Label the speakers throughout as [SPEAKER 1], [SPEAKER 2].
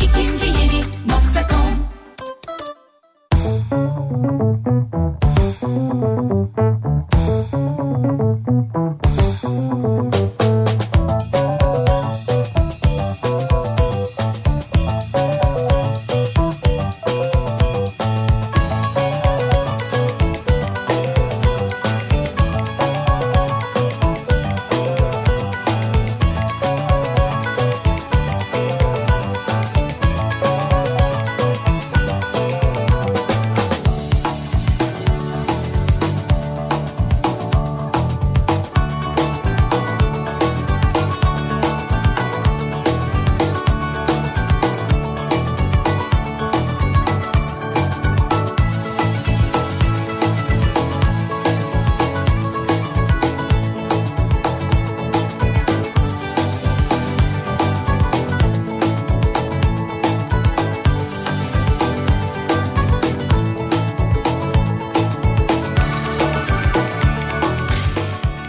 [SPEAKER 1] İkinci yeni nokta com.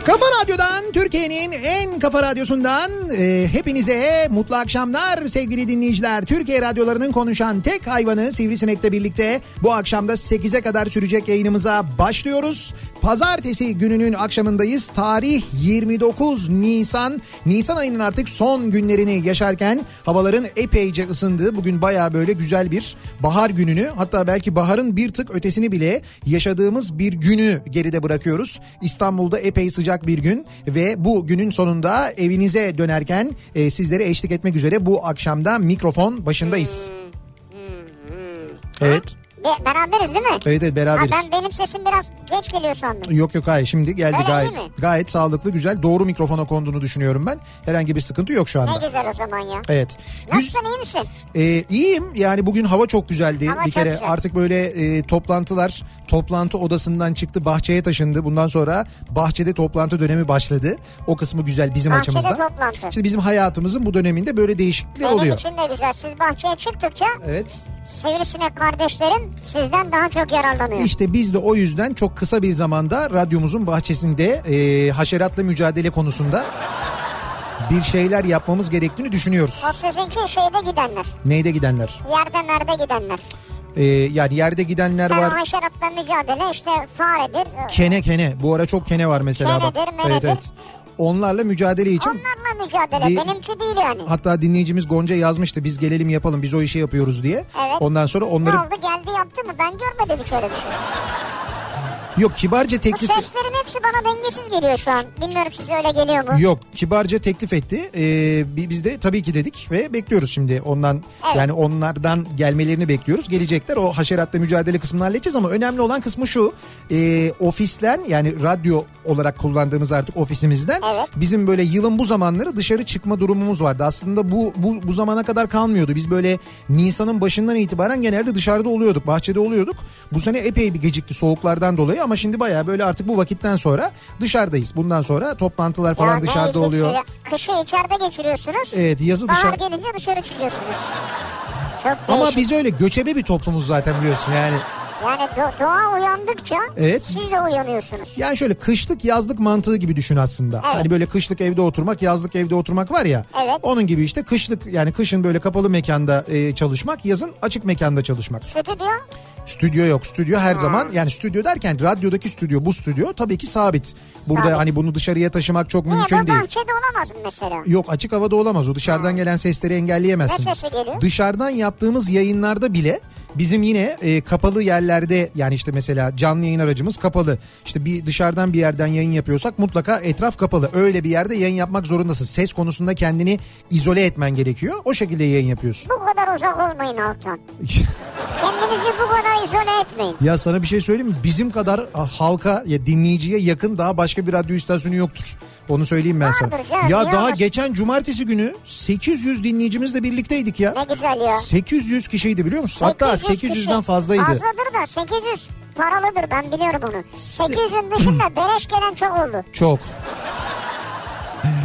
[SPEAKER 2] Kafa Radyo'dan Türkiye'nin en kafa radyosundan e, hepinize mutlu akşamlar sevgili dinleyiciler. Türkiye radyolarının konuşan tek hayvanı Sivrisinek'le birlikte bu akşamda 8'e kadar sürecek yayınımıza başlıyoruz. Pazartesi gününün akşamındayız. Tarih 29 Nisan. Nisan ayının artık son günlerini yaşarken havaların epeyce ısındığı bugün baya böyle güzel bir bahar gününü hatta belki baharın bir tık ötesini bile yaşadığımız bir günü geride bırakıyoruz. İstanbul'da epey sıcak bir gün ve bu günün sonunda evinize dönerken e, sizlere eşlik etmek üzere bu akşamda mikrofon başındayız.
[SPEAKER 3] Hmm,
[SPEAKER 2] Evet.
[SPEAKER 3] Be- beraberiz değil mi?
[SPEAKER 2] Evet evet
[SPEAKER 3] Ha,
[SPEAKER 2] beraberiz.
[SPEAKER 3] ben benim sesim biraz geç geliyor sandım.
[SPEAKER 2] Yok yok hayır şimdi geldi
[SPEAKER 3] Öyle
[SPEAKER 2] gayet
[SPEAKER 3] değil mi?
[SPEAKER 2] gayet sağlıklı güzel doğru mikrofona konduğunu düşünüyorum ben. Herhangi bir sıkıntı yok şu
[SPEAKER 3] Ne
[SPEAKER 2] anda.
[SPEAKER 3] güzel o zaman ya.
[SPEAKER 2] Evet. Güz-
[SPEAKER 3] Nasılsın iyi misin?
[SPEAKER 2] Ee, iyiyim yani bugün hava çok güzeldi
[SPEAKER 3] Hava
[SPEAKER 2] bir
[SPEAKER 3] çok
[SPEAKER 2] kere
[SPEAKER 3] güzel.
[SPEAKER 2] artık böyle e, toplantılar toplantı odasından çıktı bahçeye taşındı bundan sonra bahçede toplantı dönemi başladı o kısmı güzel bizim
[SPEAKER 3] Bahçede
[SPEAKER 2] açımızdan.
[SPEAKER 3] toplantı.
[SPEAKER 2] Şimdi bizim hayatımızın bu döneminde böyle değişiklikler
[SPEAKER 3] Benim
[SPEAKER 2] oluyor.
[SPEAKER 3] için de güzel. Siz bahçeye çıktıkça
[SPEAKER 2] Evet
[SPEAKER 3] sivrisinek kardeşlerim sizden daha çok yararlanıyor.
[SPEAKER 2] işte biz de o yüzden çok kısa bir zamanda radyomuzun bahçesinde e, haşeratla mücadele konusunda bir şeyler yapmamız gerektiğini düşünüyoruz.
[SPEAKER 3] O sizinki şeyde gidenler.
[SPEAKER 2] Neyde gidenler?
[SPEAKER 3] Yerde merde gidenler.
[SPEAKER 2] Ee, yani yerde gidenler
[SPEAKER 3] Sen
[SPEAKER 2] var.
[SPEAKER 3] haşeratla mücadele işte faredir.
[SPEAKER 2] Kene kene. Bu ara çok kene var mesela. bak.
[SPEAKER 3] Kenedir, menedir.
[SPEAKER 2] Onlarla mücadele için
[SPEAKER 3] Onlarla mücadele.
[SPEAKER 2] Bir-
[SPEAKER 3] Benimki değil yani.
[SPEAKER 2] hatta dinleyicimiz Gonca yazmıştı biz gelelim yapalım biz o işi yapıyoruz diye.
[SPEAKER 3] Evet.
[SPEAKER 2] Ondan sonra onları
[SPEAKER 3] Ne oldu geldi yaptı mı? Ben görmedim hiç öyle bir şey.
[SPEAKER 2] yok kibarca
[SPEAKER 3] Bu
[SPEAKER 2] teklif
[SPEAKER 3] seslerin hepsi bana dengesiz geliyor şu an. Bilmiyorum size öyle geliyor mu?
[SPEAKER 2] yok kibarca teklif etti. Ee, bi- biz de tabii ki dedik ve bekliyoruz şimdi ondan
[SPEAKER 3] Evet.
[SPEAKER 2] yani onlardan gelmelerini bekliyoruz. Gelecekler o haşeratla mücadele kısmını halledeceğiz ama önemli olan kısmı şu. Ee, ofisten yani radyo olarak kullandığımız artık ofisimizden
[SPEAKER 3] Evet.
[SPEAKER 2] bizim böyle yılın bu zamanları dışarı çıkma durumumuz vardı. Aslında bu bu, bu zamana kadar kalmıyordu. Biz böyle Nisan'ın başından itibaren genelde dışarıda oluyorduk, bahçede oluyorduk. Bu sene epey bir gecikti soğuklardan dolayı ama şimdi bayağı böyle artık bu vakitten sonra dışarıdayız. Bundan sonra toplantılar
[SPEAKER 3] Ya
[SPEAKER 2] falan
[SPEAKER 3] ne
[SPEAKER 2] dışarıda
[SPEAKER 3] ilginç
[SPEAKER 2] oluyor.
[SPEAKER 3] ya. Kışı içeride geçiriyorsunuz.
[SPEAKER 2] Evet yazı
[SPEAKER 3] Bahar
[SPEAKER 2] dışarı.
[SPEAKER 3] gelince dışarı çıkıyorsunuz. Çok
[SPEAKER 2] Ama
[SPEAKER 3] değişik.
[SPEAKER 2] biz öyle göçebe bir toplumuz zaten biliyorsun yani.
[SPEAKER 3] Yani do- doğa uyandıkça
[SPEAKER 2] Evet.
[SPEAKER 3] siz de uyanıyorsunuz.
[SPEAKER 2] Yani şöyle kışlık yazlık mantığı gibi düşün aslında. Hani böyle kışlık evde oturmak, yazlık evde oturmak var ya.
[SPEAKER 3] Evet.
[SPEAKER 2] Onun gibi işte kışlık yani kışın böyle kapalı mekanda e, çalışmak, yazın açık mekanda çalışmak.
[SPEAKER 3] Kötü diyor.
[SPEAKER 2] Stüdyo yok. Stüdyo her zaman yani stüdyo derken radyodaki stüdyo bu stüdyo tabii ki sabit. Burada
[SPEAKER 3] Sabit.
[SPEAKER 2] hani bunu dışarıya taşımak çok
[SPEAKER 3] Niye
[SPEAKER 2] mümkün
[SPEAKER 3] bu
[SPEAKER 2] değil.
[SPEAKER 3] bahçede olamaz mı mesela?
[SPEAKER 2] Yok açık havada olamaz. O dışarıdan gelen sesleri engelleyemezsin.
[SPEAKER 3] Ne sesi geliyor?
[SPEAKER 2] Dışarıdan yaptığımız yayınlarda bile bizim yine e, kapalı yerlerde yani işte mesela canlı yayın aracımız kapalı. İşte bir dışarıdan bir yerden yayın yapıyorsak mutlaka etraf kapalı. Öyle bir yerde yayın yapmak zorundasın. Ses konusunda kendini izole etmen gerekiyor. O şekilde yayın yapıyorsun.
[SPEAKER 3] Bu kadar kadar uzak olmayın halktan. Kendinizi bu kadar izole etmeyin.
[SPEAKER 2] ya sana bir şey söyleyeyim mi? Bizim kadar ah, halka ya dinleyiciye yakın daha başka bir radyo istasyonu yoktur. Onu söyleyeyim ben sana.
[SPEAKER 3] Vardır canım,
[SPEAKER 2] Ya
[SPEAKER 3] niye
[SPEAKER 2] daha
[SPEAKER 3] olmasın?
[SPEAKER 2] geçen cumartesi günü 800 dinleyicimizle birlikteydik ya.
[SPEAKER 3] Ne güzel ya.
[SPEAKER 2] 800 kişiydi biliyor musun? Hatta 800'den fazlaydı.
[SPEAKER 3] Fazladır da 800 paralıdır ben biliyorum onu. 800'ün dışında beleş gelen çok oldu.
[SPEAKER 2] Çok.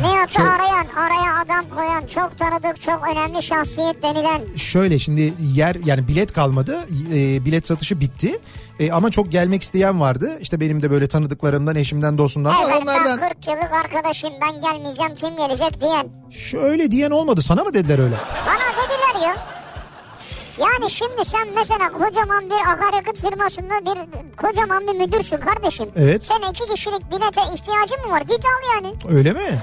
[SPEAKER 3] Ne yaptı
[SPEAKER 2] Çok-
[SPEAKER 3] arayan, araya adam koyan, çok tanıdık, çok önemli şahsiyet denilen.
[SPEAKER 2] Şöyle şimdi yer yani bilet kalmadı. E, bilet satışı bitti. E, ama çok gelmek isteyen vardı. İşte benim de böyle tanıdıklarımdan, eşimden, dostumdan falan
[SPEAKER 3] Evet
[SPEAKER 2] onlardan.
[SPEAKER 3] ben 40 yıllık arkadaşım ben gelmeyeceğim kim gelecek diyen.
[SPEAKER 2] Şöyle diyen olmadı. Sana mı dediler öyle?
[SPEAKER 3] Bana dediler ya. Yani şimdi sen mesela kocaman bir akaryakıt firmasında bir kocaman bir müdürsün kardeşim.
[SPEAKER 2] Evet.
[SPEAKER 3] Sen iki kişilik bilete ihtiyacın mı var? Git al yani.
[SPEAKER 2] Öyle mi?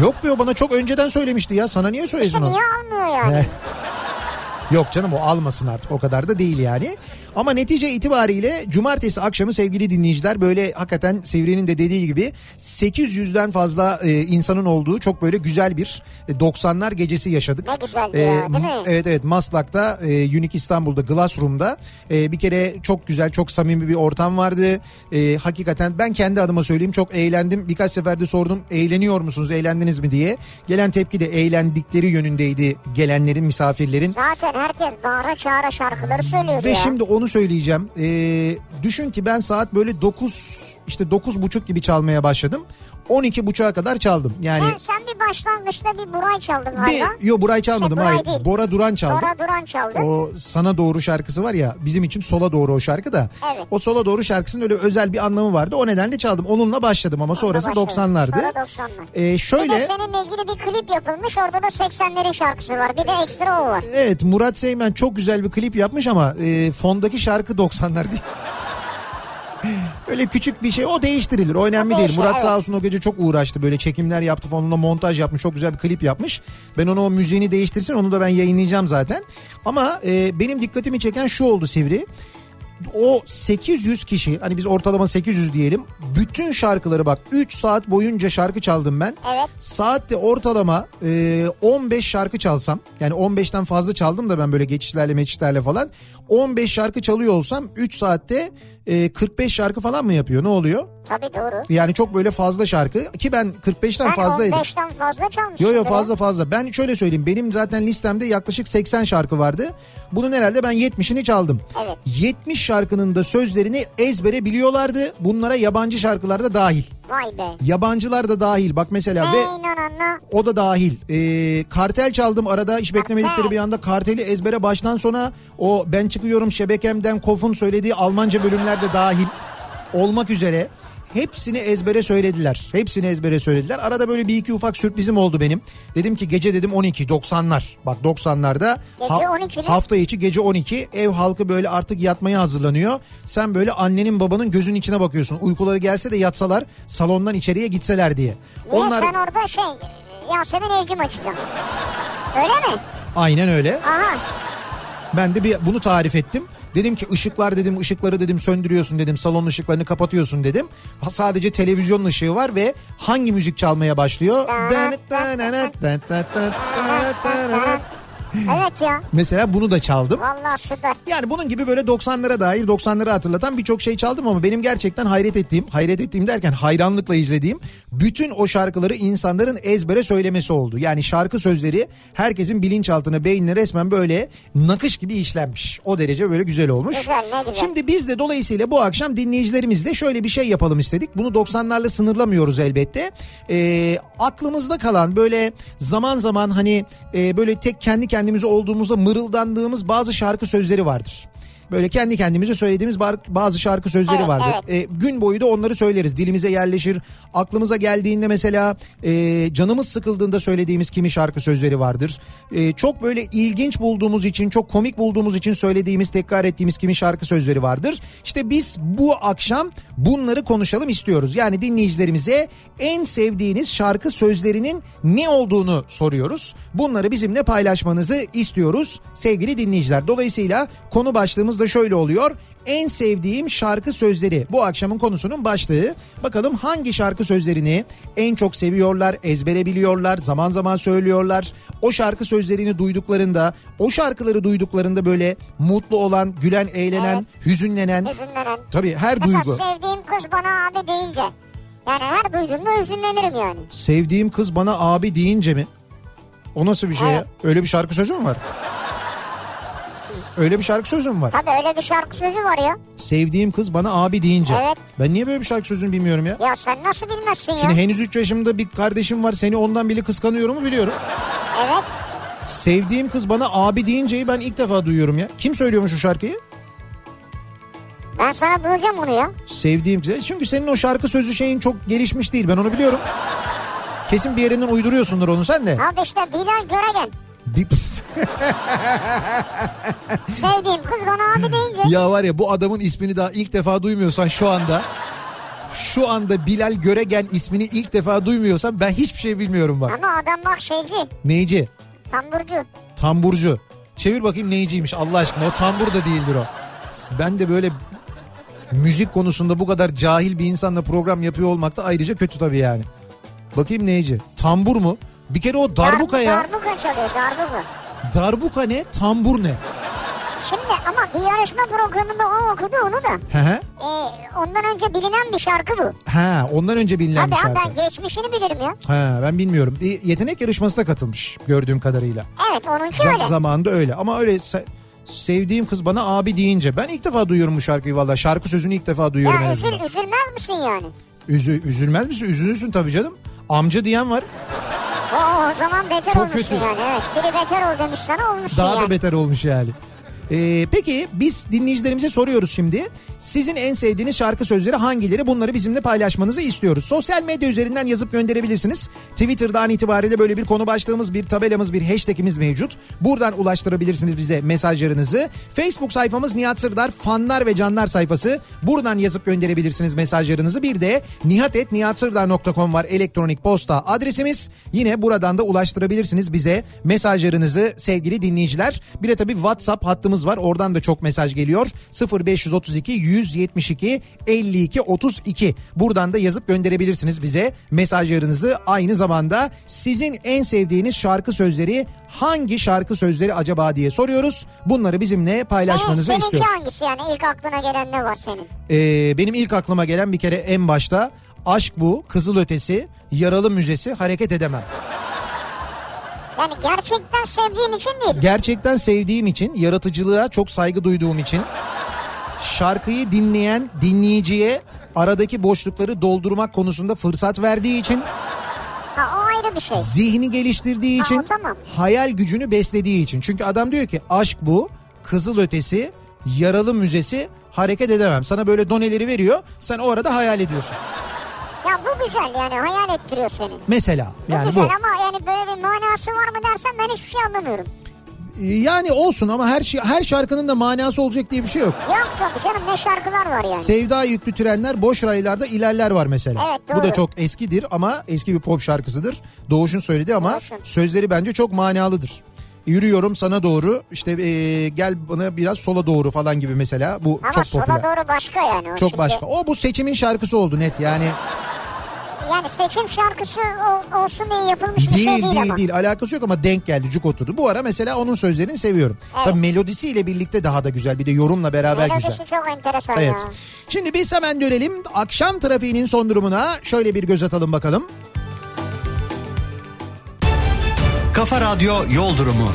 [SPEAKER 2] Yok diyor bana çok önceden söylemişti ya. Sana niye
[SPEAKER 3] İşte
[SPEAKER 2] söylüyorsun onu?
[SPEAKER 3] niye almıyor yani?
[SPEAKER 2] Yok canım o almasın artık o kadar da değil yani. Ama netice itibariyle cumartesi akşamı sevgili dinleyiciler böyle hakikaten Sevri'nin de dediği gibi 800'den fazla e, insanın olduğu çok böyle güzel bir e, 90'lar gecesi yaşadık.
[SPEAKER 3] Ne güzeldi ya, değil mi?
[SPEAKER 2] m- Ee, Evet evet Maslak'ta e, Unique İstanbul'da Glassroom'da e, bir kere çok güzel çok samimi bir ortam vardı. E, hakikaten ben kendi adıma söyleyeyim çok eğlendim. Birkaç seferde sordum eğleniyor musunuz eğlendiniz mi diye. Gelen tepki de eğlendikleri yönündeydi gelenlerin misafirlerin.
[SPEAKER 3] Zaten herkes bağıra çağıra şarkıları söylüyor
[SPEAKER 2] Ve
[SPEAKER 3] ya.
[SPEAKER 2] şimdi onu söyleyeceğim. Ee, düşün ki ben saat böyle 9 işte dokuz buçuk gibi çalmaya başladım. 12 buçuğa kadar çaldım. Yani
[SPEAKER 3] sen, sen bir başlangıçta bir Buray çaldın galiba.
[SPEAKER 2] hani bir yo Buray çalmadım
[SPEAKER 3] Şey, Buray
[SPEAKER 2] hayır.
[SPEAKER 3] değil.
[SPEAKER 2] Bora Duran çaldı.
[SPEAKER 3] Dora Duran çaldı.
[SPEAKER 2] O sana doğru şarkısı var ya bizim için sola doğru o şarkı da.
[SPEAKER 3] Evet.
[SPEAKER 2] O sola doğru şarkısının öyle özel bir anlamı vardı. O nedenle çaldım. Onunla başladım ama sonrası
[SPEAKER 3] başladı.
[SPEAKER 2] 90'lardı.
[SPEAKER 3] Sonra şey, 90'lar.
[SPEAKER 2] Ee,
[SPEAKER 3] Bir de
[SPEAKER 2] şöyle
[SPEAKER 3] seninle ilgili bir klip yapılmış. Orada da 80'lerin şarkısı var. Bir de ekstra o var.
[SPEAKER 2] evet Murat Seymen çok güzel bir klip yapmış ama e, fondaki şarkı 90'lar değil. Öyle küçük bir şey o değiştirilir. O önemli
[SPEAKER 3] O
[SPEAKER 2] değil.
[SPEAKER 3] değişir,
[SPEAKER 2] Murat sağ
[SPEAKER 3] evet.
[SPEAKER 2] olsun o gece çok uğraştı. Böyle çekimler yaptı fonunla montaj yapmış. Çok güzel bir klip yapmış. Ben onu o müziğini değiştirsin onu da ben yayınlayacağım zaten. Ama e, benim dikkatimi çeken şu oldu Sivri. O 800 kişi hani biz ortalama 800 diyelim. Bütün şarkıları bak 3 saat boyunca şarkı çaldım ben.
[SPEAKER 3] Evet.
[SPEAKER 2] Saatte ortalama e, 15 şarkı çalsam yani 15'ten fazla çaldım da ben böyle geçişlerle meçişlerle falan 15 şarkı çalıyor olsam 3 saatte e, 45 şarkı falan mı yapıyor ne oluyor?
[SPEAKER 3] Tabii doğru.
[SPEAKER 2] Yani çok böyle fazla şarkı ki ben 45'ten
[SPEAKER 3] Sen
[SPEAKER 2] fazlaydım.
[SPEAKER 3] 15'ten fazla çalmışsın.
[SPEAKER 2] Yo yo fazla fazla. Ben şöyle söyleyeyim. Benim zaten listemde yaklaşık 80 şarkı vardı. Bunun herhalde ben 70'ini çaldım.
[SPEAKER 3] Evet.
[SPEAKER 2] 70 şarkının da sözlerini ezbere biliyorlardı. Bunlara yabancı şarkılar da dahil.
[SPEAKER 3] Vay be.
[SPEAKER 2] Yabancılar da dahil. Bak mesela ve
[SPEAKER 3] Ey nanana.
[SPEAKER 2] o da dahil. Ee, kartel çaldım arada hiç beklemedikleri
[SPEAKER 3] Kartel.
[SPEAKER 2] bir anda karteli ezbere baştan sona o ben çıkıyorum şebekemden Kof'un söylediği Almanca bölümlerde dahil olmak üzere hepsini ezbere söylediler. Hepsini ezbere söylediler. Arada böyle bir iki ufak sürprizim oldu benim. Dedim ki gece dedim 12 90'lar. Bak 90'larda
[SPEAKER 3] Gece 12 mi?
[SPEAKER 2] hafta içi gece 12 ev halkı böyle artık yatmaya hazırlanıyor. Sen böyle annenin babanın gözün içine bakıyorsun. Uykuları gelse de yatsalar salondan içeriye gitseler diye.
[SPEAKER 3] Niye sen orada şey Yasemin Evci maçıydın. Öyle mi?
[SPEAKER 2] Aynen öyle.
[SPEAKER 3] Aha.
[SPEAKER 2] Ben de bir bunu tarif ettim. Dedim ki ışıklar dedim ışıkları dedim söndürüyorsun dedim salon ışıklarını kapatıyorsun dedim. Ha, Sadece televizyon ışığı var ve hangi müzik çalmaya başlıyor?
[SPEAKER 3] Evet ya.
[SPEAKER 2] Mesela bunu da çaldım.
[SPEAKER 3] Vallahi süper.
[SPEAKER 2] Yani bunun gibi böyle 90'lara dair 90'ları hatırlatan birçok şey çaldım ama benim gerçekten hayret ettiğim, hayret ettiğim derken hayranlıkla izlediğim bütün o şarkıları insanların ezbere söylemesi oldu. Yani şarkı sözleri herkesin bilinçaltına, beynine resmen böyle nakış gibi işlenmiş. O derece böyle güzel olmuş.
[SPEAKER 3] Güzel, ne güzel.
[SPEAKER 2] Şimdi biz de dolayısıyla bu akşam dinleyicilerimizle şöyle bir şey yapalım istedik. Bunu 90'larla sınırlamıyoruz elbette. Ee, aklımızda kalan böyle zaman zaman hani e, böyle tek kendi kendimize olduğumuzda mırıldandığımız bazı şarkı sözleri vardır. Böyle kendi kendimize söylediğimiz bar- bazı şarkı sözleri
[SPEAKER 3] Evet,
[SPEAKER 2] vardır.
[SPEAKER 3] evet.
[SPEAKER 2] E, gün boyu da onları söyleriz. Dilimize yerleşir. Aklımıza geldiğinde mesela e, canımız sıkıldığında söylediğimiz kimi şarkı sözleri vardır. E, çok böyle ilginç bulduğumuz için, çok komik bulduğumuz için söylediğimiz, tekrar ettiğimiz kimi şarkı sözleri vardır. İşte biz bu akşam bunları konuşalım istiyoruz. Yani dinleyicilerimize en sevdiğiniz şarkı sözlerinin ne olduğunu soruyoruz. Bunları bizimle paylaşmanızı istiyoruz sevgili dinleyiciler. Dolayısıyla konu başlığımız da şöyle oluyor. en sevdiğim şarkı sözleri. Bu akşamın konusunun başlığı. Bakalım hangi şarkı sözlerini en çok seviyorlar, ezbere biliyorlar, zaman zaman söylüyorlar. O şarkı sözlerini duyduklarında, o şarkıları duyduklarında böyle mutlu olan, gülen, eğlenen, hüzünlenen.
[SPEAKER 3] Hüzünlenen.
[SPEAKER 2] Tabii her
[SPEAKER 3] Mesela şey-
[SPEAKER 2] duygu.
[SPEAKER 3] sevdiğim kız bana abi deyince. Yani her duyduğumda hüzünlenirim yani.
[SPEAKER 2] Sevdiğim kız bana abi deyince mi? O nasıl bir şey ya?
[SPEAKER 3] Evet.
[SPEAKER 2] Öyle bir şarkı sözü mü var? Öyle bir şarkı sözü mü var?
[SPEAKER 3] Tabii öyle bir şarkı sözü var ya.
[SPEAKER 2] Sevdiğim kız bana abi deyince.
[SPEAKER 3] Evet.
[SPEAKER 2] Ben niye böyle bir şarkı sözünü bilmiyorum ya?
[SPEAKER 3] Ya sen nasıl bilmezsin ya?
[SPEAKER 2] Şimdi henüz 3 yaşımda bir kardeşim var seni ondan bile kıskanıyor mu biliyorum.
[SPEAKER 3] Evet.
[SPEAKER 2] Sevdiğim kız bana abi deyinceyi ben ilk defa duyuyorum ya. Kim söylüyormuş o şarkıyı?
[SPEAKER 3] Ben sana bulacağım onu ya.
[SPEAKER 2] Sevdiğim kız. Çünkü senin o şarkı sözü şeyin çok gelişmiş değil ben onu biliyorum. Kesin bir yerinden uyduruyorsundur onu sen de.
[SPEAKER 3] Abi işte Bilal Göregen.
[SPEAKER 2] Bir-
[SPEAKER 3] Sevdiğim kız bana abi deyince.
[SPEAKER 2] ya var ya bu adamın ismini daha ilk defa duymuyorsan şu anda. Şu anda Bilal Göregen ismini ilk defa duymuyorsan ben hiçbir şey bilmiyorum bak.
[SPEAKER 3] Ama adam bak şeyci.
[SPEAKER 2] Neyci?
[SPEAKER 3] Tamburcu.
[SPEAKER 2] Tamburcu. Çevir bakayım neyciymiş Allah aşkına. O tambur da değildir o. Ben de böyle müzik konusunda bu kadar cahil bir insanla program yapıyor olmak da ayrıca kötü tabii yani. Bakayım neyci? Tambur mu? Bir kere o darbuka ya.
[SPEAKER 3] Darbuka çalıyor darbuka.
[SPEAKER 2] Darbuka ne? Tambur ne?
[SPEAKER 3] Şimdi ama bir yarışma programında o okudu onu
[SPEAKER 2] He
[SPEAKER 3] da.
[SPEAKER 2] he.
[SPEAKER 3] Ee, ondan önce bilinen bir şarkı bu.
[SPEAKER 2] Ha, ondan önce bilinen
[SPEAKER 3] Abi
[SPEAKER 2] bir
[SPEAKER 3] abi
[SPEAKER 2] şarkı.
[SPEAKER 3] ben geçmişini bilirim ya.
[SPEAKER 2] Ha, ben bilmiyorum. E, Yetenek yarışmasına katılmış gördüğüm kadarıyla.
[SPEAKER 3] Evet onunki
[SPEAKER 2] Zam-
[SPEAKER 3] öyle.
[SPEAKER 2] zamanında öyle ama öyle se- sevdiğim kız bana abi deyince ben ilk defa duyuyorum bu şarkıyı valla şarkı sözünü ilk defa duyuyorum en
[SPEAKER 3] ya
[SPEAKER 2] azından.
[SPEAKER 3] üzül, üzülmez misin yani?
[SPEAKER 2] Üzü, üzülmez misin? Üzülürsün tabii canım. Amca diyen var.
[SPEAKER 3] Oo, o zaman beter
[SPEAKER 2] Çok
[SPEAKER 3] olmuşsun
[SPEAKER 2] kötü.
[SPEAKER 3] yani. Evet. Biri beter ol demiş sana olmuşsun
[SPEAKER 2] Daha
[SPEAKER 3] yani.
[SPEAKER 2] da beter olmuş yani. Ee, peki biz dinleyicilerimize soruyoruz şimdi. Sizin en sevdiğiniz şarkı sözleri hangileri? Bunları bizimle paylaşmanızı istiyoruz. Sosyal medya üzerinden yazıp gönderebilirsiniz. Twitter'dan itibariyle böyle bir konu başlığımız, bir tabelamız, bir hashtagimiz mevcut. Buradan ulaştırabilirsiniz bize mesajlarınızı. Facebook sayfamız Nihat Sırdar fanlar ve canlar sayfası. Buradan yazıp gönderebilirsiniz mesajlarınızı. Bir de nihatetnihatsırdar.com var elektronik posta adresimiz. Yine buradan da ulaştırabilirsiniz bize mesajlarınızı sevgili dinleyiciler. Bir de tabii WhatsApp hattımız var. Oradan da çok mesaj geliyor. 0532 172 52 32. Buradan da yazıp gönderebilirsiniz bize mesajlarınızı. Aynı zamanda sizin en sevdiğiniz şarkı sözleri hangi şarkı sözleri acaba diye soruyoruz. Bunları bizimle paylaşmanızı
[SPEAKER 3] senin,
[SPEAKER 2] istiyoruz.
[SPEAKER 3] Seninki hangisi yani ilk aklına gelen ne var senin?
[SPEAKER 2] Ee, benim ilk aklıma gelen bir kere en başta Aşk Bu, Kızıl Ötesi, Yaralı Müzesi, Hareket Edemem.
[SPEAKER 3] Yani gerçekten sevdiğin için değil.
[SPEAKER 2] Gerçekten sevdiğim için, yaratıcılığa çok saygı duyduğum için, şarkıyı dinleyen dinleyiciye aradaki boşlukları doldurmak konusunda fırsat verdiği için,
[SPEAKER 3] Ha, o ayrı bir şey.
[SPEAKER 2] zihni geliştirdiği
[SPEAKER 3] Ha,
[SPEAKER 2] için,
[SPEAKER 3] tamam.
[SPEAKER 2] hayal gücünü beslediği için. Çünkü adam diyor ki Aşk Bu, Kızıl Ötesi, Yaralı Müzesi, Hareket Edemem. Sana böyle doneleri veriyor, sen o arada hayal ediyorsun.
[SPEAKER 3] Ya bu güzel yani hayal ettiriyor seni.
[SPEAKER 2] Mesela
[SPEAKER 3] Bu
[SPEAKER 2] yani
[SPEAKER 3] güzel
[SPEAKER 2] bu.
[SPEAKER 3] ama yani böyle bir manası var mı dersen ben hiçbir şey anlamıyorum.
[SPEAKER 2] Yani olsun ama her şey, her şarkının da manası olacak diye bir şey yok.
[SPEAKER 3] Yok tabii canım ne şarkılar var yani.
[SPEAKER 2] Sevda yüklü trenler boş raylarda ilerler var mesela.
[SPEAKER 3] Evet, doğru.
[SPEAKER 2] Bu da çok eskidir ama eski bir pop şarkısıdır. Doğuş'un söyledi ama
[SPEAKER 3] Doğuş'un.
[SPEAKER 2] sözleri bence çok manalıdır. Yürüyorum sana doğru işte e, gel bana biraz sola doğru falan gibi mesela bu
[SPEAKER 3] ama
[SPEAKER 2] çok
[SPEAKER 3] sola
[SPEAKER 2] popüler.
[SPEAKER 3] doğru başka yani. O
[SPEAKER 2] Çok
[SPEAKER 3] şimdi-
[SPEAKER 2] başka. O bu seçimin şarkısı oldu net yani.
[SPEAKER 3] Yani seçim şarkısı ol- olsun diye yapılmış bir
[SPEAKER 2] değil
[SPEAKER 3] şey değil,
[SPEAKER 2] değil
[SPEAKER 3] ama.
[SPEAKER 2] değil alakası yok ama denk geldi cuk oturdu. Bu ara mesela onun sözlerini seviyorum.
[SPEAKER 3] Evet.
[SPEAKER 2] Tabii melodisiyle birlikte daha da güzel bir de yorumla beraber
[SPEAKER 3] Melodisi
[SPEAKER 2] güzel.
[SPEAKER 3] çok enteresan
[SPEAKER 2] Evet.
[SPEAKER 3] ya.
[SPEAKER 2] Şimdi biz hemen dönelim akşam trafiğinin son durumuna. Şöyle bir göz atalım bakalım.
[SPEAKER 4] Kafa Radyo Yol Durumu.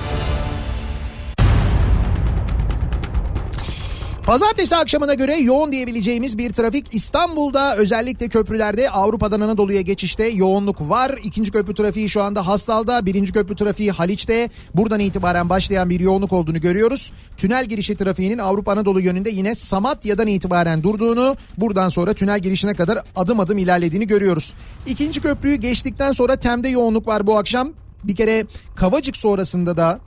[SPEAKER 2] Pazartesi akşamına göre yoğun diyebileceğimiz bir trafik İstanbul'da özellikle köprülerde Avrupa'dan Anadolu'ya geçişte yoğunluk var. İkinci köprü trafiği şu anda Hastal'da, birinci köprü trafiği Haliç'te. Buradan itibaren başlayan bir yoğunluk olduğunu görüyoruz. Tünel girişi trafiğinin Avrupa Anadolu yönünde yine Samatya'dan itibaren durduğunu, buradan sonra tünel girişine kadar adım adım ilerlediğini görüyoruz. İkinci köprüyü geçtikten sonra Tem'de yoğunluk var bu akşam. Bir kere Kavacık sonrasında da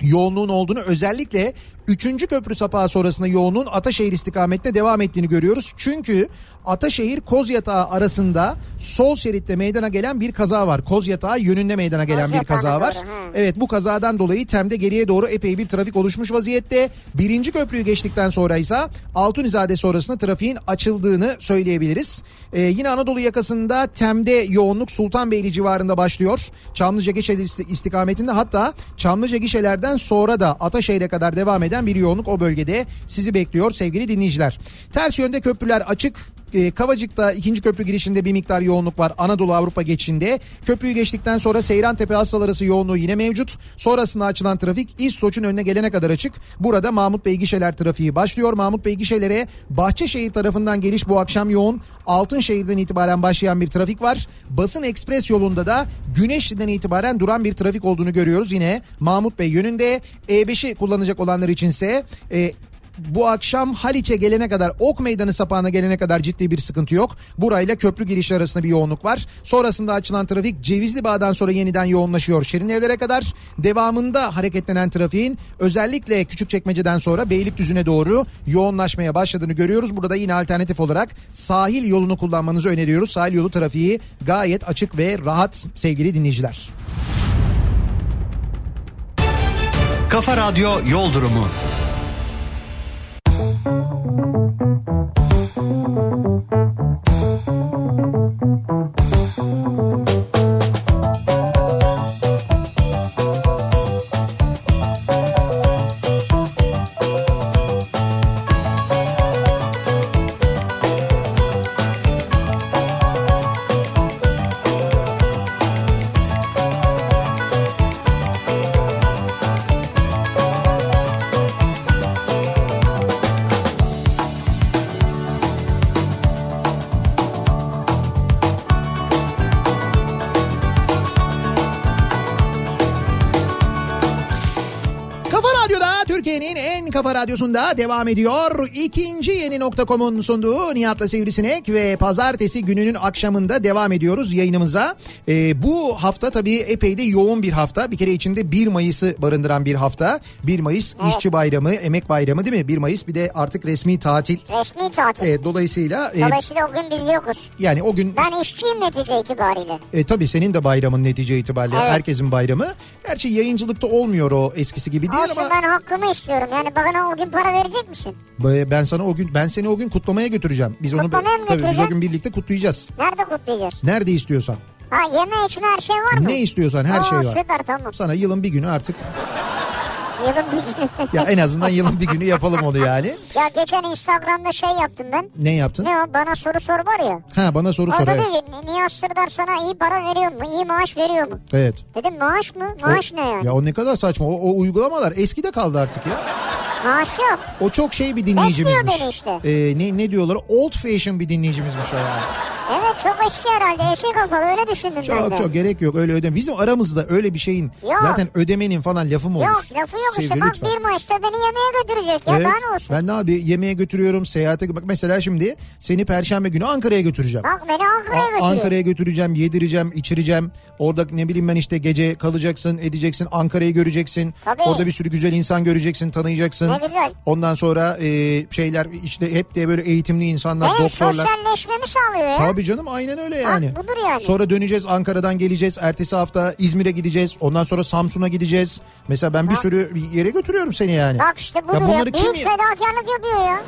[SPEAKER 2] yoğunluğun olduğunu özellikle 3. köprü sapağı sonrasında yoğunluğun Ataşehir istikametine devam ettiğini görüyoruz. Çünkü Ataşehir Kozyatağı arasında sol şeritte meydana gelen bir kaza var. Kozyatağı yönünde meydana gelen bir
[SPEAKER 3] Kozyatağı'na
[SPEAKER 2] kaza var.
[SPEAKER 3] doğru, hı.
[SPEAKER 2] Evet bu kazadan dolayı Tem'de geriye doğru epey bir trafik oluşmuş vaziyette. Birinci köprüyü geçtikten sonra ise Altunizade sonrasında trafiğin açıldığını söyleyebiliriz. Ee, yine Anadolu yakasında Tem'de yoğunluk Sultanbeyli civarında başlıyor. Çamlıca Gişe ist- istikametinde hatta Çamlıca Gişelerden sonra da Ataşehir'e kadar devam eden bir yoğunluk o bölgede sizi bekliyor sevgili dinleyiciler. Ters yönde köprüler açık. E, Kavacık'ta ikinci köprü girişinde bir miktar yoğunluk var Anadolu Avrupa geçişinde. Köprüyü geçtikten sonra Seyran Tepe arası yoğunluğu yine mevcut. Sonrasında açılan trafik İstoç'un önüne gelene kadar açık. Burada Mahmut Bey Gişeler trafiği başlıyor. Mahmut Bey Gişeler'e Bahçeşehir tarafından geliş bu akşam yoğun. Altınşehir'den itibaren başlayan bir trafik var. Basın Ekspres yolunda da Güneşli'den itibaren duran bir trafik olduğunu görüyoruz yine. Mahmut Bey yönünde E5'i kullanacak olanlar içinse e, bu akşam Haliç'e gelene kadar Ok Meydanı sapağına gelene kadar ciddi bir sıkıntı yok. Burayla köprü girişi arasında bir yoğunluk var. Sonrasında açılan trafik Cevizli Bağ'dan sonra yeniden yoğunlaşıyor Şirin Evler'e kadar. Devamında hareketlenen trafiğin özellikle Küçükçekmece'den sonra Beylikdüzü'ne doğru yoğunlaşmaya başladığını görüyoruz. Burada yine alternatif olarak sahil yolunu kullanmanızı öneriyoruz. Sahil yolu trafiği gayet açık ve rahat sevgili dinleyiciler.
[SPEAKER 4] Kafa Radyo Yol Durumu.
[SPEAKER 2] Kafa Radyo'da Türkiye'nin en kafa radyosunda devam ediyor. İkinci yeni nokta.com'un sunduğu Nihat'la Sivrisinek ve pazartesi gününün akşamında devam ediyoruz yayınımıza. Ee, bu hafta tabii epey de yoğun bir hafta. Bir kere içinde 1 Mayıs'ı barındıran bir hafta. 1 Mayıs işçi bayramı, emek bayramı değil mi? 1 Mayıs bir de artık resmi tatil.
[SPEAKER 3] Resmi tatil.
[SPEAKER 2] Ee, dolayısıyla e,
[SPEAKER 3] Dolayısıyla o gün biz yokuz.
[SPEAKER 2] yani o gün
[SPEAKER 3] Ben işçiyim netice itibariyle.
[SPEAKER 2] e, tabii senin de bayramın netice itibariyle
[SPEAKER 3] Evet.
[SPEAKER 2] herkesin bayramı. Gerçi yayıncılıkta olmuyor o eskisi gibi değil
[SPEAKER 3] Olsun
[SPEAKER 2] ama
[SPEAKER 3] ben hakkımı istiyorum. Yani bana o gün para verecek misin?
[SPEAKER 2] Be- Ben sana o gün ben seni o gün kutlamaya götüreceğim. Biz onu
[SPEAKER 3] Kutlamaya mı
[SPEAKER 2] tabii biz o
[SPEAKER 3] götüreceğim?
[SPEAKER 2] gün birlikte kutlayacağız.
[SPEAKER 3] Nerede kutlayacağız?
[SPEAKER 2] Nerede istiyorsan.
[SPEAKER 3] Ha yeme içme her şey var mı?
[SPEAKER 2] Ne istiyorsan her
[SPEAKER 3] Oo,
[SPEAKER 2] şey var.
[SPEAKER 3] Süper tamam.
[SPEAKER 2] Sana yılın bir günü artık
[SPEAKER 3] Yılın bir
[SPEAKER 2] ya en azından yılın bir günü yapalım onu yani.
[SPEAKER 3] Ya geçen Instagram'da şey yaptım ben.
[SPEAKER 2] Ne yaptın?
[SPEAKER 3] Ne o bana soru sor var ya.
[SPEAKER 2] Ha bana soru sor.
[SPEAKER 3] Orada
[SPEAKER 2] Evet.
[SPEAKER 3] diyor ki Nihat Sırdar sana iyi para veriyor mu? İyi maaş veriyor mu?
[SPEAKER 2] Evet.
[SPEAKER 3] Dedim maaş mı?
[SPEAKER 2] O-
[SPEAKER 3] Maaş ne yani?
[SPEAKER 2] Ya o ne kadar saçma. O, o uygulamalar eskide kaldı artık ya.
[SPEAKER 3] Maaş yok.
[SPEAKER 2] O çok şey bir dinleyicimizmiş.
[SPEAKER 3] Besliyor beni işte.
[SPEAKER 2] Ee, ne, ne diyorlar? Old fashion bir dinleyicimizmiş o yani.
[SPEAKER 3] Evet çok eski herhalde. Eski kafalı öyle düşündüm ben de.
[SPEAKER 2] Çok çok gerek yok öyle ödeme. Bizim aramızda öyle bir şeyin
[SPEAKER 3] Yok.
[SPEAKER 2] zaten ödemenin falan lafı mı olur?
[SPEAKER 3] Yok lafı yok işte.
[SPEAKER 2] Sevgili
[SPEAKER 3] Bak
[SPEAKER 2] lütfen.
[SPEAKER 3] bir Mayıs'ta beni yemeğe götürecek ya.
[SPEAKER 2] Evet.
[SPEAKER 3] Daha ne olsun?
[SPEAKER 2] Ben ne abi yemeğe götürüyorum seyahate. Bak mesela şimdi seni perşembe günü Ankara'ya götüreceğim.
[SPEAKER 3] Bak beni Ankara'ya
[SPEAKER 2] A-
[SPEAKER 3] götürüyor.
[SPEAKER 2] Ankara'ya götüreceğim, yedireceğim, içireceğim. Orada ne bileyim ben işte gece kalacaksın, edeceksin, Ankara'yı göreceksin.
[SPEAKER 3] Tabii.
[SPEAKER 2] Orada bir sürü güzel insan göreceksin, tanıyacaksın.
[SPEAKER 3] Ne güzel.
[SPEAKER 2] Ondan sonra e, şeyler işte hep de böyle eğitimli insanlar,
[SPEAKER 3] Benim
[SPEAKER 2] doktorlar.
[SPEAKER 3] sosyalleşmemi sağlıyor ya.
[SPEAKER 2] Tabii canım aynen öyle yani.
[SPEAKER 3] budur yani.
[SPEAKER 2] Sonra döneceğiz Ankara'dan geleceğiz. Ertesi hafta İzmir'e gideceğiz. Ondan sonra Samsun'a gideceğiz. Mesela ben bir sürü yere götürüyorum seni yani.
[SPEAKER 3] Bak işte budur
[SPEAKER 2] Ya
[SPEAKER 3] ya.
[SPEAKER 2] bunları kim-
[SPEAKER 3] Büyük fedakarlık yapıyor ya.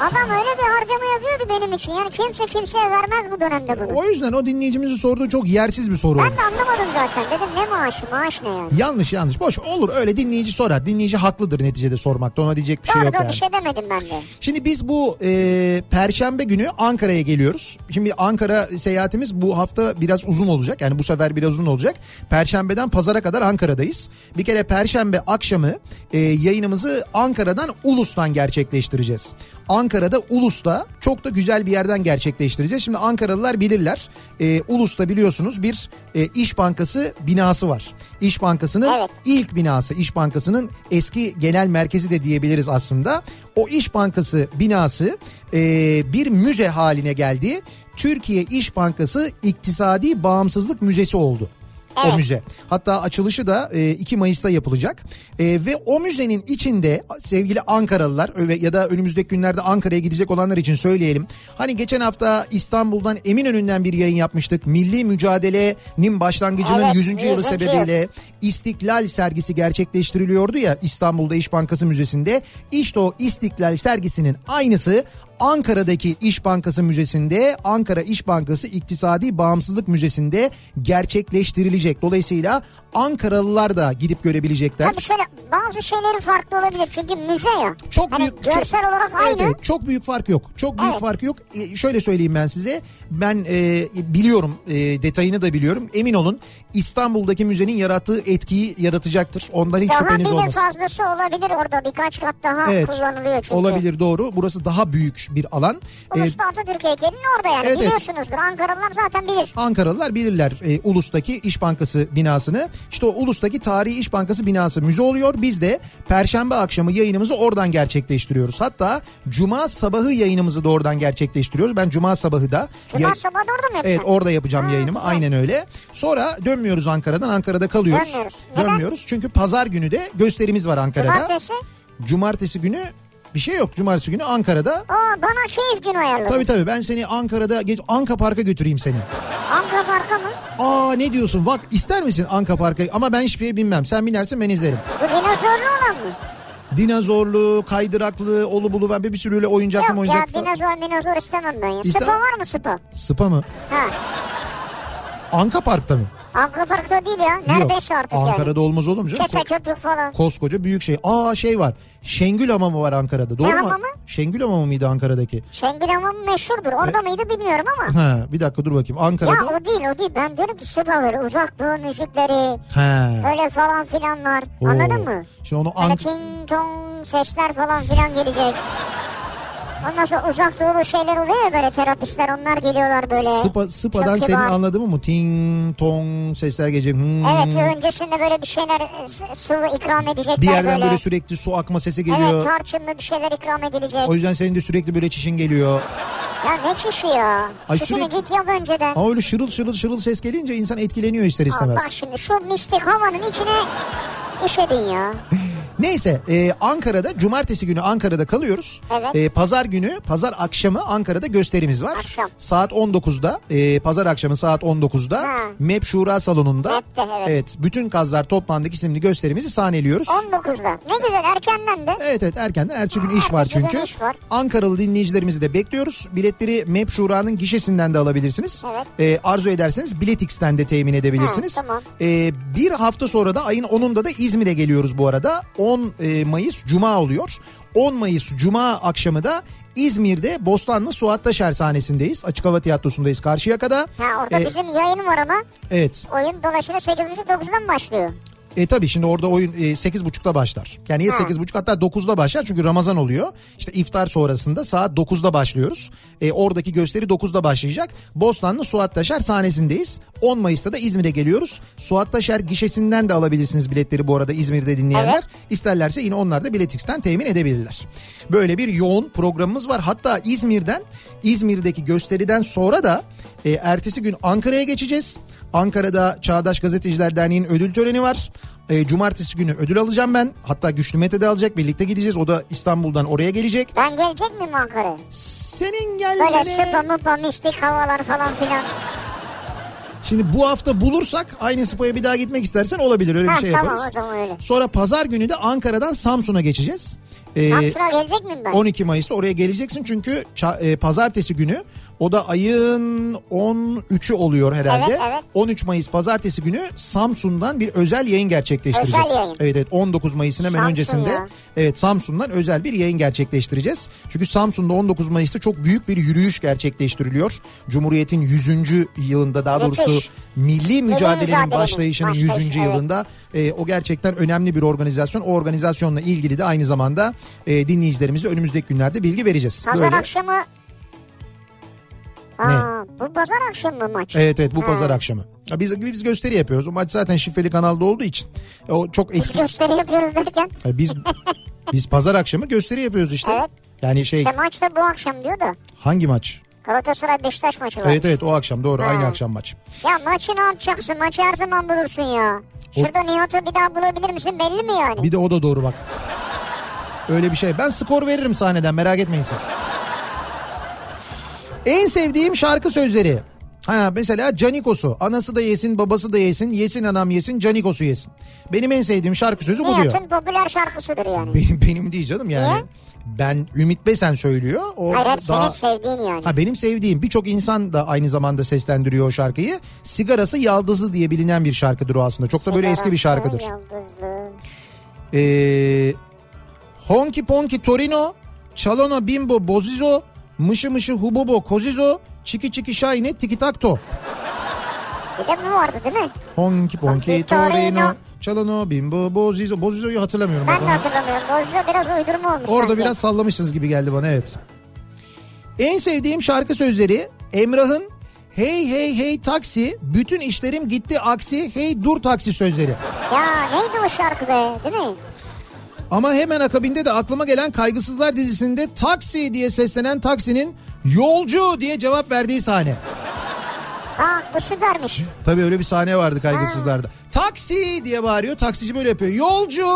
[SPEAKER 3] Adam öyle bir harcama yapıyor ki benim için. Yani kimse kimseye vermez bu dönemde bunu.
[SPEAKER 2] O yüzden o dinleyicimizin sorduğu çok yersiz bir soru olmuş.
[SPEAKER 3] Ben de anlamadım zaten. Dedim ne maaşı maaş ne yani.
[SPEAKER 2] Yanlış yanlış. Boş olur öyle dinleyici sorar. Dinleyici haklıdır neticede sormakta. Ona diyecek bir şey
[SPEAKER 3] Doğru
[SPEAKER 2] yok
[SPEAKER 3] doğru
[SPEAKER 2] yani.
[SPEAKER 3] bir şey demedim ben de.
[SPEAKER 2] Şimdi biz bu e, perşembe günü Ankara'ya geliyoruz. Şimdi Ankara seyahatimiz bu hafta biraz uzun olacak. Yani bu sefer biraz uzun olacak. Perşembeden pazara kadar Ankara'dayız. Bir kere perşembe akşamı e, yayınımızı Ankara'dan Ulus'tan gerçekleştireceğiz. Ankara'da Ulus'ta çok da güzel bir yerden gerçekleştireceğiz. Şimdi Ankaralılar bilirler. E, Ulus'ta biliyorsunuz bir e, İş Bankası binası var. İş Bankası'nın
[SPEAKER 3] Evet.
[SPEAKER 2] ilk binası İş Bankası'nın eski genel merkezi de diyebiliriz aslında. O İş Bankası binası e, bir müze haline geldi. Türkiye İş Bankası İktisadi Bağımsızlık Müzesi oldu. o müze. Hatta açılışı da e, 2 Mayıs'ta yapılacak. E, Ve o müzenin içinde sevgili Ankaralılar öve- ya da önümüzdeki günlerde Ankara'ya gidecek olanlar için söyleyelim. Hani geçen hafta İstanbul'dan Eminönü'nden bir yayın yapmıştık. Milli Mücadele'nin başlangıcının
[SPEAKER 3] Evet,
[SPEAKER 2] 100. yılı
[SPEAKER 3] 100.
[SPEAKER 2] sebebiyle ile İstiklal sergisi gerçekleştiriliyordu ya İstanbul'da İş Bankası Müzesi'nde. İşte o İstiklal sergisinin aynısı Ankara'daki İş Bankası Müzesi'nde Ankara İş Bankası İktisadi Bağımsızlık Müzesi'nde gerçekleştirilecek. Dolayısıyla Ankaralılar da gidip görebilecekler.
[SPEAKER 3] Tabii şöyle bazı şeyleri farklı olabilir çünkü müze ya.
[SPEAKER 2] Çok
[SPEAKER 3] hani
[SPEAKER 2] büyük
[SPEAKER 3] görsel
[SPEAKER 2] çok-
[SPEAKER 3] olarak
[SPEAKER 2] evet,
[SPEAKER 3] aynı.
[SPEAKER 2] evet, çok büyük fark yok. Çok büyük
[SPEAKER 3] Evet.
[SPEAKER 2] fark yok. E, şöyle söyleyeyim ben size. Ben e, biliyorum e, detayını da biliyorum. Emin olun İstanbul'daki müzenin yarattığı etkiyi yaratacaktır. Ondan hiç
[SPEAKER 3] Daha bir
[SPEAKER 2] şüpheniz
[SPEAKER 3] de
[SPEAKER 2] olmasın.
[SPEAKER 3] fazlası olabilir orada birkaç kat daha
[SPEAKER 2] Evet.
[SPEAKER 3] kullanılıyor çünkü.
[SPEAKER 2] Olabilir doğru. Burası daha büyük bir alan. E,
[SPEAKER 3] Uluslu Atatürk heykelinin orada yani
[SPEAKER 2] Evet, evet.
[SPEAKER 3] biliyorsunuzdur Ankaralılar zaten bilir.
[SPEAKER 2] Ankaralılar bilirler e, Ulus'taki İş Bankası binasını. İşte o Ulus'taki Tarihi İş Bankası binası müze oluyor. Biz de Perşembe akşamı yayınımızı oradan gerçekleştiriyoruz. Hatta Cuma sabahı yayınımızı da oradan gerçekleştiriyoruz. Ben Cuma sabahı da...
[SPEAKER 3] Cuma
[SPEAKER 2] yay-
[SPEAKER 3] sabahı da orada mı yapacaksın?
[SPEAKER 2] Evet orada yapacağım yayınımı
[SPEAKER 3] güzel.
[SPEAKER 2] aynen öyle. Sonra dönmüyoruz Ankara'dan Ankara'da kalıyoruz.
[SPEAKER 3] Dönmüyoruz. Neden?
[SPEAKER 2] Dönmüyoruz çünkü pazar günü de gösterimiz var Ankara'da.
[SPEAKER 3] Cumartesi.
[SPEAKER 2] Cumartesi günü bir şey yok. Cumartesi günü Ankara'da.
[SPEAKER 3] Aa bana keyif günü ayarladı.
[SPEAKER 2] Tabii tabii ben seni Ankara'da geç Anka Park'a götüreyim seni.
[SPEAKER 3] Anka Park'a mı?
[SPEAKER 2] Aa ne diyorsun? Bak ister misin Anka Park'a? Ama ben hiçbir şey bilmem. Sen binersin ben izlerim.
[SPEAKER 3] Bu dinozorlu olan mı?
[SPEAKER 2] Dinozorlu, kaydıraklı, olu bulu ben bir bir sürüyle oyuncak mı
[SPEAKER 3] Yok ya
[SPEAKER 2] oyuncak falan.
[SPEAKER 3] dinozor minozor istemem ben ya.
[SPEAKER 2] İste-
[SPEAKER 3] Spa var mı spa?
[SPEAKER 2] Spa mı?
[SPEAKER 3] Ha.
[SPEAKER 2] Anka Park'ta mı?
[SPEAKER 3] Anka Park'ta değil ya.
[SPEAKER 2] Yok.
[SPEAKER 3] Neredeyse artık yani.
[SPEAKER 2] Ankara'da olmaz olur mu canım?
[SPEAKER 3] Kese köpük falan.
[SPEAKER 2] Koskoca büyük şey. Aa şey var. Şengül Hamamı var Ankara'da. Doğru
[SPEAKER 3] Ne
[SPEAKER 2] mu?
[SPEAKER 3] hamamı?
[SPEAKER 2] Şengül Hamamı mıydı Ankara'daki?
[SPEAKER 3] Şengül Hamamı meşhurdur.
[SPEAKER 2] E-
[SPEAKER 3] Orada mıydı bilmiyorum ama.
[SPEAKER 2] Ha, bir dakika dur bakayım.
[SPEAKER 3] Ya
[SPEAKER 2] Ankara'da.
[SPEAKER 3] o değil o değil. Ben diyorum ki spa böyle uzak doğu müzikleri.
[SPEAKER 2] He.
[SPEAKER 3] Öyle falan filanlar.
[SPEAKER 2] Oo.
[SPEAKER 3] Anladın mı?
[SPEAKER 2] Şimdi onu
[SPEAKER 3] Böyle
[SPEAKER 2] Ank-
[SPEAKER 3] ting tong sesler falan filan gelecek. Ondan sonra uzak doğulu şeyler oluyor ya böyle terapistler onlar geliyorlar böyle.
[SPEAKER 2] Sıpa, sıpadan
[SPEAKER 3] Çok
[SPEAKER 2] seni
[SPEAKER 3] kibar.
[SPEAKER 2] anladın mı? Ting tong sesler gelecek. Hmm.
[SPEAKER 3] Evet öncesinde böyle bir şeyler e, s- su ikram edecekler
[SPEAKER 2] Bir yerden böyle
[SPEAKER 3] böyle
[SPEAKER 2] sürekli su akma sesi
[SPEAKER 3] Evet
[SPEAKER 2] geliyor.
[SPEAKER 3] tarçınlı bir şeyler ikram edilecek.
[SPEAKER 2] O yüzden senin de sürekli böyle çişin geliyor.
[SPEAKER 3] Ya ne çişi ya?
[SPEAKER 2] Ay
[SPEAKER 3] Çişini
[SPEAKER 2] sürekli-
[SPEAKER 3] git yap önceden.
[SPEAKER 2] Ama öyle şırıl şırıl şırıl ses gelince insan etkileniyor ister
[SPEAKER 3] Aa,
[SPEAKER 2] istemez.
[SPEAKER 3] Bak şimdi şu mistik havanın içine işedin ya.
[SPEAKER 2] Neyse e, Ankara'da cumartesi günü Ankara'da kalıyoruz.
[SPEAKER 3] Evet.
[SPEAKER 2] E, pazar günü pazar akşamı Ankara'da gösterimiz var.
[SPEAKER 3] Akşam.
[SPEAKER 2] Saat 19'da e, pazar akşamı saat 19'da
[SPEAKER 3] Ha.
[SPEAKER 2] MEP Şura Salonu'nda.
[SPEAKER 3] MEP'te, evet.
[SPEAKER 2] bütün kazlar toplandık isimli gösterimizi sahneliyoruz.
[SPEAKER 3] 19'da. Ne güzel erkenden de.
[SPEAKER 2] Evet evet erkenden ertesi gün iş var
[SPEAKER 3] Ertesi gün
[SPEAKER 2] çünkü.
[SPEAKER 3] iş var.
[SPEAKER 2] Ankaralı dinleyicilerimizi de bekliyoruz. Biletleri MEP Şura'nın gişesinden de alabilirsiniz.
[SPEAKER 3] Evet.
[SPEAKER 2] Ee, arzu ederseniz Biletix'ten de temin edebilirsiniz.
[SPEAKER 3] Ha, tamam.
[SPEAKER 2] Ee, bir hafta sonra da ayın 10'unda da İzmir'e geliyoruz bu arada. 10 e, Mayıs Cuma oluyor. 10 Mayıs Cuma akşamı da İzmir'de Bostanlı Suat Taşer sahnesindeyiz. Açık Hava Tiyatrosu'ndayız Karşıyaka'da.
[SPEAKER 3] Ha orada
[SPEAKER 2] Ee,
[SPEAKER 3] bizim yayın var ama
[SPEAKER 2] Evet.
[SPEAKER 3] oyun dolayısıyla 8.30-9'dan mı başlıyor?
[SPEAKER 2] E tabii şimdi orada oyun e, 8.30'da başlar. Yani ya
[SPEAKER 3] Ha.
[SPEAKER 2] 8.30 hatta 9'da başlar çünkü Ramazan oluyor. İşte iftar sonrasında saat 9'da başlıyoruz. E, oradaki gösteri 9'da başlayacak. Bostanlı Suat Taşer sahnesindeyiz. 10 Mayıs'ta da İzmir'e geliyoruz. Suat Taşer gişesinden de alabilirsiniz biletleri bu arada İzmir'de dinleyenler. İsterlerse yine onlar da Biletix'ten temin edebilirler. Böyle bir yoğun programımız var. Hatta İzmir'den İzmir'deki gösteriden sonra da e, ertesi gün Ankara'ya geçeceğiz. Ankara'da Çağdaş Gazeteciler Derneği'nin ödül töreni var. E, cumartesi günü ödül alacağım ben. Hatta Güçlü Mete de alacak. Birlikte gideceğiz. O da İstanbul'dan oraya gelecek.
[SPEAKER 3] Ben gelecek miyim Ankara'ya?
[SPEAKER 2] Senin
[SPEAKER 3] Böyle
[SPEAKER 2] gelmene...
[SPEAKER 3] sıpa mıpa mistik havalar falan filan.
[SPEAKER 2] Şimdi bu hafta bulursak aynı spaya bir daha gitmek istersen olabilir. Öyle bir
[SPEAKER 3] Ha,
[SPEAKER 2] şey
[SPEAKER 3] tamam,
[SPEAKER 2] yaparız.
[SPEAKER 3] o zaman öyle.
[SPEAKER 2] Sonra pazar günü de Ankara'dan Samsun'a geçeceğiz. E,
[SPEAKER 3] Samsun'a gelecek miyim ben?
[SPEAKER 2] 12 Mayıs'ta oraya geleceksin çünkü ça- e, pazartesi günü o da ayın 13'ü oluyor herhalde.
[SPEAKER 3] Evet, evet.
[SPEAKER 2] 13 Mayıs pazartesi günü Samsun'dan bir özel yayın gerçekleştireceğiz.
[SPEAKER 3] Özel yayın.
[SPEAKER 2] Evet evet 19 Mayıs'ın hemen
[SPEAKER 3] Samsun
[SPEAKER 2] öncesinde.
[SPEAKER 3] ya.
[SPEAKER 2] Evet Samsun'dan özel bir yayın gerçekleştireceğiz. Çünkü Samsun'da 19 Mayıs'ta çok büyük bir yürüyüş gerçekleştiriliyor. Cumhuriyet'in 100. yılında daha
[SPEAKER 3] Müthiş.
[SPEAKER 2] doğrusu milli mücadelenin
[SPEAKER 3] mücadelenin
[SPEAKER 2] başlayışının 100.
[SPEAKER 3] başlayışı, evet.
[SPEAKER 2] yılında aslında e, o gerçekten önemli bir organizasyon. O organizasyonla ilgili de aynı zamanda e, dinleyicilerimize önümüzdeki günlerde bilgi vereceğiz.
[SPEAKER 3] Pazar
[SPEAKER 2] Böyle.
[SPEAKER 3] akşamı... Aa, bu pazar akşamı mı maç?
[SPEAKER 2] Evet evet bu
[SPEAKER 3] Ha.
[SPEAKER 2] pazar akşamı. Ya Biz, biz gösteri yapıyoruz. O maç zaten şifreli kanalda olduğu için. O çok
[SPEAKER 3] Biz
[SPEAKER 2] etki.
[SPEAKER 3] gösteri yapıyoruz derken.
[SPEAKER 2] Ya Biz biz pazar akşamı gösteri yapıyoruz işte.
[SPEAKER 3] Evet.
[SPEAKER 2] Yani şey
[SPEAKER 3] İşte maç da bu akşam diyor da.
[SPEAKER 2] hangi maç?
[SPEAKER 3] Galatasaray Beşiktaş maçı var.
[SPEAKER 2] Evet evet o akşam doğru aynı
[SPEAKER 3] Ha.
[SPEAKER 2] akşam maç.
[SPEAKER 3] Ya maçı ne yapacaksın? Maçı her zaman bulursun ya. Şurada Nihat'ı bir daha bulabilir misin belli mi yani?
[SPEAKER 2] Bir de o da doğru bak. Öyle bir şey. Ben skor veririm sahneden merak etmeyin siz. En sevdiğim şarkı sözleri. Ha mesela Canikos'u. Anası da yesin, babası da yesin, yesin anam yesin, Canikos'u yesin. Benim en sevdiğim şarkı sözü bu diyor.
[SPEAKER 3] Nihat'ın popüler şarkısıdır yani.
[SPEAKER 2] Benim, benim değil canım yani.
[SPEAKER 3] Niye?
[SPEAKER 2] Ben Ümit Besen söylüyor. O
[SPEAKER 3] Hayır hep
[SPEAKER 2] daha...
[SPEAKER 3] senin sevdiğin yani.
[SPEAKER 2] Ha benim sevdiğim birçok insan da aynı zamanda seslendiriyor o şarkıyı. Sigarası Yaldızı diye bilinen bir şarkıdır o aslında. Çok da böyle eski bir
[SPEAKER 3] Sigarası,
[SPEAKER 2] şarkıdır.
[SPEAKER 3] yıldızlı.
[SPEAKER 2] Ee, Honky Ponky Torino, Çalona Bimbo Bozizo, Mışı Mışı Hubobo Kozizo, Çiki Çiki Şayne Tiki Takto.
[SPEAKER 3] Bir de bu vardı değil mi?
[SPEAKER 2] Honky Ponky
[SPEAKER 3] Honky
[SPEAKER 2] Torino,
[SPEAKER 3] Torino.
[SPEAKER 2] Çalona Bimbo Bozizo. Bozizo'yu hatırlamıyorum.
[SPEAKER 3] Ben
[SPEAKER 2] bak
[SPEAKER 3] de
[SPEAKER 2] onu.
[SPEAKER 3] hatırlamıyorum. Bozca biraz uydurma olmuş
[SPEAKER 2] Orada
[SPEAKER 3] sanki.
[SPEAKER 2] biraz sallamışsınız gibi geldi bana evet. En sevdiğim şarkı sözleri Emrah'ın Hey hey hey taksi bütün işlerim gitti aksi hey dur taksi sözleri.
[SPEAKER 3] Ya neydi o şarkı be değil mi?
[SPEAKER 2] Ama hemen akabinde de aklıma gelen Kaygısızlar dizisinde taksi diye seslenen taksinin yolcu diye cevap verdiği sahne.
[SPEAKER 3] Aa bu süpermiş.
[SPEAKER 2] Tabii öyle bir sahne vardı Kaygısızlar'da. Taksi diye bağırıyor taksici böyle yapıyor yolcu.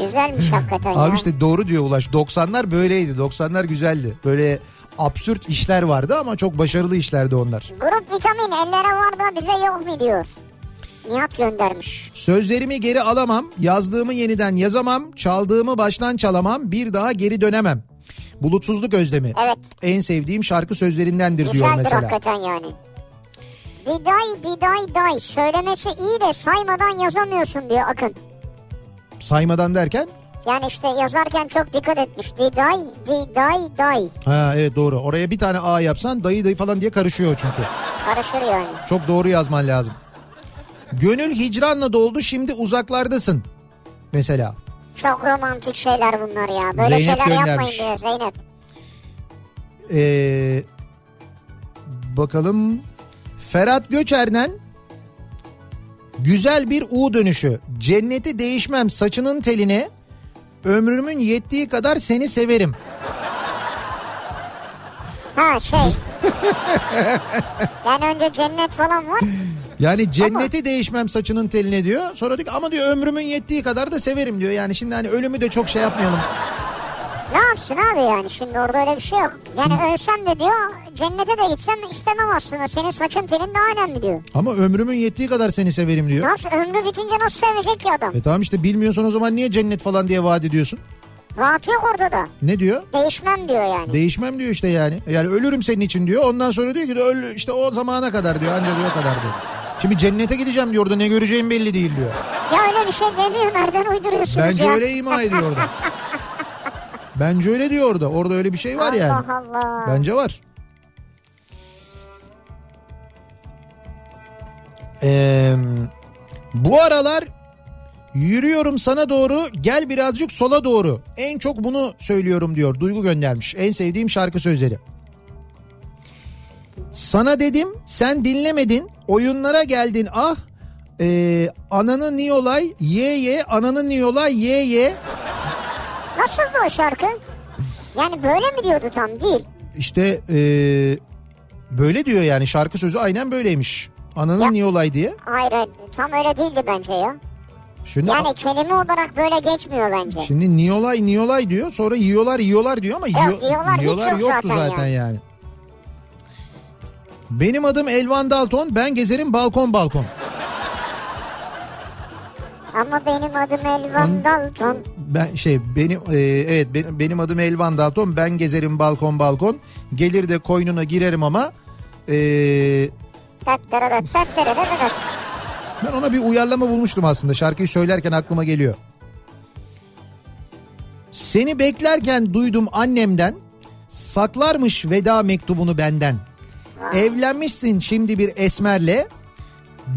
[SPEAKER 3] Güzelmiş hakikaten ya.
[SPEAKER 2] Abi işte doğru diyor Ulaş 90'lar böyleydi 90'lar güzeldi. Böyle absürt işler vardı ama çok başarılı işlerdi onlar.
[SPEAKER 3] Grup vitamin ellere var da bize yok mu diyor. Nihat göndermiş.
[SPEAKER 2] Sözlerimi geri alamam, yazdığımı yeniden yazamam, çaldığımı baştan çalamam, bir daha geri dönemem. Bulutsuzluk özlemi.
[SPEAKER 3] Evet.
[SPEAKER 2] En sevdiğim şarkı sözlerindendir diyor
[SPEAKER 3] Güzeldir
[SPEAKER 2] mesela.
[SPEAKER 3] hakikaten yani. Diday diday day söylemesi iyi de saymadan yazamıyorsun diyor Akın.
[SPEAKER 2] Saymadan derken?
[SPEAKER 3] Yani işte yazarken çok dikkat etmiş. Diday diday day.
[SPEAKER 2] Ha evet doğru. Oraya bir tane A yapsan dayı dayı falan diye karışıyor çünkü.
[SPEAKER 3] Karışır yani.
[SPEAKER 2] Çok doğru yazman lazım. Gönül hicranla doldu şimdi uzaklardasın. Mesela.
[SPEAKER 3] Çok romantik şeyler bunlar ya. Böyle
[SPEAKER 2] Zeynep
[SPEAKER 3] şeyler
[SPEAKER 2] göndermiş.
[SPEAKER 3] yapmayın diyor Zeynep.
[SPEAKER 2] Ee, bakalım. Ferhat Göçer'den güzel bir U dönüşü. Cenneti değişmem saçının teline. Ömrümün yettiği kadar seni severim.
[SPEAKER 3] Ha şey. yani önce cennet falan var.
[SPEAKER 2] Yani cenneti değişmem saçının teline diyor. Sonra diyor ki, ama diyor ömrümün yettiği kadar da severim diyor. Yani şimdi hani ölümü de çok şey yapmayalım.
[SPEAKER 3] Ne yapsın abi yani şimdi orada öyle bir şey yok. Yani ölsem de diyor cennete de gitsem istemem aslında. Senin saçın telin daha önemli diyor.
[SPEAKER 2] Ama ömrümün yettiği kadar seni severim
[SPEAKER 3] Ne
[SPEAKER 2] diyor.
[SPEAKER 3] yapsın ömrü bitince nasıl sevecek ki adam?
[SPEAKER 2] E tamam işte bilmiyorsan o zaman niye cennet falan diye vaat ediyorsun?
[SPEAKER 3] Rahat yok orada da.
[SPEAKER 2] Ne diyor?
[SPEAKER 3] Değişmem diyor yani.
[SPEAKER 2] Değişmem diyor işte yani. E Yani ölürüm senin için diyor. Ondan sonra diyor ki de öl işte o zamana kadar diyor. Anca diyor o kadar diyor. Şimdi cennete gideceğim diyor orada ne göreceğim belli değil diyor.
[SPEAKER 3] Ya öyle bir şey demiyor nereden uyduruyorsunuz
[SPEAKER 2] Bence
[SPEAKER 3] ya?
[SPEAKER 2] öyle ima ediyor orada. Bence öyle diyor orada. Orada öyle bir şey var yani.
[SPEAKER 3] Allah Allah.
[SPEAKER 2] Bence var. Ee, bu aralar yürüyorum sana doğru gel birazcık sola doğru. En çok bunu söylüyorum diyor. Duygu göndermiş. En sevdiğim şarkı sözleri. Sana dedim sen dinlemedin oyunlara geldin ah. Ee, ananı niyolay ye ye ananı niyolay ye ye.
[SPEAKER 3] Nasıldı o şarkı? Yani böyle mi diyordu tam değil.
[SPEAKER 2] İşte eee, böyle diyor yani şarkı sözü aynen böyleymiş. Ananın
[SPEAKER 3] Ya.
[SPEAKER 2] niye olay diye.
[SPEAKER 3] Hayır hayır, tam öyle değildi bence ya.
[SPEAKER 2] Şimdi
[SPEAKER 3] Yani kelime olarak böyle geçmiyor bence.
[SPEAKER 2] şimdi niye olay niye olay diyor. Sonra yiyorlar yiyorlar diyor ama yiyor-
[SPEAKER 3] yiyorlar hiç yok
[SPEAKER 2] yoktu zaten,
[SPEAKER 3] zaten
[SPEAKER 2] yani. Benim adım Elvan Dalton. Ben gezerim balkon balkon.
[SPEAKER 3] Ama benim adım Elvan Dalton.
[SPEAKER 2] Ben şey benim eee, evet benim, benim adım Elvan Dalton. Ben gezerim balkon balkon. Gelir de koynuna girerim ama e, eee,
[SPEAKER 3] Tat tere tat, tat tere tat tat.
[SPEAKER 2] ben ona bir uyarlama bulmuştum aslında. Şarkıyı söylerken aklıma geliyor. Seni beklerken duydum annemden saklarmış veda mektubunu benden. Evlenmişsin şimdi bir esmerle.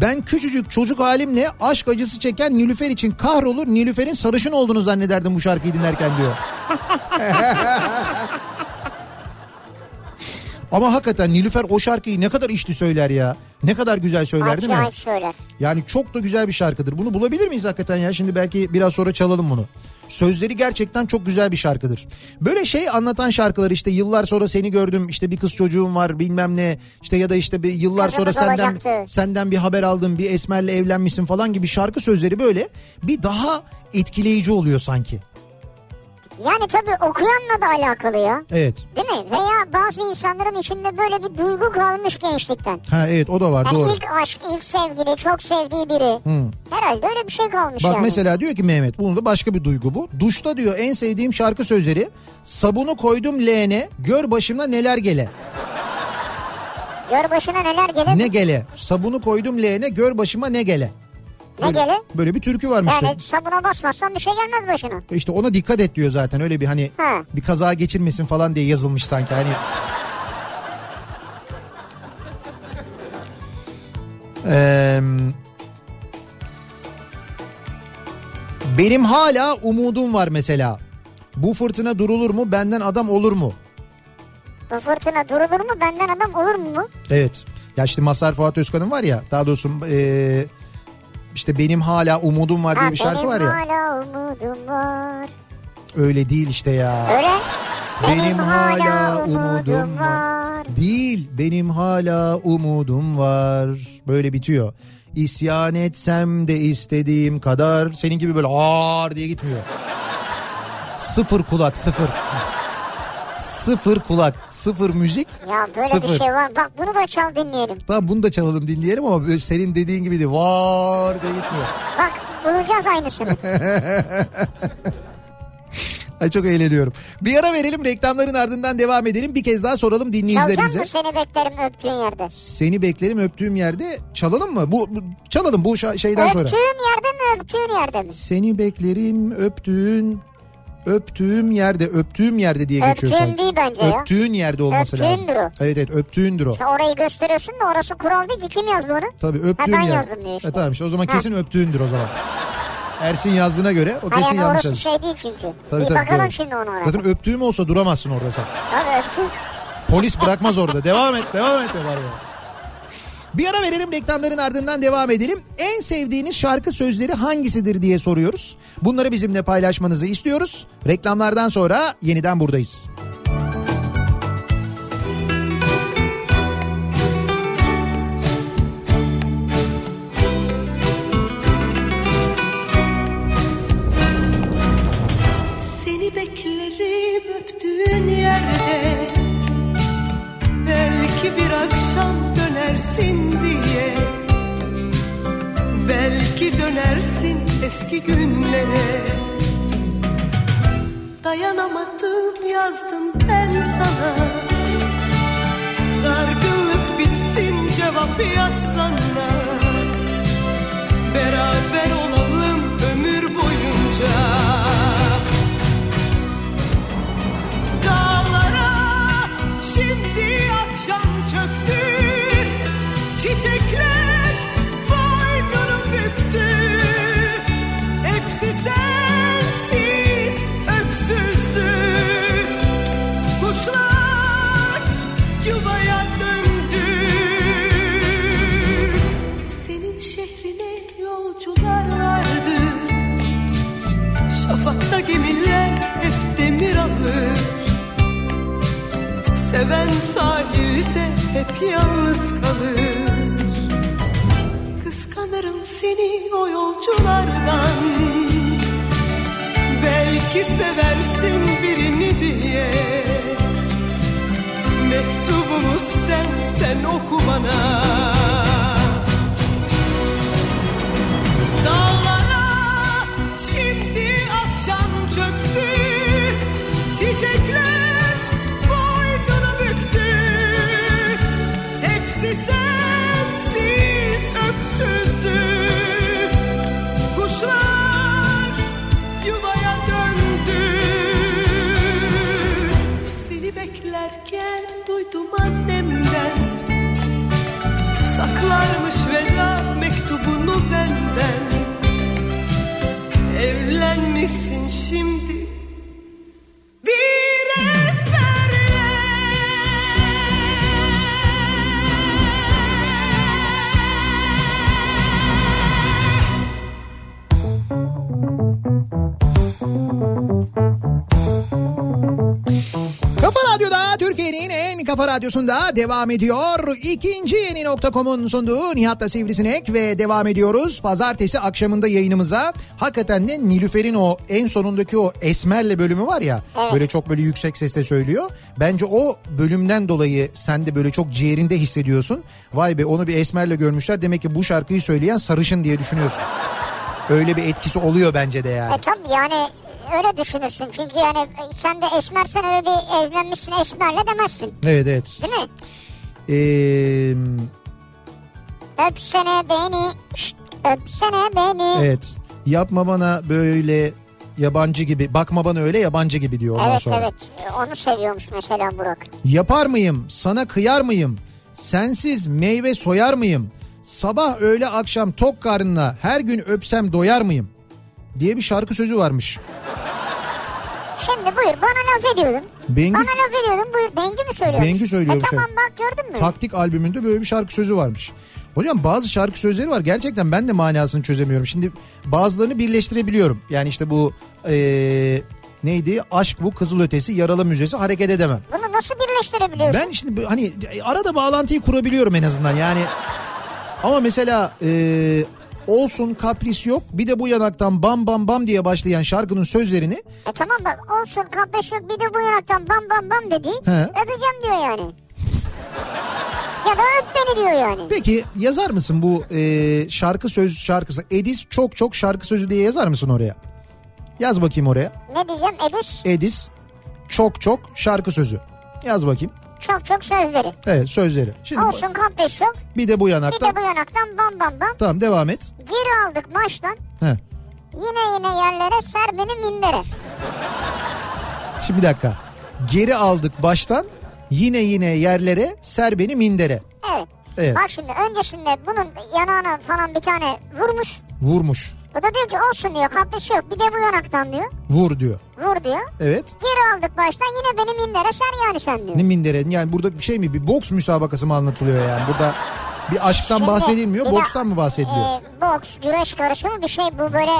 [SPEAKER 2] Ben küçücük çocuk halimle aşk acısı çeken Nilüfer için kahrolur Nilüfer'in sarışın olduğunu zannederdim bu şarkıyı dinlerken diyor. Ama hakikaten Nilüfer o şarkıyı ne kadar içli söyler ya. Ne kadar güzel söyler değil mi?
[SPEAKER 3] Acayip söyler.
[SPEAKER 2] Yani çok da güzel bir şarkıdır. Bunu bulabilir miyiz hakikaten ya? Şimdi belki biraz sonra çalalım bunu. Sözleri gerçekten çok güzel bir şarkıdır. Böyle şey anlatan şarkılar işte yıllar sonra seni gördüm işte bir kız çocuğum var bilmem ne işte ya da işte bir yıllar sonra
[SPEAKER 3] Kızımız
[SPEAKER 2] senden
[SPEAKER 3] olacaktı.
[SPEAKER 2] senden bir haber aldım bir esmerle evlenmişsin falan gibi şarkı sözleri böyle bir daha etkileyici oluyor sanki.
[SPEAKER 3] Yani tabii okuyanla da alakalı ya.
[SPEAKER 2] Evet.
[SPEAKER 3] Değil mi? Veya bazı insanların içinde böyle bir duygu kalmış gençlikten.
[SPEAKER 2] Ha evet o da var
[SPEAKER 3] Yani
[SPEAKER 2] doğru.
[SPEAKER 3] Hani ilk aşk, ilk sevgili, çok sevdiği biri. Herhalde öyle bir şey kalmış
[SPEAKER 2] Bak
[SPEAKER 3] yani.
[SPEAKER 2] mesela diyor ki Mehmet bunun da başka bir duygu bu. Duşta diyor en sevdiğim şarkı sözleri sabunu koydum leğene gör başımda neler gele.
[SPEAKER 3] Gör başına neler gelir.
[SPEAKER 2] Ne gele sabunu koydum leğene gör başıma ne gele.
[SPEAKER 3] ne gelir?
[SPEAKER 2] Böyle bir türkü varmış. da.
[SPEAKER 3] Yani sabuna basmazsan bir şey gelmez başına.
[SPEAKER 2] İşte ona dikkat et diyor zaten öyle bir hani
[SPEAKER 3] Ha.
[SPEAKER 2] bir kaza geçirmesin falan diye yazılmış sanki hani. Eee, benim hala umudum var mesela. Bu fırtına durulur mu benden adam olur mu?
[SPEAKER 3] Bu fırtına durulur mu benden adam olur mu bu?
[SPEAKER 2] Evet. Ya işte Masar Fuat Özkan'ın var ya daha doğrusu eee, işte benim hala umudum var diye bir şarkı
[SPEAKER 3] benim
[SPEAKER 2] var ya.
[SPEAKER 3] hala umudum var.
[SPEAKER 2] Öyle değil işte ya.
[SPEAKER 3] Öyle.
[SPEAKER 2] Benim hala umudum var. Değil benim hala umudum var. Böyle bitiyor. İsyan etsem de istediğim kadar senin gibi böyle ağır diye gitmiyor. sıfır kulak sıfır. sıfır kulak sıfır müzik
[SPEAKER 3] Ya böyle
[SPEAKER 2] sıfır.
[SPEAKER 3] bir şey var. Bak bunu da çal dinleyelim.
[SPEAKER 2] Tamam bunu da çalalım dinleyelim ama böyle senin dediğin gibi de var diye gitmiyor.
[SPEAKER 3] Bak bulacağız aynısını.
[SPEAKER 2] Ay çok eğleniyorum. Bir ara verelim reklamların ardından devam edelim. Bir kez daha soralım
[SPEAKER 3] Çalacak
[SPEAKER 2] dinleyicilerimize.
[SPEAKER 3] mı seni beklerim öptüğün yerde?
[SPEAKER 2] Seni beklerim öptüğüm yerde çalalım mı? Bu, bu- çalalım bu şa- şeyden sonra.
[SPEAKER 3] Öptüğüm yerde mi öptüğün yerde mi?
[SPEAKER 2] Seni beklerim öptüğün öptüğüm yerde öptüğüm yerde diye geçiyor
[SPEAKER 3] Öptüğüm
[SPEAKER 2] sanki.
[SPEAKER 3] değil bence ya.
[SPEAKER 2] Öptüğün yerde olması lazım.
[SPEAKER 3] Öptüğündür o.
[SPEAKER 2] Evet evet öptüğündür o.
[SPEAKER 3] Sen orayı gösteriyorsun da orası kural değil ki kim yazdı onu?
[SPEAKER 2] Tabii öptüğüm
[SPEAKER 3] ben
[SPEAKER 2] yer.
[SPEAKER 3] yazdım diyor işte.
[SPEAKER 2] E, tamam işte o zaman
[SPEAKER 3] Ha.
[SPEAKER 2] kesin öptüğündür o zaman. Ersin yazdığına göre o
[SPEAKER 3] Hayır
[SPEAKER 2] kesin
[SPEAKER 3] yani
[SPEAKER 2] yanlış
[SPEAKER 3] orası
[SPEAKER 2] yazmış.
[SPEAKER 3] şey değil çünkü.
[SPEAKER 2] Tabii,
[SPEAKER 3] Bir
[SPEAKER 2] tabii,
[SPEAKER 3] bakalım
[SPEAKER 2] doğru.
[SPEAKER 3] şimdi onu oraya.
[SPEAKER 2] Zaten öptüğüm olsa duramazsın orada sen.
[SPEAKER 3] Tabii öptüm.
[SPEAKER 2] Polis bırakmaz orada. Devam et, devam et. Var Bir ara verelim reklamların ardından devam edelim. En sevdiğiniz şarkı sözleri hangisidir diye soruyoruz. Bunları bizimle paylaşmanızı istiyoruz. Reklamlardan sonra yeniden buradayız.
[SPEAKER 1] Seni beklerim öptüğün yerde Belki bir akşam dönersin diye Belki dönersin eski günlere Dayanamadım yazdım ben sana Dargınlık bitsin cevap yazsana Beraber olalım ömür boyunca Dağlara şimdi akşam çöktü Çiçekler boynunu büktü Hepsi sensiz öksüzdü Kuşlar yuvaya döndü senin şehrine yolcular vardı Şafakta gemiler hep demir alır Seven sahilde hep yalnız kalır Kıskanırım seni o yolculardan Belki seversin birini diye Mektubumu sen, sen oku bana Dağlara şimdi akşam çöktü Çiçekler boynunu büktü Hepsi sensiz öksüzdü Kuşlar yuvaya döndü Seni beklerken duydum annemden
[SPEAKER 2] Kafa Radyosu'nda devam ediyor. İkinci yeni nokta.com'un sunduğu Nihat'la Sivrisinek ve devam ediyoruz. Pazartesi akşamında yayınımıza hakikaten de Nilüfer'in o en sonundaki o esmerle bölümü var ya.
[SPEAKER 3] Evet.
[SPEAKER 2] Böyle çok böyle yüksek sesle söylüyor. Bence o bölümden dolayı sen de böyle çok ciğerinde hissediyorsun. Vay be onu bir esmerle görmüşler. Demek ki bu şarkıyı söyleyen sarışın diye düşünüyorsun. Öyle bir etkisi oluyor bence de yani.
[SPEAKER 3] E tabii yani öyle düşünürsün. Çünkü yani e, sen de esmersen öyle bir evlenmişsin esmerle demezsin.
[SPEAKER 2] Evet evet. Ee,
[SPEAKER 3] Değil mi?
[SPEAKER 2] Eee...
[SPEAKER 3] Öpsene beni. Şşt, öpsene beni.
[SPEAKER 2] Evet. Yapma bana böyle yabancı gibi. Bakma bana öyle yabancı gibi diyor ondan
[SPEAKER 3] evet
[SPEAKER 2] sonra.
[SPEAKER 3] evet. Onu seviyormuş mesela Burak.
[SPEAKER 2] Yapar mıyım? Sana kıyar mıyım? Sensiz meyve soyar mıyım? Sabah öğle akşam tok karnına her gün öpsem doyar mıyım? diye bir şarkı sözü varmış.
[SPEAKER 3] Şimdi buyur bana laf ediyordun.
[SPEAKER 2] Bengü-
[SPEAKER 3] Bana laf ediyordun buyur. Bengü mü söylüyormuş?
[SPEAKER 2] Bengü söylüyormuş,
[SPEAKER 3] E tamam
[SPEAKER 2] evet.
[SPEAKER 3] bak gördün mü?
[SPEAKER 2] Taktik albümünde böyle bir şarkı sözü varmış. Hocam bazı şarkı sözleri var gerçekten ben de manasını çözemiyorum. Şimdi bazılarını birleştirebiliyorum. Yani işte bu eee, neydi? Aşk bu, kızıl ötesi, yaralı müzesi hareket edemem.
[SPEAKER 3] Bunu nasıl birleştirebiliyorsun?
[SPEAKER 2] Ben şimdi bu- hani arada bağlantıyı kurabiliyorum en azından yani. Ama mesela e, olsun kapris yok bir de bu yanaktan bam bam bam diye başlayan şarkının sözlerini
[SPEAKER 3] E tamam bak olsun kapris yok bir de bu yanaktan bam bam bam dedi.
[SPEAKER 2] He.
[SPEAKER 3] Öpeceğim diyor yani. ya da öp beni diyor yani.
[SPEAKER 2] peki yazar mısın bu e, şarkı söz şarkısı Edis çok çok şarkı sözü diye yazar mısın oraya? Yaz bakayım oraya
[SPEAKER 3] Ne diyeceğim Edis?
[SPEAKER 2] Edis çok çok şarkı sözü yaz bakayım
[SPEAKER 3] Çok çok sözleri.
[SPEAKER 2] evet sözleri şimdi bu-
[SPEAKER 3] Olsun kapris yok
[SPEAKER 2] bir de bu
[SPEAKER 3] bir de
[SPEAKER 2] yanaktan
[SPEAKER 3] bu yanaktan bam bam bam.
[SPEAKER 2] tamam devam et
[SPEAKER 3] Geri aldık maçtan.
[SPEAKER 2] Heh.
[SPEAKER 3] Yine yine yerlere ser beni mindere.
[SPEAKER 2] Şimdi bir dakika. Geri aldık baştan yine yine yerlere ser beni mindere
[SPEAKER 3] Evet.
[SPEAKER 2] Evet.
[SPEAKER 3] Bak şimdi öncesinde bunun yanağına falan bir tane vurmuş.
[SPEAKER 2] vurmuş.
[SPEAKER 3] Bu da diyor ki olsun diyor kapris yok bir de bu yanaktan diyor.
[SPEAKER 2] Vur diyor.
[SPEAKER 3] Vur diyor.
[SPEAKER 2] Evet.
[SPEAKER 3] Geri aldık baştan yine beni mindere ser yani sen diyor.
[SPEAKER 2] Ne mindere yani burada bir şey mi bir boks müsabakası mı anlatılıyor yani burada bir aşktan
[SPEAKER 3] Şimdi
[SPEAKER 2] bahsedilmiyor
[SPEAKER 3] bir de-
[SPEAKER 2] bokstan mı bahsediliyor?
[SPEAKER 3] e, boks, güreş karışımı bir şey bu böyle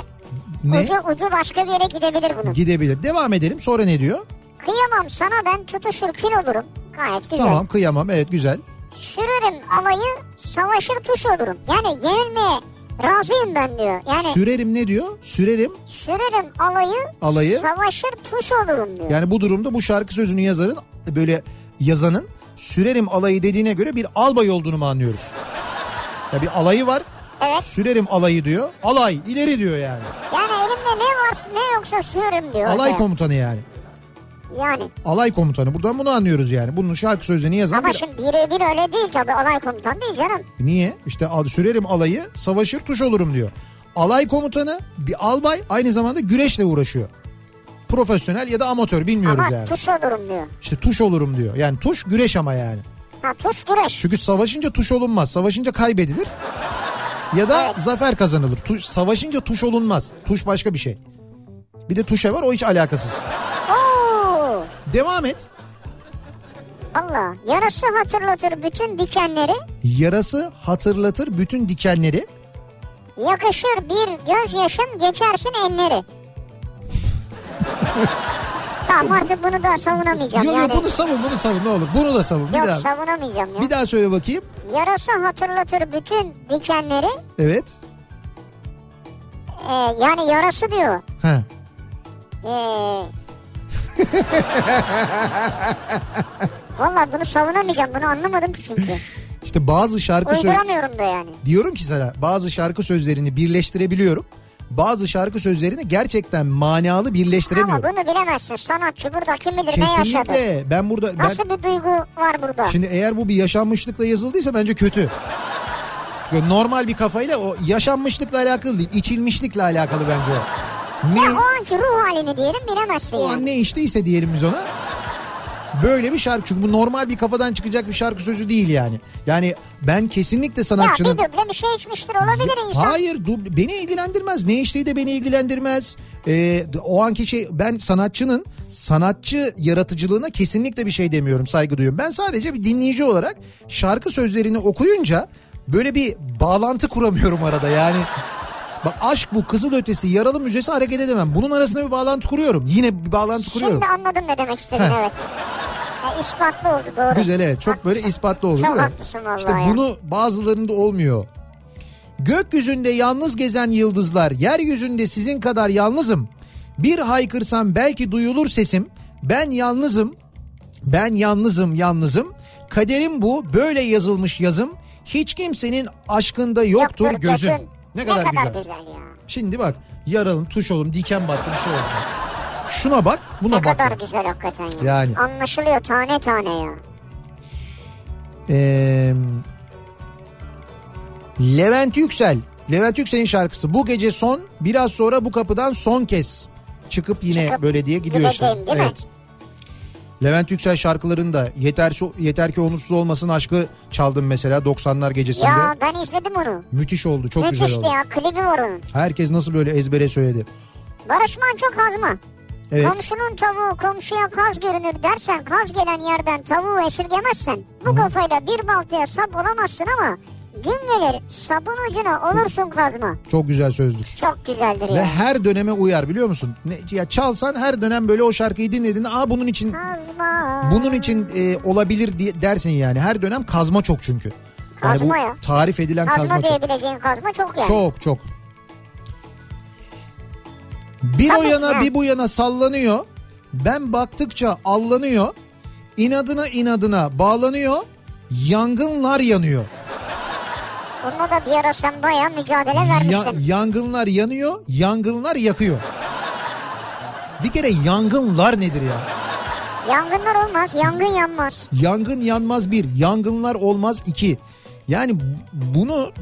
[SPEAKER 2] ne?
[SPEAKER 3] ucu ucu başka bir yere gidebilir bunun.
[SPEAKER 2] Gidebilir. Devam edelim sonra ne diyor?
[SPEAKER 3] Kıyamam sana ben tutuşur kil olurum. Gayet güzel.
[SPEAKER 2] Tamam kıyamam evet güzel.
[SPEAKER 3] Sürürüm alayı savaşır tuş olurum. Yani yenilmeye razıyım ben diyor. Yani
[SPEAKER 2] Sürerim ne diyor? Sürerim
[SPEAKER 3] sürürüm alayı,
[SPEAKER 2] Alayı.
[SPEAKER 3] savaşır tuş olurum diyor.
[SPEAKER 2] yani bu durumda bu şarkı sözünü yazarın böyle yazanın sürerim alayı dediğine göre bir albay olduğunu mu anlıyoruz? Ya bir alayı var
[SPEAKER 3] Evet.
[SPEAKER 2] sürerim alayı diyor alay ileri diyor yani
[SPEAKER 3] Yani elimde ne varsa ne yoksa sürürüm diyor.
[SPEAKER 2] alay
[SPEAKER 3] hocam.
[SPEAKER 2] komutanı yani.
[SPEAKER 3] Yani.
[SPEAKER 2] Alay komutanı buradan bunu anlıyoruz yani bunun şarkı sözlerini yazan
[SPEAKER 3] Ama
[SPEAKER 2] bir
[SPEAKER 3] şimdi birebir öyle değil tabii alay komutan değil canım.
[SPEAKER 2] Niye? İşte al- sürerim alayı savaşır tuş olurum diyor. Alay komutanı bir albay aynı zamanda güreşle uğraşıyor. Profesyonel ya da amatör bilmiyoruz
[SPEAKER 3] Ama
[SPEAKER 2] yani.
[SPEAKER 3] tuş olurum diyor.
[SPEAKER 2] İşte tuş olurum diyor. Yani tuş güreş ama yani.
[SPEAKER 3] Ha tuş güreş.
[SPEAKER 2] Çünkü savaşınca tuş olunmaz. Savaşınca kaybedilir. Ya da zafer kazanılır. Tuş, savaşınca tuş olunmaz. Tuş başka bir şey. Bir de tuşa var o hiç alakasız.
[SPEAKER 3] Oo.
[SPEAKER 2] Devam et.
[SPEAKER 3] Allah. Yarası hatırlatır bütün dikenleri.
[SPEAKER 2] Yarası hatırlatır bütün dikenleri.
[SPEAKER 3] Yakışır bir gözyaşın geçersin enleri. tamam artık bunu da savunamayacağım.
[SPEAKER 2] Yok yok
[SPEAKER 3] yani.
[SPEAKER 2] bunu savun bunu savun ne olur. Bunu da savun. Bir
[SPEAKER 3] Yok
[SPEAKER 2] daha.
[SPEAKER 3] savunamayacağım ya.
[SPEAKER 2] Bir daha söyle bakayım.
[SPEAKER 3] Yarası hatırlatır bütün dikenleri.
[SPEAKER 2] Evet.
[SPEAKER 3] Ee, yani yarası diyor.
[SPEAKER 2] Ha.
[SPEAKER 3] Ee... Valla bunu savunamayacağım. Bunu anlamadım ki çünkü.
[SPEAKER 2] İşte bazı şarkı söz
[SPEAKER 3] Uyduramıyorum da yani.
[SPEAKER 2] diyorum ki sana bazı şarkı sözlerini birleştirebiliyorum. Bazı şarkı sözlerini gerçekten manalı
[SPEAKER 3] Ama
[SPEAKER 2] birleştiremiyorum.
[SPEAKER 3] bunu bilemezsin. Sanatçı burada kim bilir ne yaşadı.
[SPEAKER 2] Kesinlikle. Ben burada ben
[SPEAKER 3] Nasıl bir duygu var burada?
[SPEAKER 2] şimdi eğer bu bir yaşanmışlıkla yazıldıysa bence kötü. Çünkü normal bir kafayla o yaşanmışlıkla alakalı değil, içilmişlikle alakalı bence o.
[SPEAKER 3] Ya
[SPEAKER 2] Ne
[SPEAKER 3] o anki ruh halini diyelim bilemezsin
[SPEAKER 2] o an
[SPEAKER 3] yani.
[SPEAKER 2] ne işteyse diyelim biz ona. Böyle bir şarkı çünkü bu normal bir kafadan çıkacak bir şarkı sözü değil yani. Yani ben kesinlikle
[SPEAKER 3] Ya
[SPEAKER 2] sanatçının
[SPEAKER 3] bir düble bir şey içmiştir olabilir insan.
[SPEAKER 2] Hayır dub- beni ilgilendirmez. Ne içtiği de beni ilgilendirmez. Ee, o anki şey ben sanatçının sanatçı yaratıcılığına kesinlikle bir şey demiyorum saygı duyuyorum. Ben sadece bir dinleyici olarak şarkı sözlerini okuyunca böyle bir bağlantı kuramıyorum arada yani. Bak aşk bu kızıl ötesi yaralı müzesi hareket edemem. Bunun arasında bir bağlantı kuruyorum. Yine bir bağlantı kuruyorum.
[SPEAKER 3] Şimdi anladım ne demek istediğini
[SPEAKER 2] Heh.
[SPEAKER 3] evet. Ya ispatlı oldu doğru.
[SPEAKER 2] Güzel evet çok böyle
[SPEAKER 3] Haklısın.
[SPEAKER 2] ispatlı oldu
[SPEAKER 3] Çok
[SPEAKER 2] değil mi?
[SPEAKER 3] haklısın vallahi
[SPEAKER 2] İşte
[SPEAKER 3] ya.
[SPEAKER 2] bunu bazılarında olmuyor. Gökyüzünde yalnız gezen yıldızlar, yeryüzünde sizin kadar yalnızım. Bir haykırsam belki duyulur sesim. Ben yalnızım, ben yalnızım, yalnızım. Kaderim bu, böyle yazılmış yazım. Hiç kimsenin aşkında yoktur, gözüm. Ne kadar, güzel.
[SPEAKER 3] ya.
[SPEAKER 2] Şimdi bak, yaralım, tuş olum, diken battı bir şey oldu. Şuna bak, buna
[SPEAKER 3] Ne
[SPEAKER 2] bak.
[SPEAKER 3] kadar
[SPEAKER 2] bak.
[SPEAKER 3] güzel hakikaten ya.
[SPEAKER 2] Yani.
[SPEAKER 3] Anlaşılıyor tane tane ya.
[SPEAKER 2] Ee, Levent Yüksel. Levent Yüksel'in şarkısı. Bu gece son, biraz sonra bu kapıdan son kez çıkıp yine
[SPEAKER 3] Çıkıp
[SPEAKER 2] böyle diye gidiyor işte.
[SPEAKER 3] gideceğim, değil mi?
[SPEAKER 2] Levent Yüksel şarkılarını da yeter, yeter ki onursuz olmasın aşkı çaldım mesela 90'lar gecesinde.
[SPEAKER 3] Ya ben izledim onu.
[SPEAKER 2] Müthiş oldu, çok güzel
[SPEAKER 3] Müthişti
[SPEAKER 2] oldu.
[SPEAKER 3] ya klibi var onun.
[SPEAKER 2] Herkes nasıl böyle ezbere söyledi.
[SPEAKER 3] Barış Manço kazma.
[SPEAKER 2] Evet.
[SPEAKER 3] Komşunun tavuğu komşuya kaz görünür dersen kaz gelen yerden tavuğu esirgemezsen bu kafayla bir baltaya sap olamazsın ama gün gelir sapın ucuna olursun kazma.
[SPEAKER 2] Çok güzel sözdür.
[SPEAKER 3] Çok güzeldir
[SPEAKER 2] Ve
[SPEAKER 3] ya.
[SPEAKER 2] her döneme uyar biliyor musun? Ne, ya çalsan her dönem böyle o şarkıyı dinlediğinde aa bunun için
[SPEAKER 3] Kazma.
[SPEAKER 2] bunun için e, olabilir diye dersin yani. Her dönem kazma çok çünkü. Yani
[SPEAKER 3] Kazma
[SPEAKER 2] bu
[SPEAKER 3] ya.
[SPEAKER 2] tarif edilen
[SPEAKER 3] kazma,
[SPEAKER 2] kazma, çok.
[SPEAKER 3] diyebileceğin kazma çok yani.
[SPEAKER 2] Çok çok. Bir o
[SPEAKER 3] Tabii,
[SPEAKER 2] yana
[SPEAKER 3] ha.
[SPEAKER 2] bir bu yana sallanıyor. Ben baktıkça allanıyor. İnadına inadına bağlanıyor. Yangınlar yanıyor.
[SPEAKER 3] Bununla da bir ara sen baya mücadele
[SPEAKER 2] Ya-
[SPEAKER 3] vermiştin.
[SPEAKER 2] yangınlar yanıyor, yangınlar yakıyor. Bir kere yangınlar nedir ya?
[SPEAKER 3] Yangınlar olmaz, yangın yanmaz.
[SPEAKER 2] Yangın yanmaz bir, yangınlar olmaz iki. Yani bunu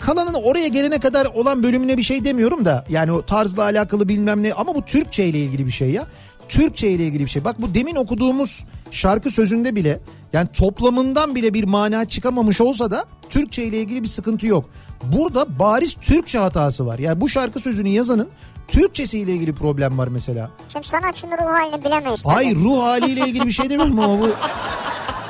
[SPEAKER 2] kalanın oraya gelene kadar olan bölümüne bir şey demiyorum da yani o tarzla alakalı bilmem ne ama bu Türkçe ile ilgili bir şey ya. Türkçe ile ilgili bir şey. Bak bu demin okuduğumuz şarkı sözünde bile yani toplamından bile bir mana çıkamamış olsa da Türkçe ile ilgili bir sıkıntı yok. Burada bariz Türkçe hatası var. Yani bu şarkı sözünü yazanın Türkçesi ile ilgili problem var mesela.
[SPEAKER 3] Şimdi sanatçının ruh halini bilemeyiz. tabii.
[SPEAKER 2] Hayır ruh haliyle ilgili bir şey demiyorum ama bu...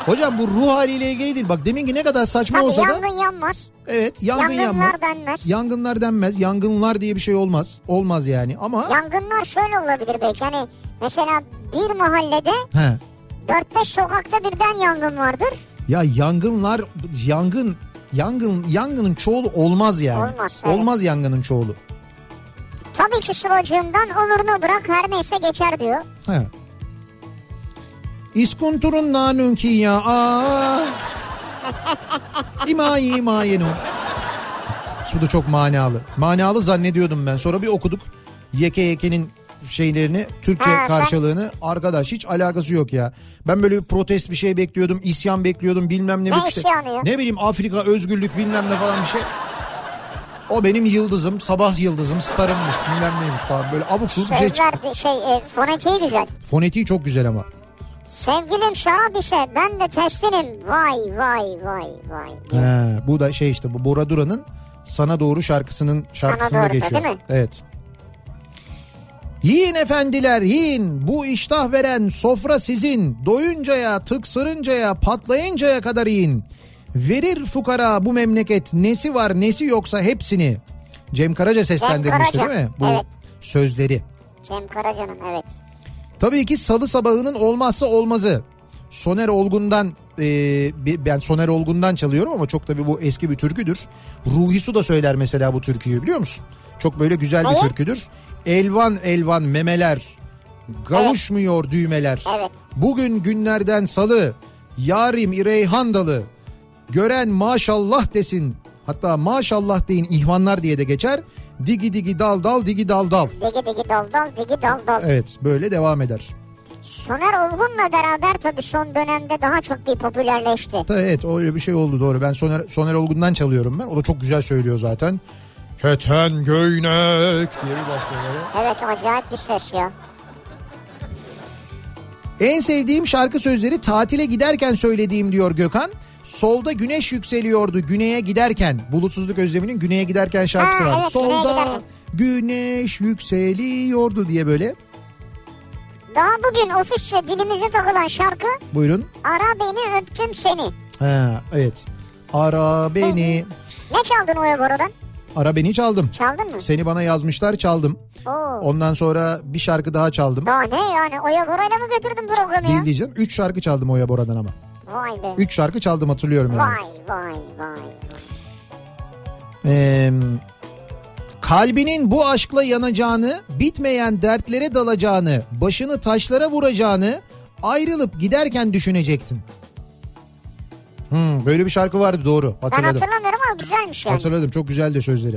[SPEAKER 2] Hocam bu ruh haliyle ilgili değil. Bak demin ki ne kadar saçma
[SPEAKER 3] Tabii
[SPEAKER 2] olsa da...
[SPEAKER 3] yangın yanmaz.
[SPEAKER 2] Evet yangın
[SPEAKER 3] yangınlar
[SPEAKER 2] yanmaz.
[SPEAKER 3] denmez.
[SPEAKER 2] Yangınlar denmez. Yangınlar diye bir şey olmaz. Olmaz yani ama...
[SPEAKER 3] Yangınlar şöyle olabilir belki. Hani mesela bir mahallede
[SPEAKER 2] He.
[SPEAKER 3] 4-5 sokakta birden yangın vardır.
[SPEAKER 2] Ya yangınlar... Yangın... Yangın yangının çoğulu olmaz yani.
[SPEAKER 3] Olmaz, evet.
[SPEAKER 2] Olmaz yangının çoğulu.
[SPEAKER 3] Tabii ki sılacığımdan olurunu bırak her neyse geçer diyor.
[SPEAKER 2] He. İskunturun nanunki ya. Aa. İma ima yenu. Bu da çok manalı. Manalı zannediyordum ben. Sonra bir okuduk. Yeke yekenin şeylerini Türkçe
[SPEAKER 3] Ha, sen-
[SPEAKER 2] karşılığını arkadaş hiç alakası yok ya. Ben böyle bir protest bir şey bekliyordum, isyan bekliyordum, bilmem ne
[SPEAKER 3] Ne
[SPEAKER 2] bek- işte-
[SPEAKER 3] isyanı ya?
[SPEAKER 2] Ne bileyim Afrika özgürlük bilmem ne falan bir şey. O benim yıldızım, sabah yıldızım, starımmış, bilmem neymiş falan böyle abuk subuk bir şey. çıktı.
[SPEAKER 3] Sözler de- şey e, fonetiği güzel.
[SPEAKER 2] Fonetiği çok güzel ama.
[SPEAKER 3] Sevgilim şarap ise ben de teslinim. Vay vay vay vay.
[SPEAKER 2] He, bu da şey işte bu Bora Dura'nın Sana Doğru şarkısının şarkısında
[SPEAKER 3] Doğru da,
[SPEAKER 2] geçiyor.
[SPEAKER 3] değil mi?
[SPEAKER 2] Evet. Yiyin efendiler yiyin bu iştah veren sofra sizin doyuncaya tıksırıncaya patlayıncaya kadar yiyin. Verir fukara bu memleket nesi var nesi yoksa hepsini. Cem Karaca seslendirmişti
[SPEAKER 3] Karaca,
[SPEAKER 2] değil mi bu
[SPEAKER 3] evet.
[SPEAKER 2] sözleri?
[SPEAKER 3] Cem Karaca'nın evet.
[SPEAKER 2] Tabii ki salı sabahının olmazsa olmazı. Soner Olgun'dan e, bi- ben Soner Olgun'dan çalıyorum ama çok tabii bu eski bir türküdür. Ruhi Su da söyler mesela bu türküyü biliyor musun? Çok böyle güzel bir
[SPEAKER 3] Evet.
[SPEAKER 2] türküdür. Elvan elvan memeler kavuşmuyor düğmeler.
[SPEAKER 3] Evet.
[SPEAKER 2] Bugün günlerden salı yarim İreyhan dalı gören maşallah desin. Hatta maşallah deyin ihvanlar diye de geçer. Digi digi dal dal digi dal dal.
[SPEAKER 3] Digi digi dal dal digi dal dal.
[SPEAKER 2] Evet böyle devam eder.
[SPEAKER 3] Soner Olgun'la beraber tabii son dönemde daha çok bir popülerleşti.
[SPEAKER 2] Ta evet öyle bir şey oldu doğru. Ben Soner, Soner Olgun'dan çalıyorum ben. O da çok güzel söylüyor zaten. Keten göynek diye bir başlıyor. böyle.
[SPEAKER 3] Evet acayip bir ses ya.
[SPEAKER 2] En sevdiğim şarkı sözleri tatile giderken söylediğim diyor Gökhan. Solda güneş yükseliyordu güneye giderken. Bulutsuzluk özleminin güneye giderken şarkısı
[SPEAKER 3] Ha,
[SPEAKER 2] var.
[SPEAKER 3] evet, güneye
[SPEAKER 2] Solda
[SPEAKER 3] giderken.
[SPEAKER 2] güneş yükseliyordu diye böyle.
[SPEAKER 3] Daha bugün ofisçe dilimize takılan şarkı
[SPEAKER 2] Buyurun.
[SPEAKER 3] Ara Beni Öptüm Seni.
[SPEAKER 2] Ha, evet. Ara beni.
[SPEAKER 3] Ne çaldın o oradan?
[SPEAKER 2] Ara beni çaldım.
[SPEAKER 3] Çaldın mı?
[SPEAKER 2] Seni bana yazmışlar çaldım.
[SPEAKER 3] Oo.
[SPEAKER 2] Ondan sonra bir şarkı daha çaldım.
[SPEAKER 3] Daha ne yani? Oya Bora'yla mı götürdün programı ya?
[SPEAKER 2] Değil diyeceğim. Üç şarkı çaldım Oya Bora'dan ama.
[SPEAKER 3] Vay be.
[SPEAKER 2] Üç şarkı çaldım hatırlıyorum yani.
[SPEAKER 3] Vay vay vay.
[SPEAKER 2] Ee, kalbinin bu aşkla yanacağını, bitmeyen dertlere dalacağını, başını taşlara vuracağını ayrılıp giderken düşünecektin. Hmm, böyle bir şarkı vardı doğru
[SPEAKER 3] Ben
[SPEAKER 2] hatırladım.
[SPEAKER 3] hatırlamıyorum ama güzelmiş yani.
[SPEAKER 2] Hatırladım çok güzeldi sözleri.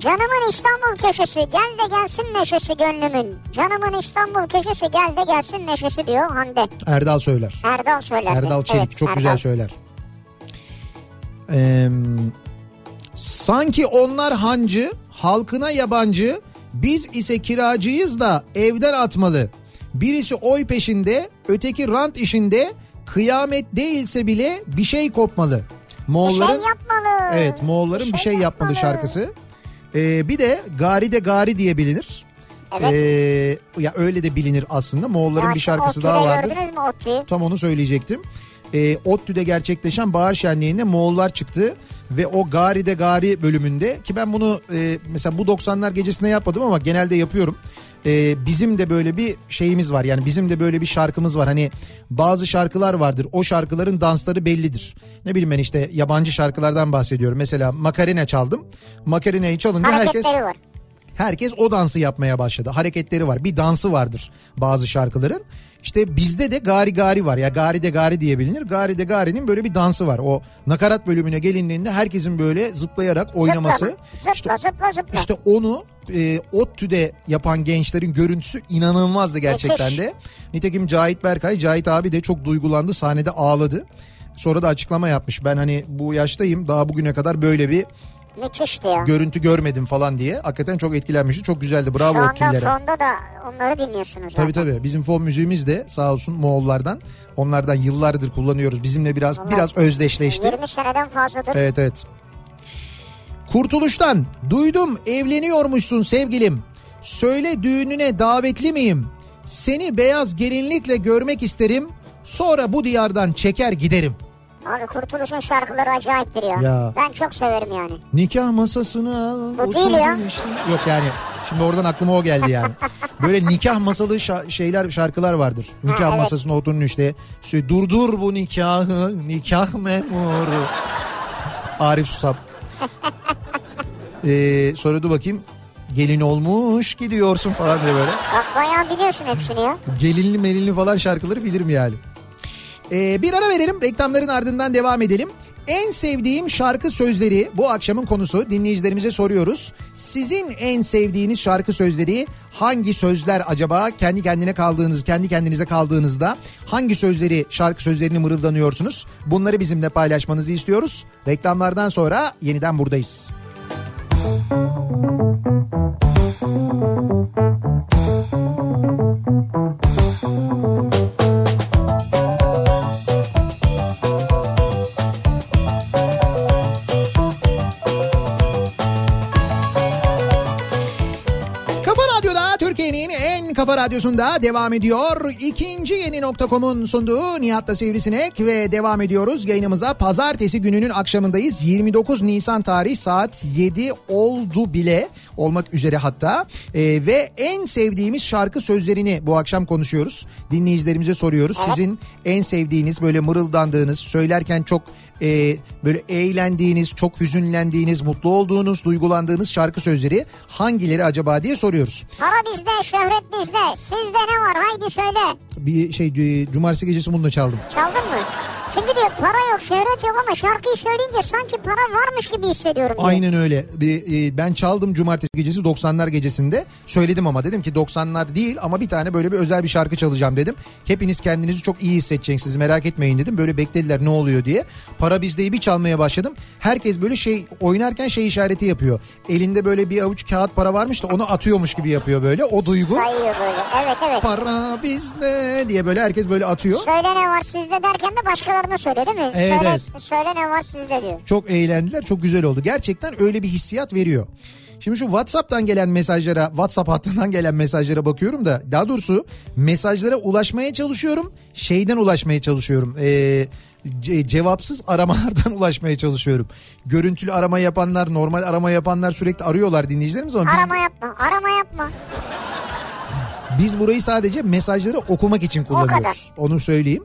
[SPEAKER 3] Canımın İstanbul köşesi gel de gelsin neşesi gönlümün. Canımın İstanbul köşesi gel de gelsin neşesi diyor Hande.
[SPEAKER 2] Erdal söyler.
[SPEAKER 3] Erdal söyler.
[SPEAKER 2] Erdal Çelik
[SPEAKER 3] Evet,
[SPEAKER 2] çok
[SPEAKER 3] Erdal.
[SPEAKER 2] güzel söyler. Ee, sanki onlar hancı, halkına yabancı, biz ise kiracıyız da evden atmalı. Birisi oy peşinde, öteki rant işinde, kıyamet değilse bile bir şey kopmalı.
[SPEAKER 3] Bir şey
[SPEAKER 2] Moğolların
[SPEAKER 3] yapmalı.
[SPEAKER 2] Evet Moğolların bir şey, yapmalı şarkısı. Ee, bir de Gari de Gari diye bilinir.
[SPEAKER 3] Evet.
[SPEAKER 2] Ee, ya öyle de bilinir aslında. Moğolların
[SPEAKER 3] Ya
[SPEAKER 2] bir
[SPEAKER 3] şu
[SPEAKER 2] şarkısı
[SPEAKER 3] Ottu'da
[SPEAKER 2] daha vardı.
[SPEAKER 3] Gördünüz mü Ottu'yu?
[SPEAKER 2] Tam onu söyleyecektim. E, ODTÜ'de gerçekleşen Bahar Şenliği'nde Moğollar çıktı ve o Gari de Gari bölümünde ki ben bunu e, mesela bu 90'lar gecesinde yapmadım ama genelde yapıyorum. E, bizim de böyle bir şeyimiz var yani bizim de böyle bir şarkımız var hani bazı şarkılar vardır o şarkıların dansları bellidir. Ne bileyim ben işte yabancı şarkılardan bahsediyorum mesela Makarena çaldım Makarena'yı çalınca herkes
[SPEAKER 3] Hareketleri var.
[SPEAKER 2] herkes o dansı yapmaya başladı. Hareketleri var. Bir dansı vardır bazı şarkıların. İşte bizde de gari gari var. Ya gari de gari diye bilinir. Gari de gari'nin böyle bir dansı var. O nakarat bölümüne gelindiğinde herkesin böyle zıplayarak oynaması. İşte,
[SPEAKER 3] Zıpla, zıpla, zıpla, zıpla.
[SPEAKER 2] işte onu e, ODTÜ'de yapan gençlerin görüntüsü inanılmazdı gerçekten de. Nitekim Cahit Berkay, Cahit abi de çok duygulandı. Sahnede ağladı. Sonra da açıklama yapmış. Ben hani bu yaştayım. Daha bugüne kadar böyle bir
[SPEAKER 3] Müthişti ya.
[SPEAKER 2] görüntü görmedim falan diye. Hakikaten çok etkilenmişti. Çok güzeldi. Bravo
[SPEAKER 3] Şu anda
[SPEAKER 2] Ottüllere.
[SPEAKER 3] fonda da onları dinliyorsunuz.
[SPEAKER 2] Tabii
[SPEAKER 3] zaten.
[SPEAKER 2] tabii. Bizim fon müziğimiz de sağ olsun Moğollardan. Onlardan yıllardır kullanıyoruz. Bizimle biraz biraz özdeşleşti.
[SPEAKER 3] 20 seneden fazladır.
[SPEAKER 2] Evet evet. Kurtuluştan duydum evleniyormuşsun sevgilim. Söyle düğününe davetli miyim? Seni beyaz gelinlikle görmek isterim. Sonra bu diyardan çeker giderim.
[SPEAKER 3] Abi Kurtuluş'un şarkıları acayiptir ya.
[SPEAKER 2] Ya.
[SPEAKER 3] Ben çok severim yani.
[SPEAKER 2] Nikah masasına al.
[SPEAKER 3] Bu değil ya.
[SPEAKER 2] oturdun işte. Yok yani şimdi oradan aklıma o geldi yani. Böyle nikah masalı şa- şeyler şarkılar vardır. Nikah
[SPEAKER 3] evet.
[SPEAKER 2] masasına oturun işte. Sü- Durdur bu nikahı nikah memuru. Arif Susap. ee, sonra dur bakayım. Gelin olmuş gidiyorsun falan diye böyle.
[SPEAKER 3] Bak bayağı biliyorsun hepsini ya.
[SPEAKER 2] Gelinli melinli falan şarkıları bilirim yani. Ee, bir ara verelim reklamların ardından devam edelim. En sevdiğim şarkı sözleri bu akşamın konusu dinleyicilerimize soruyoruz. Sizin en sevdiğiniz şarkı sözleri hangi sözler acaba kendi kendine kaldığınız kendi kendinize kaldığınızda hangi sözleri şarkı sözlerini mırıldanıyorsunuz? Bunları bizimle paylaşmanızı istiyoruz. Reklamlardan sonra yeniden buradayız. Kafa Radyo'da Türkiye'nin en kafa radyosunda devam ediyor. İkinci yeni nokta.com'un sunduğu Nihat'la Sivrisinek ve devam ediyoruz. Yayınımıza pazartesi gününün akşamındayız. 29 Nisan tarihi saat 7 oldu bile olmak üzere hatta. Ee, ve en sevdiğimiz şarkı sözlerini bu akşam konuşuyoruz. Dinleyicilerimize soruyoruz. Sizin en sevdiğiniz böyle mırıldandığınız söylerken çok e, böyle eğlendiğiniz, çok hüzünlendiğiniz, mutlu olduğunuz, duygulandığınız şarkı sözleri hangileri acaba diye soruyoruz.
[SPEAKER 3] Para bizde, şöhret bizde. Sizde ne var haydi söyle.
[SPEAKER 2] Bir şey e, cumartesi gecesi bunu da çaldım.
[SPEAKER 3] Çaldın mı? Çünkü diyor para yok, şöhret yok ama şarkıyı söyleyince sanki para varmış gibi hissediyorum diyor.
[SPEAKER 2] Aynen öyle. Bir, e, ben çaldım cumartesi gecesi 90'lar gecesinde. Söyledim ama dedim ki 90'lar değil ama bir tane böyle bir özel bir şarkı çalacağım dedim. Hepiniz kendinizi çok iyi hissedeceksiniz merak etmeyin dedim. Böyle beklediler ne oluyor diye. Para bizdeyi bir çalmaya başladım. Herkes böyle şey oynarken şey işareti yapıyor. Elinde böyle bir avuç kağıt para varmış da onu atıyormuş gibi yapıyor böyle. O duygu.
[SPEAKER 3] Sayıyor böyle. Evet evet.
[SPEAKER 2] para bizde diye böyle herkes böyle atıyor.
[SPEAKER 3] Söyle ne var sizde derken de başkalarına söylüyor değil mi?
[SPEAKER 2] Evet,
[SPEAKER 3] söyle,
[SPEAKER 2] evet.
[SPEAKER 3] söyle ne var sizde diyor.
[SPEAKER 2] Çok eğlendiler, çok güzel oldu. Gerçekten öyle bir hissiyat veriyor. Şimdi şu WhatsApp'tan gelen mesajlara, WhatsApp hattından gelen mesajlara bakıyorum da daha doğrusu mesajlara ulaşmaya çalışıyorum. Şeyden ulaşmaya çalışıyorum. Ee, ce- cevapsız aramalardan ulaşmaya çalışıyorum. Görüntülü arama yapanlar, normal arama yapanlar sürekli arıyorlar dinleyicilerimiz ama biz,
[SPEAKER 3] Arama yapma, arama yapma.
[SPEAKER 2] biz burayı sadece mesajları okumak için kullanıyoruz. Onu söyleyeyim.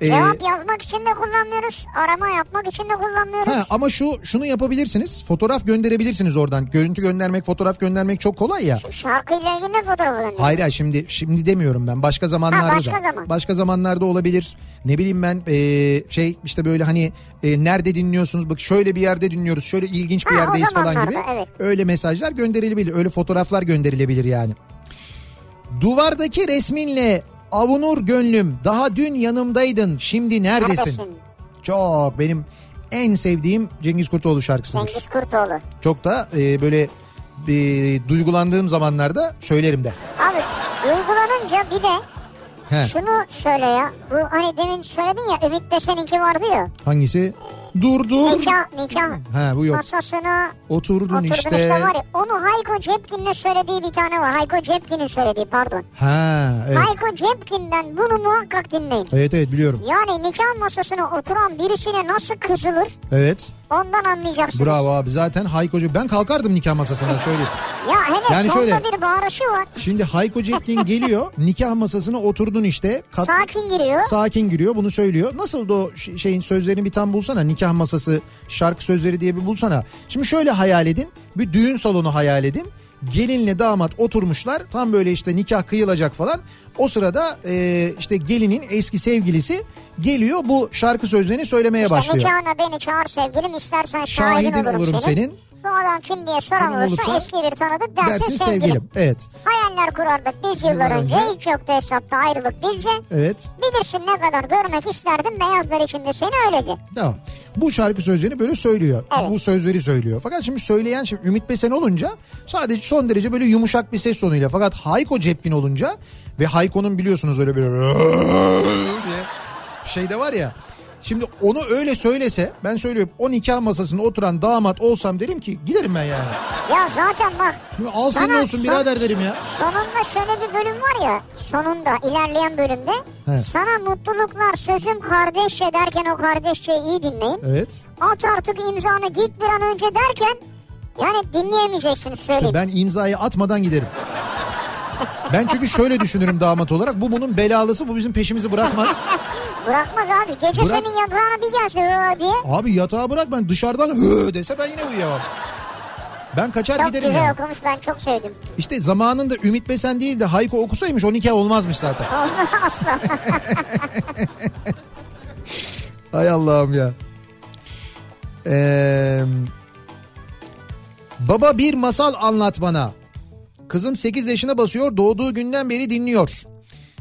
[SPEAKER 2] Ee,
[SPEAKER 3] Cevap yazmak için de kullanmıyoruz, arama yapmak için de kullanmıyoruz.
[SPEAKER 2] Ha, ama şu şunu yapabilirsiniz. Fotoğraf gönderebilirsiniz oradan. Görüntü göndermek, fotoğraf göndermek çok kolay ya.
[SPEAKER 3] Şarkıyla ilgili ne fotoğrafı gönderiyor?
[SPEAKER 2] Hayır hayır, şimdi şimdi demiyorum ben. Başka zamanlarda
[SPEAKER 3] Ha, başka
[SPEAKER 2] da.
[SPEAKER 3] zaman.
[SPEAKER 2] Başka zamanlarda olabilir. Ne bileyim ben e, şey işte böyle hani e, nerede dinliyorsunuz? Bak şöyle bir yerde dinliyoruz. Şöyle ilginç bir
[SPEAKER 3] Ha, o
[SPEAKER 2] yerdeyiz falan gibi.
[SPEAKER 3] zamanlarda, evet.
[SPEAKER 2] Öyle mesajlar gönderilebilir. Öyle fotoğraflar gönderilebilir yani. Duvardaki resminle avunur gönlüm. Daha dün yanımdaydın. Şimdi neredesin?
[SPEAKER 3] Neredesin?
[SPEAKER 2] Çok benim en sevdiğim Cengiz Kurtoğlu şarkısıdır.
[SPEAKER 3] Cengiz Kurtoğlu.
[SPEAKER 2] Çok da e, böyle e, duygulandığım zamanlarda söylerim de.
[SPEAKER 3] Abi duygulanınca bir de
[SPEAKER 2] He.
[SPEAKER 3] şunu söyle ya. Bu hani demin söyledin ya Ümit de seninki vardı ya.
[SPEAKER 2] Hangisi? Dur dur.
[SPEAKER 3] Nikah, nikah
[SPEAKER 2] Ha bu yok.
[SPEAKER 3] masasına
[SPEAKER 2] Oturdun,
[SPEAKER 3] oturdun işte.
[SPEAKER 2] işte.
[SPEAKER 3] var ya. Onu Hayko Cepkin'le söylediği bir tane var. Hayko Cepkin'in söylediği pardon.
[SPEAKER 2] Ha evet.
[SPEAKER 3] Hayko Cepkin'den bunu muhakkak dinleyin.
[SPEAKER 2] Evet evet biliyorum.
[SPEAKER 3] Yani nikah masasına oturan birisine nasıl kızılır
[SPEAKER 2] Evet.
[SPEAKER 3] ondan anlayacaksınız.
[SPEAKER 2] Bravo abi. Zaten Haykocu ben kalkardım nikah masasına söyleyeyim.
[SPEAKER 3] Ya hele
[SPEAKER 2] Yani
[SPEAKER 3] solda
[SPEAKER 2] şöyle-
[SPEAKER 3] bir bağırışı var.
[SPEAKER 2] Şimdi Hayko Cepkin geliyor nikah masasına oturdun işte. Kat-
[SPEAKER 3] Sakin giriyor.
[SPEAKER 2] Sakin giriyor bunu söylüyor. Nasıl da o ş- şeyin sözlerini bir tam bulsana nikah masası şarkı sözleri diye bir bulsana. Şimdi şöyle hayal edin bir düğün salonu hayal edin. Gelinle damat oturmuşlar tam böyle işte nikah kıyılacak falan. O sırada e, işte gelinin eski sevgilisi geliyor bu şarkı sözlerini söylemeye
[SPEAKER 3] İşte
[SPEAKER 2] başlıyor.
[SPEAKER 3] nikahına beni çağır sevgilim istersen şahidin,
[SPEAKER 2] Şahidin
[SPEAKER 3] olurum,
[SPEAKER 2] olurum
[SPEAKER 3] senin.
[SPEAKER 2] senin.
[SPEAKER 3] Bu adam kim diye soran
[SPEAKER 2] Benim
[SPEAKER 3] olursa,
[SPEAKER 2] olursa
[SPEAKER 3] eski bir tanıdık dersin,
[SPEAKER 2] Dersin
[SPEAKER 3] sevgilim.
[SPEAKER 2] sevgilim. Evet.
[SPEAKER 3] Hayaller kurardık biz yıllar,
[SPEAKER 2] Yıllar
[SPEAKER 3] önce.
[SPEAKER 2] önce.
[SPEAKER 3] Hiç yoktu hesapta ayrılık bizce.
[SPEAKER 2] Evet.
[SPEAKER 3] Bilirsin ne kadar görmek isterdim beyazlar içinde seni öylece.
[SPEAKER 2] Tamam. Bu şarkı sözlerini böyle söylüyor.
[SPEAKER 3] Evet.
[SPEAKER 2] Bu sözleri söylüyor. Fakat şimdi söyleyen şimdi Ümit Besen olunca sadece son derece böyle yumuşak bir ses tonuyla. Fakat Hayko Cepkin olunca ve Hayko'nun biliyorsunuz öyle böyle diye şey de var ya. Şimdi onu öyle söylese ben söylüyorum o nikah masasında oturan damat olsam derim ki giderim ben yani.
[SPEAKER 3] Ya zaten bak.
[SPEAKER 2] Şimdi al senin
[SPEAKER 3] sana
[SPEAKER 2] olsun birader derim ya.
[SPEAKER 3] Sonunda şöyle bir bölüm var ya. Sonunda ilerleyen bölümde.
[SPEAKER 2] He.
[SPEAKER 3] Sana mutluluklar sözüm kardeşçe derken o kardeşçeyi iyi dinleyin.
[SPEAKER 2] Evet.
[SPEAKER 3] At artık imzanı git bir an önce derken. Yani dinleyemeyeceksiniz
[SPEAKER 2] İşte
[SPEAKER 3] söyleyeyim.
[SPEAKER 2] ben imzayı atmadan giderim. Ben çünkü şöyle düşünürüm damat olarak. Bu bunun belalısı. Bu bizim peşimizi bırakmaz.
[SPEAKER 3] Bırakmaz abi. Gece
[SPEAKER 2] Bırak-
[SPEAKER 3] senin yatağına bir gelse "Hı" diye.
[SPEAKER 2] Abi yatağa bırak ben dışarıdan hı dese ben yine uyuyamam. Ben kaçar
[SPEAKER 3] Çok
[SPEAKER 2] giderim
[SPEAKER 3] güzel
[SPEAKER 2] yani.
[SPEAKER 3] okumuş ben çok sevdim.
[SPEAKER 2] İşte zamanında Ümit Besen değil de Hayko okusaymış o nikah olmazmış zaten.
[SPEAKER 3] Asla.
[SPEAKER 2] Hay Allah'ım ya. Ee, baba bir masal anlat bana. Kızım 8 yaşına basıyor doğduğu günden beri dinliyor.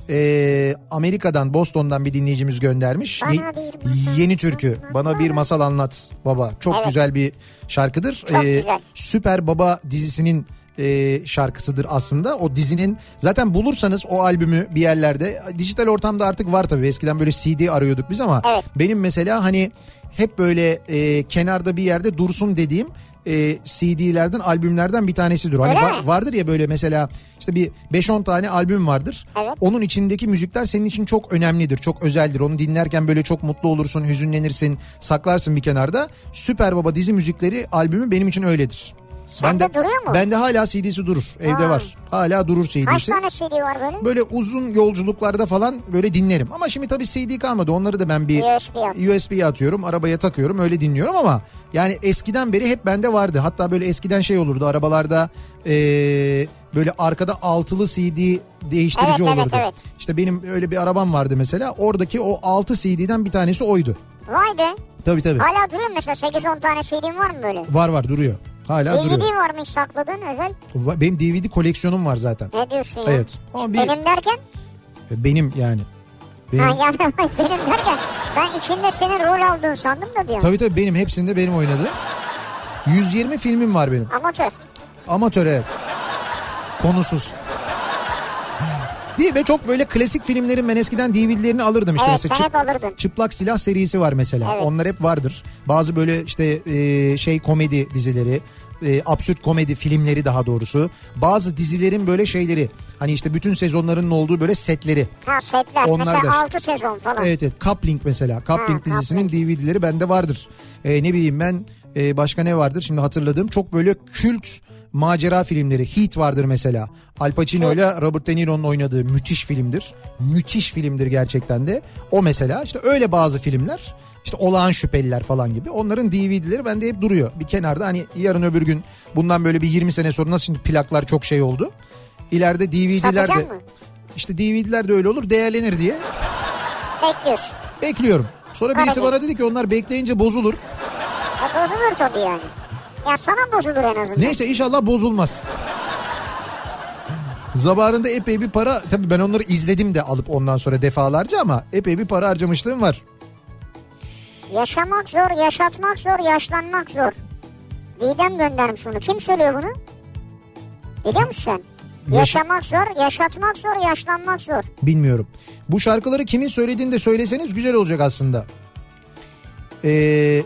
[SPEAKER 2] Ee, Amerika'dan Boston'dan bir dinleyicimiz göndermiş.
[SPEAKER 3] Bana
[SPEAKER 2] Ye-
[SPEAKER 3] bir masal
[SPEAKER 2] yeni türkü.
[SPEAKER 3] anlat
[SPEAKER 2] Bana bir
[SPEAKER 3] bana.
[SPEAKER 2] masal anlat baba. Çok
[SPEAKER 3] Evet.
[SPEAKER 2] güzel bir şarkıdır.
[SPEAKER 3] Çok güzel.
[SPEAKER 2] Süper Baba dizisinin e, şarkısıdır aslında. O dizinin zaten bulursanız o albümü bir yerlerde dijital ortamda artık var tabii. Eskiden böyle CD arıyorduk biz ama
[SPEAKER 3] Evet.
[SPEAKER 2] benim mesela hani hep böyle e, kenarda bir yerde dursun dediğim e, CD'lerden albümlerden bir tanesidir. Hani
[SPEAKER 3] Öyle
[SPEAKER 2] va-
[SPEAKER 3] mi?
[SPEAKER 2] vardır ya böyle mesela işte bir 5-10 tane albüm vardır.
[SPEAKER 3] Evet.
[SPEAKER 2] Onun içindeki müzikler senin için çok önemlidir, çok özeldir. Onu dinlerken böyle çok mutlu olursun, hüzünlenirsin, saklarsın bir kenarda. Süper Baba dizi müzikleri albümü benim için öyledir.
[SPEAKER 3] Sende duruyor mu?
[SPEAKER 2] Bende hala CD'si durur. Evde
[SPEAKER 3] Ha.
[SPEAKER 2] var. Hala durur CD'si.
[SPEAKER 3] Kaç tane CD var böyle?
[SPEAKER 2] Böyle uzun yolculuklarda falan böyle dinlerim. Ama şimdi tabii CD kalmadı. Onları da ben bir
[SPEAKER 3] USB 'ye at.
[SPEAKER 2] USB'ye atıyorum. Arabaya takıyorum. Öyle dinliyorum ama yani eskiden beri hep bende vardı. Hatta böyle eskiden şey olurdu. Arabalarda eee, böyle arkada altılı CD değiştirici
[SPEAKER 3] Evet, evet,
[SPEAKER 2] olurdu.
[SPEAKER 3] evet.
[SPEAKER 2] İşte benim öyle bir arabam vardı mesela. Oradaki o altı CD'den bir tanesi oydu.
[SPEAKER 3] Vay be.
[SPEAKER 2] Tabii tabii.
[SPEAKER 3] Hala duruyor mu mesela 8-10 tane CD'm var mı böyle?
[SPEAKER 2] Var var duruyor. Hala duruyor.
[SPEAKER 3] DVD var mı hiç sakladığın özel?
[SPEAKER 2] Va- Benim DVD koleksiyonum var zaten.
[SPEAKER 3] Ne diyorsun ya?
[SPEAKER 2] Evet. Ama bir,
[SPEAKER 3] Benim derken?
[SPEAKER 2] benim yani. Benim.
[SPEAKER 3] Ha yani benim derken ben içinde senin rol aldığını sandım da bir an.
[SPEAKER 2] Tabii tabii benim hepsinde benim oynadı. 120 filmim var benim.
[SPEAKER 3] Amatör.
[SPEAKER 2] Amatöre. Konusuz. Değil ve çok böyle klasik filmlerin ben eskiden DVD'lerini alırdım işte.
[SPEAKER 3] Evet,
[SPEAKER 2] mesela
[SPEAKER 3] sen
[SPEAKER 2] Çıp-
[SPEAKER 3] hep alırdın.
[SPEAKER 2] Çıplak Silah serisi var mesela.
[SPEAKER 3] Evet.
[SPEAKER 2] Onlar hep vardır. Bazı böyle işte e, şey komedi dizileri, e, absürt komedi filmleri daha doğrusu. Bazı dizilerin böyle şeyleri hani işte bütün sezonlarının olduğu böyle setleri.
[SPEAKER 3] Ha setler.
[SPEAKER 2] Onlar da-
[SPEAKER 3] Mesela 6 sezon falan.
[SPEAKER 2] Evet evet Coupling mesela. Coupling
[SPEAKER 3] Ha,
[SPEAKER 2] dizisinin DVD'leri bende vardır. E, ne bileyim ben e, başka ne vardır şimdi hatırladığım çok böyle kült macera filmleri. Heat vardır mesela. Al Pacino ile Robert De Niro'nun oynadığı müthiş filmdir. Müthiş filmdir gerçekten de. O mesela işte öyle bazı filmler işte olağan şüpheliler falan gibi. Onların DVD'leri bende hep duruyor. Bir kenarda hani yarın öbür gün bundan böyle bir 20 sene sonra nasıl şimdi plaklar çok şey oldu. İleride DVD'ler de
[SPEAKER 3] Satacak mı?
[SPEAKER 2] işte DVD'ler de öyle olur değerlenir diye
[SPEAKER 3] Bekliyorsun.
[SPEAKER 2] Bekliyorum. Sonra birisi
[SPEAKER 3] Arada.
[SPEAKER 2] bana dedi ki onlar bekleyince bozulur.
[SPEAKER 3] Ya bozulur tabii yani. Ya sana bozulur en azından.
[SPEAKER 2] Neyse inşallah bozulmaz. Zabarında epey bir para tabii ben onları izledim de alıp ondan sonra defalarca ama epey bir para harcamışlığım var.
[SPEAKER 3] Yaşamak zor, yaşatmak zor, yaşlanmak zor. Didem göndermiş bunu. Kim söylüyor bunu? Biliyor musun sen?
[SPEAKER 2] Yaşa-
[SPEAKER 3] Yaşamak zor, yaşatmak zor, yaşlanmak zor.
[SPEAKER 2] Bilmiyorum. Bu şarkıları kimin söylediğini de söyleseniz güzel olacak aslında. Ee,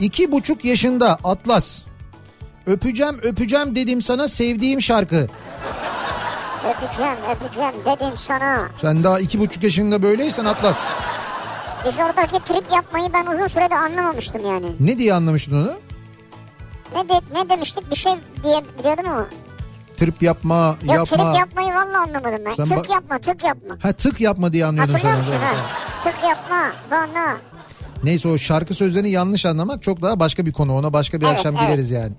[SPEAKER 2] iki buçuk yaşında Atlas. Öpeceğim öpeceğim dedim sana sevdiğim şarkı.
[SPEAKER 3] Öpeceğim, öpeceğim dedim sana.
[SPEAKER 2] Sen daha iki buçuk yaşında böyleysen Atlas.
[SPEAKER 3] Biz oradaki trip yapmayı ben uzun sürede anlamamıştım yani.
[SPEAKER 2] Ne diye anlamıştın onu?
[SPEAKER 3] Ne de, ne demiştik bir şey diye biliyordum ama. Yok
[SPEAKER 2] Trip yapma, yapma.
[SPEAKER 3] trip yapmayı vallahi anlamadım ben.
[SPEAKER 2] Sen
[SPEAKER 3] tık
[SPEAKER 2] ba-
[SPEAKER 3] yapma, tık yapma.
[SPEAKER 2] Ha tık yapma diye anlıyordun
[SPEAKER 3] Hatırlıyor
[SPEAKER 2] sen.
[SPEAKER 3] musun
[SPEAKER 2] Evet,
[SPEAKER 3] ha?
[SPEAKER 2] evet.
[SPEAKER 3] Tık yapma bana.
[SPEAKER 2] Neyse o şarkı sözlerini yanlış anlamak çok daha başka bir konu. Ona başka bir
[SPEAKER 3] Evet,
[SPEAKER 2] akşam
[SPEAKER 3] evet.
[SPEAKER 2] gireriz yani.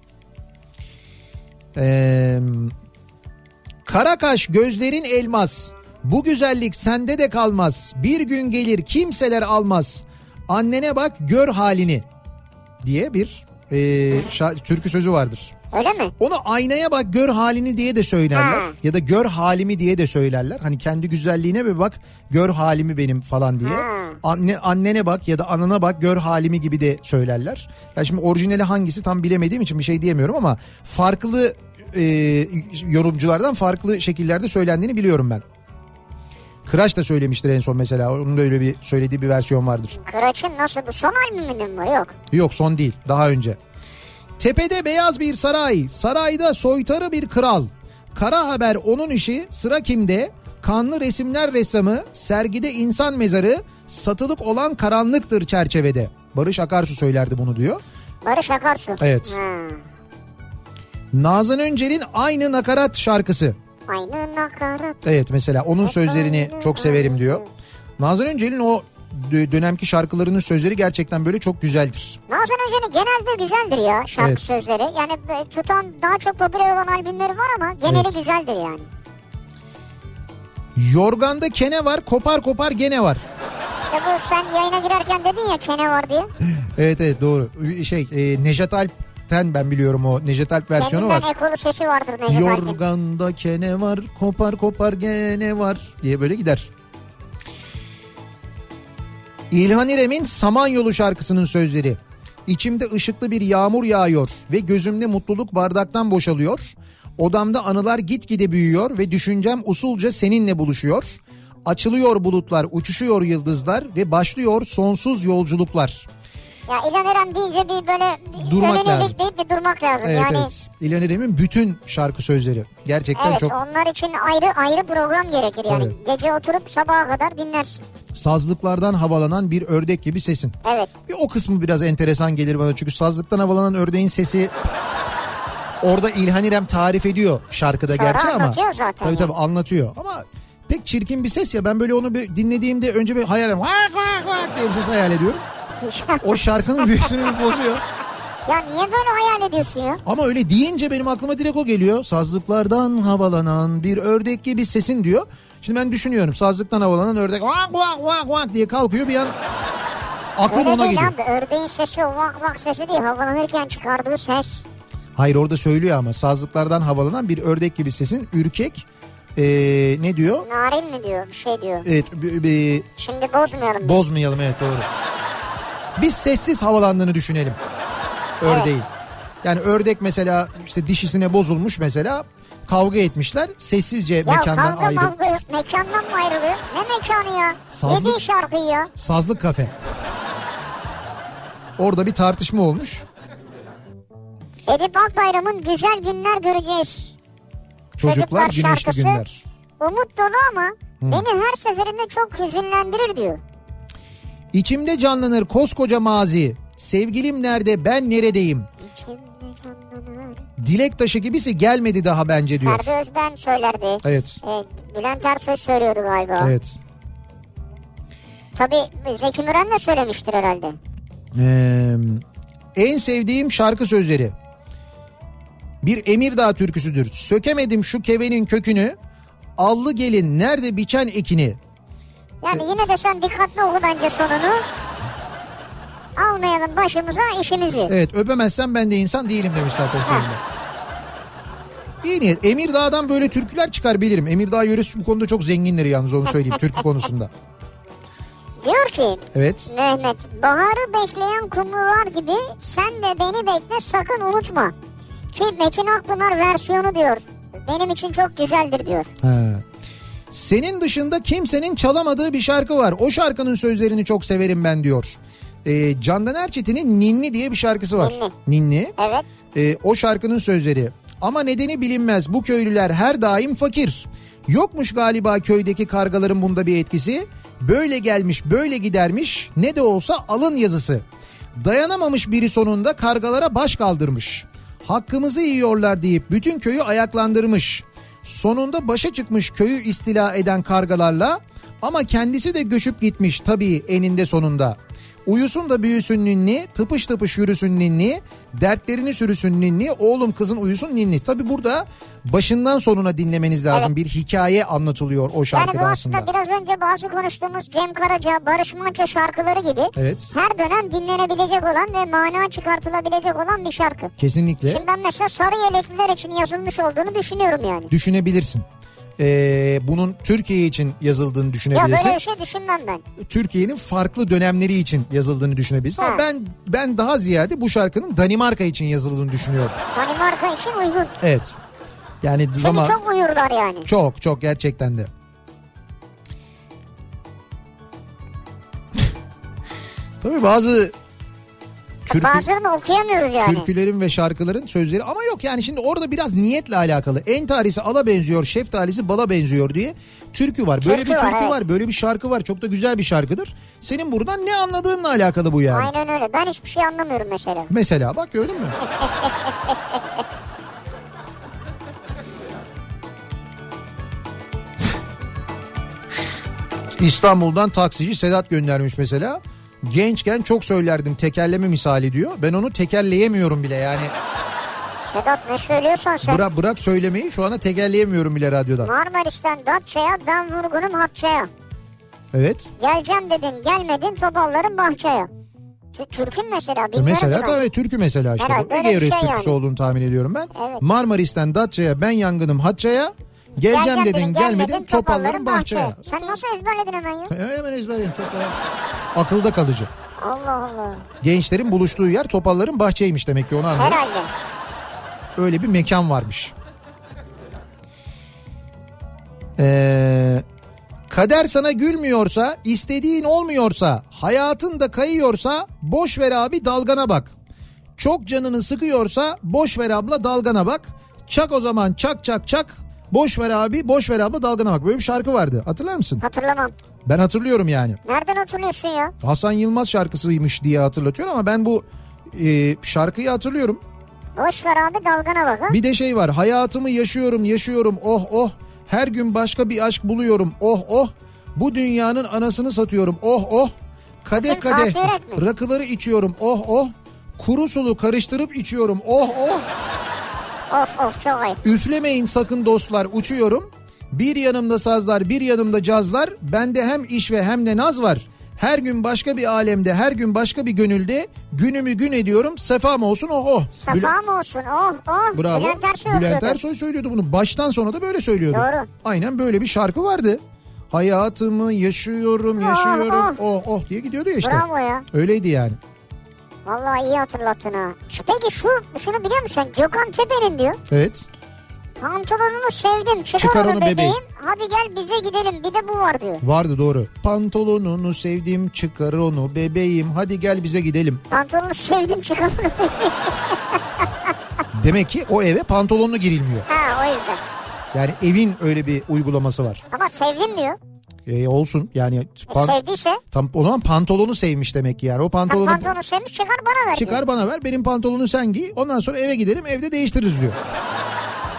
[SPEAKER 2] Ee, Karakaş gözlerin elmas. Bu güzellik sende de kalmaz. Bir gün gelir kimseler almaz. Annene bak gör halini diye bir e, şa- türkü sözü vardır.
[SPEAKER 3] Öyle mi?
[SPEAKER 2] Onu aynaya bak gör halini diye de söylerler.
[SPEAKER 3] Ha.
[SPEAKER 2] Ya da gör halimi diye de söylerler. Hani kendi güzelliğine bir bak gör halimi benim falan diye. Anne Annene bak ya da anana bak gör halimi gibi de söylerler. Ya şimdi orijinali hangisi tam bilemediğim için bir şey diyemiyorum ama farklı e, yorumculardan farklı şekillerde söylendiğini biliyorum ben. Kıraç da söylemiştir en son mesela. Onun da öyle bir söylediği bir versiyon vardır.
[SPEAKER 3] Kıraç'ın nasıl bu son albümünün mü? Yok.
[SPEAKER 2] Yok son değil daha önce. Tepede beyaz bir saray, sarayda soytarı bir kral. Kara haber onun işi, sıra kimde? Kanlı resimler ressamı, sergide insan mezarı, satılık olan karanlıktır çerçevede. Barış Akarsu söylerdi bunu diyor.
[SPEAKER 3] Barış Akarsu.
[SPEAKER 2] Evet.
[SPEAKER 3] Ha.
[SPEAKER 2] Nazan Öncel'in aynı nakarat şarkısı.
[SPEAKER 3] Aynı nakarat.
[SPEAKER 2] Evet mesela onun sözlerini çok severim diyor. Nazan Öncel'in o dö- dönemki şarkılarının sözleri gerçekten böyle çok güzeldir.
[SPEAKER 3] Nazan Hoca'nın genelde güzeldir ya şarkı
[SPEAKER 2] Evet.
[SPEAKER 3] sözleri. Yani böyle tutan daha çok popüler olan albümleri var ama geneli
[SPEAKER 2] Evet.
[SPEAKER 3] güzeldir yani.
[SPEAKER 2] Yorganda kene var, kopar kopar gene var.
[SPEAKER 3] İşte bu sen yayına girerken dedin ya kene var diye.
[SPEAKER 2] Evet evet doğru. Şey e, Nejat Alp'ten ben biliyorum o Nejat Alp versiyonu
[SPEAKER 3] Kendinden
[SPEAKER 2] var.
[SPEAKER 3] ekolu sesi vardır Necdet Alp'in.
[SPEAKER 2] Yorganda kene var kopar kopar gene var diye böyle gider. İlhan İrem'in Samanyolu şarkısının sözleri. İçimde ışıklı bir yağmur yağıyor ve gözümde mutluluk bardaktan boşalıyor. Odamda anılar gitgide büyüyor ve düşüncem usulca seninle buluşuyor. Açılıyor bulutlar, uçuşuyor yıldızlar ve başlıyor sonsuz yolculuklar.
[SPEAKER 3] Ya İlhan Eren deyince bir böyle
[SPEAKER 2] Durmak
[SPEAKER 3] önüne
[SPEAKER 2] lazım.
[SPEAKER 3] eğilip bir durmak lazım.
[SPEAKER 2] Evet
[SPEAKER 3] yani
[SPEAKER 2] evet. İlhan İrem'in bütün şarkı sözleri. Gerçekten
[SPEAKER 3] evet
[SPEAKER 2] çok
[SPEAKER 3] onlar için ayrı ayrı program gerekir yani.
[SPEAKER 2] Evet.
[SPEAKER 3] Gece oturup sabaha kadar dinlersin.
[SPEAKER 2] sazlıklardan havalanan bir ördek gibi sesin.
[SPEAKER 3] Evet.
[SPEAKER 2] Bir o kısmı biraz enteresan gelir bana çünkü sazlıktan havalanan ördeğin sesi orada İlhan İrem tarif ediyor şarkıda
[SPEAKER 3] Sonra
[SPEAKER 2] gerçi ama.
[SPEAKER 3] anlatıyor zaten
[SPEAKER 2] Tabii
[SPEAKER 3] yani.
[SPEAKER 2] tabii anlatıyor ama pek çirkin bir ses ya ben böyle onu bir dinlediğimde önce bir hayal ediyorum. Vak vak vak diye bir ses hayal ediyorum. O şarkının büyüsünü bir bozuyor.
[SPEAKER 3] ya niye böyle hayal ediyorsun ya?
[SPEAKER 2] Ama öyle deyince benim aklıma direkt o geliyor. Sazlıklardan havalanan bir ördek gibi sesin diyor. Şimdi ben düşünüyorum sazlıktan havalanan ördek vak vak vak vak diye kalkıyor bir an aklım
[SPEAKER 3] Öyle
[SPEAKER 2] ona
[SPEAKER 3] değil
[SPEAKER 2] geliyor.
[SPEAKER 3] abi ördeğin sesi o vak vak sesi değil havalanırken çıkardığı ses.
[SPEAKER 2] Hayır orada söylüyor ama sazlıklardan havalanan bir ördek gibi sesin ürkek ee, ne diyor?
[SPEAKER 3] Narin mi diyor bir şey diyor.
[SPEAKER 2] Evet b- b-
[SPEAKER 3] Şimdi bozmayalım. biz.
[SPEAKER 2] bozmayalım evet doğru. Biz sessiz havalandığını düşünelim ördeğin. Yani ördek mesela işte dişisine bozulmuş mesela kavga etmişler sessizce
[SPEAKER 3] ya
[SPEAKER 2] mekandan
[SPEAKER 3] kavga
[SPEAKER 2] ayrı.
[SPEAKER 3] mavga yok. Mekandan mı ayrılıyor? Ne mekanı ya?
[SPEAKER 2] Sazlık-
[SPEAKER 3] Yediği şarkıyı ya.
[SPEAKER 2] Sazlık kafe. Orada bir tartışma olmuş.
[SPEAKER 3] Edip Akbayram'ın Güzel Günler Göreceğiz.
[SPEAKER 2] Çocuklar
[SPEAKER 3] Çocuklar
[SPEAKER 2] güneşli
[SPEAKER 3] şarkısı.
[SPEAKER 2] günler.
[SPEAKER 3] Umut dolu ama beni her seferinde çok hüzünlendirir diyor.
[SPEAKER 2] İçimde canlanır koskoca mazi. Sevgilim nerede ben neredeyim?
[SPEAKER 3] İçimde canlanır.
[SPEAKER 2] Dilek taşı gibisi gelmedi daha bence diyor.
[SPEAKER 3] Ferdi Özben söylerdi.
[SPEAKER 2] Evet.
[SPEAKER 3] E, Bülent Ersoy söylüyordu galiba.
[SPEAKER 2] Evet.
[SPEAKER 3] Tabii Zeki Müren de söylemiştir herhalde.
[SPEAKER 2] Ee, en sevdiğim şarkı sözleri. Bir Emirdağ türküsüdür. Sökemedim şu kevenin kökünü. Allı gelin nerede biçen ekini.
[SPEAKER 3] Yani yine de sen dikkatli oku bence sonunu. Almayalım başımıza işimizi.
[SPEAKER 2] Evet öpemezsen ben de insan değilim demiş zaten filmde. İyi niyet. Emirdağ'dan böyle türküler çıkar bilirim. Emirdağ yöresi bu konuda çok zengindir yalnız onu söyleyeyim türkü konusunda.
[SPEAKER 3] Diyor ki
[SPEAKER 2] Evet.
[SPEAKER 3] Mehmet baharı bekleyen kumrular gibi sen de beni bekle sakın unutma. Ki Metin Akpınar versiyonu diyor. Benim için çok güzeldir diyor.
[SPEAKER 2] Ha. Senin dışında kimsenin çalamadığı bir şarkı var. O şarkının sözlerini çok severim ben diyor. Ee, Candan Erçetin'in Ninni diye bir şarkısı var. Ninni.
[SPEAKER 3] Evet.
[SPEAKER 2] Ee, o şarkının sözleri. Ama nedeni bilinmez. Bu köylüler her daim fakir. Yokmuş galiba köydeki kargaların bunda bir etkisi. Böyle gelmiş böyle gidermiş ne de olsa alın yazısı. Dayanamamış biri sonunda kargalara baş kaldırmış. Hakkımızı yiyorlar deyip bütün köyü ayaklandırmış. Sonunda başa çıkmış köyü istila eden kargalarla ama kendisi de göçüp gitmiş tabii eninde sonunda. Uyusun da büyüsün ninni, tıpış tıpış yürüsün ninni, dertlerini sürüsün ninni, oğlum kızın uyusun ninni. Tabi burada başından sonuna dinlemeniz lazım. Bir hikaye anlatılıyor o
[SPEAKER 3] Yani
[SPEAKER 2] şarkıda
[SPEAKER 3] bu
[SPEAKER 2] aslında.
[SPEAKER 3] aslında biraz önce bazı konuştuğumuz Cem Karaca, Barış Manço şarkıları gibi
[SPEAKER 2] Evet.
[SPEAKER 3] her dönem dinlenebilecek olan ve mana çıkartılabilecek olan bir şarkı.
[SPEAKER 2] Kesinlikle
[SPEAKER 3] Şimdi ben mesela sarı yelekliler için yazılmış olduğunu düşünüyorum yani.
[SPEAKER 2] düşünebilirsin. Ee, bunun Türkiye için yazıldığını
[SPEAKER 3] Ya
[SPEAKER 2] düşünebilirsin.
[SPEAKER 3] böyle bir şey düşünmem ben.
[SPEAKER 2] Türkiye'nin farklı dönemleri için yazıldığını düşünebilirsin. Ama
[SPEAKER 3] Ha.
[SPEAKER 2] ben ben daha ziyade bu şarkının Danimarka için yazıldığını düşünüyorum.
[SPEAKER 3] Danimarka Hani için uygun.
[SPEAKER 2] Evet. Yani
[SPEAKER 3] Şimdi
[SPEAKER 2] zaman
[SPEAKER 3] çok uyurlar yani.
[SPEAKER 2] Çok çok gerçekten de. Tabii bazı türkü,
[SPEAKER 3] Bazılarını okuyamıyoruz yani.
[SPEAKER 2] türkülerin ve şarkıların sözleri ama yok yani şimdi orada biraz niyetle alakalı. Entarisi ala benziyor, şeftalisi bala benziyor diye türkü var. Böyle
[SPEAKER 3] Türkü
[SPEAKER 2] bir
[SPEAKER 3] var,
[SPEAKER 2] türkü
[SPEAKER 3] evet.
[SPEAKER 2] var, böyle bir şarkı var. Çok da güzel bir şarkıdır. Senin buradan ne anladığınla alakalı bu yani.
[SPEAKER 3] Aynen öyle. Ben hiçbir şey anlamıyorum mesela.
[SPEAKER 2] Mesela bak gördün mü? İstanbul'dan taksici Sedat göndermiş mesela. Gençken çok söylerdim tekerleme misali diyor. Ben onu tekerleyemiyorum bile yani.
[SPEAKER 3] Sedat ne söylüyorsan sen.
[SPEAKER 2] Bırak, bırak söylemeyi şu anda tekerleyemiyorum bile radyodan.
[SPEAKER 3] Marmaris'ten Datça'ya ben vurgunum Hatça'ya.
[SPEAKER 2] Evet.
[SPEAKER 3] Geleceğim dedin gelmedin topallarım bahçeye. Tü- Türk'ün mesela bilmiyorum
[SPEAKER 2] E Mesela
[SPEAKER 3] ki ben.
[SPEAKER 2] tabii türkü mesela işte.
[SPEAKER 3] Herhalde
[SPEAKER 2] bu.
[SPEAKER 3] öyle
[SPEAKER 2] Ege
[SPEAKER 3] bir
[SPEAKER 2] Yöresi
[SPEAKER 3] şey
[SPEAKER 2] türküsü
[SPEAKER 3] yani.
[SPEAKER 2] olduğunu tahmin ediyorum ben.
[SPEAKER 3] Evet.
[SPEAKER 2] Marmaris'ten Datça'ya ben yangınım Hatça'ya. Geleceğim, dedin gelmedin topallarım bahçeye.
[SPEAKER 3] Sen nasıl ezberledin hemen ya?
[SPEAKER 2] E, Hemen ezberleyin. Çok da- akılda kalıcı.
[SPEAKER 3] Allah Allah.
[SPEAKER 2] Gençlerin buluştuğu yer topalların bahçeymiş demek ki onu anlıyoruz.
[SPEAKER 3] Herhalde.
[SPEAKER 2] Öyle bir mekan varmış. Ee, kader sana gülmüyorsa, istediğin olmuyorsa, hayatın da kayıyorsa boş ver abi dalgana bak. Çok canını sıkıyorsa boş ver abla dalgana bak. Çak o zaman çak çak çak. Boş ver abi, boş ver abla dalgana bak. Böyle bir şarkı vardı. Hatırlar mısın?
[SPEAKER 3] Hatırlamam.
[SPEAKER 2] Ben hatırlıyorum yani.
[SPEAKER 3] Nereden hatırlıyorsun ya?
[SPEAKER 2] Hasan Yılmaz şarkısıymış diye hatırlatıyor ama ben bu e, şarkıyı hatırlıyorum.
[SPEAKER 3] Boş ver abi dalgana bak ha.
[SPEAKER 2] Bir de şey var hayatımı yaşıyorum yaşıyorum oh oh her gün başka bir aşk buluyorum oh oh bu dünyanın anasını satıyorum oh oh kadeh
[SPEAKER 3] Kim?
[SPEAKER 2] kadeh
[SPEAKER 3] Fatih Yürek mi?
[SPEAKER 2] rakıları içiyorum oh oh kuru sulu karıştırıp içiyorum oh oh
[SPEAKER 3] Of of çok ayıp.
[SPEAKER 2] üflemeyin sakın dostlar uçuyorum bir yanımda sazlar bir yanımda cazlar bende hem iş ve hem de naz var her gün başka bir alemde her gün başka bir gönülde günümü gün ediyorum sefam olsun oh oh
[SPEAKER 3] Safa
[SPEAKER 2] Güle-
[SPEAKER 3] mı olsun? Oh oh.
[SPEAKER 2] Bravo.
[SPEAKER 3] Bülent Ersoy
[SPEAKER 2] Bülent
[SPEAKER 3] okuyordu.
[SPEAKER 2] Ersoy söylüyordu bunu. Baştan sona da böyle söylüyordu.
[SPEAKER 3] Doğru.
[SPEAKER 2] Aynen böyle bir şarkı vardı. Hayatımı yaşıyorum, yaşıyorum.
[SPEAKER 3] oh.
[SPEAKER 2] Oh oh diye gidiyordu ya işte.
[SPEAKER 3] Bravo ya.
[SPEAKER 2] Öyleydi yani.
[SPEAKER 3] Vallahi iyi hatırlattın ha. Şu- Peki şu şunu biliyor musun? sen? Gökhan Tepe'nin diyor.
[SPEAKER 2] Evet.
[SPEAKER 3] Pantolonunu sevdim. Çıkar,
[SPEAKER 2] Çıkar
[SPEAKER 3] onu
[SPEAKER 2] onu bebeğim.
[SPEAKER 3] bebeğim. Hadi gel bize gidelim. Bir de bu var diyor.
[SPEAKER 2] Vardı doğru. Pantolonunu sevdim, çıkar onu bebeğim. Hadi gel bize gidelim.
[SPEAKER 3] Pantolonunu sevdim çıkar onu bebeğim.
[SPEAKER 2] Demek ki o eve pantolonla girilmiyor.
[SPEAKER 3] Ha o yüzden.
[SPEAKER 2] Yani evin öyle bir uygulaması var.
[SPEAKER 3] Ama sevdim diyor.
[SPEAKER 2] E, olsun yani
[SPEAKER 3] E,
[SPEAKER 2] pan-
[SPEAKER 3] sevdiyse
[SPEAKER 2] tam o zaman pantolonu sevmiş demek ki yani. O
[SPEAKER 3] tam
[SPEAKER 2] pantolonu
[SPEAKER 3] pantolonu sevmiş çıkar bana ver. diyor.
[SPEAKER 2] çıkar bana ver benim pantolonu sen giy ondan sonra eve gidelim evde değiştiririz diyor.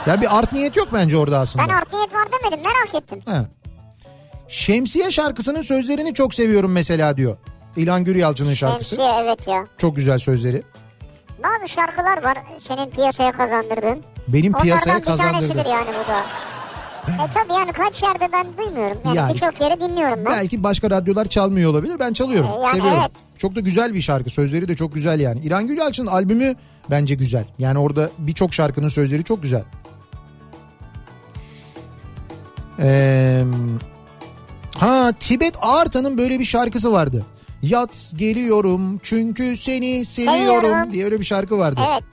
[SPEAKER 2] Yani bir art niyet yok bence orada aslında.
[SPEAKER 3] Ben art niyet var demedim merak ettim.
[SPEAKER 2] Ha. Şemsiye şarkısının sözlerini çok seviyorum mesela diyor. İlhan Güryalçı'nın şarkısı.
[SPEAKER 3] Şemsiye evet ya.
[SPEAKER 2] Çok güzel sözleri.
[SPEAKER 3] Bazı şarkılar var senin piyasaya kazandırdığın.
[SPEAKER 2] Benim piyasaya
[SPEAKER 3] Onlardan bir
[SPEAKER 2] kazandırdı.
[SPEAKER 3] tanesidir yani bu da. E tabii yani kaç yerde ben duymuyorum. Yani,
[SPEAKER 2] Yani.
[SPEAKER 3] birçok yeri dinliyorum ben.
[SPEAKER 2] Belki başka radyolar çalmıyor olabilir. Ben çalıyorum.
[SPEAKER 3] Yani
[SPEAKER 2] Seviyorum.
[SPEAKER 3] evet.
[SPEAKER 2] Çok da güzel bir şarkı. Sözleri de çok güzel yani. İlhan Gülyalçı'nın albümü bence güzel. Yani orada birçok şarkının sözleri çok güzel. Ee, ha Tibet Arta'nın böyle bir şarkısı vardı. Yat geliyorum çünkü seni seviyorum,
[SPEAKER 3] Seviyorum.
[SPEAKER 2] diye öyle bir şarkı vardı.
[SPEAKER 3] Evet.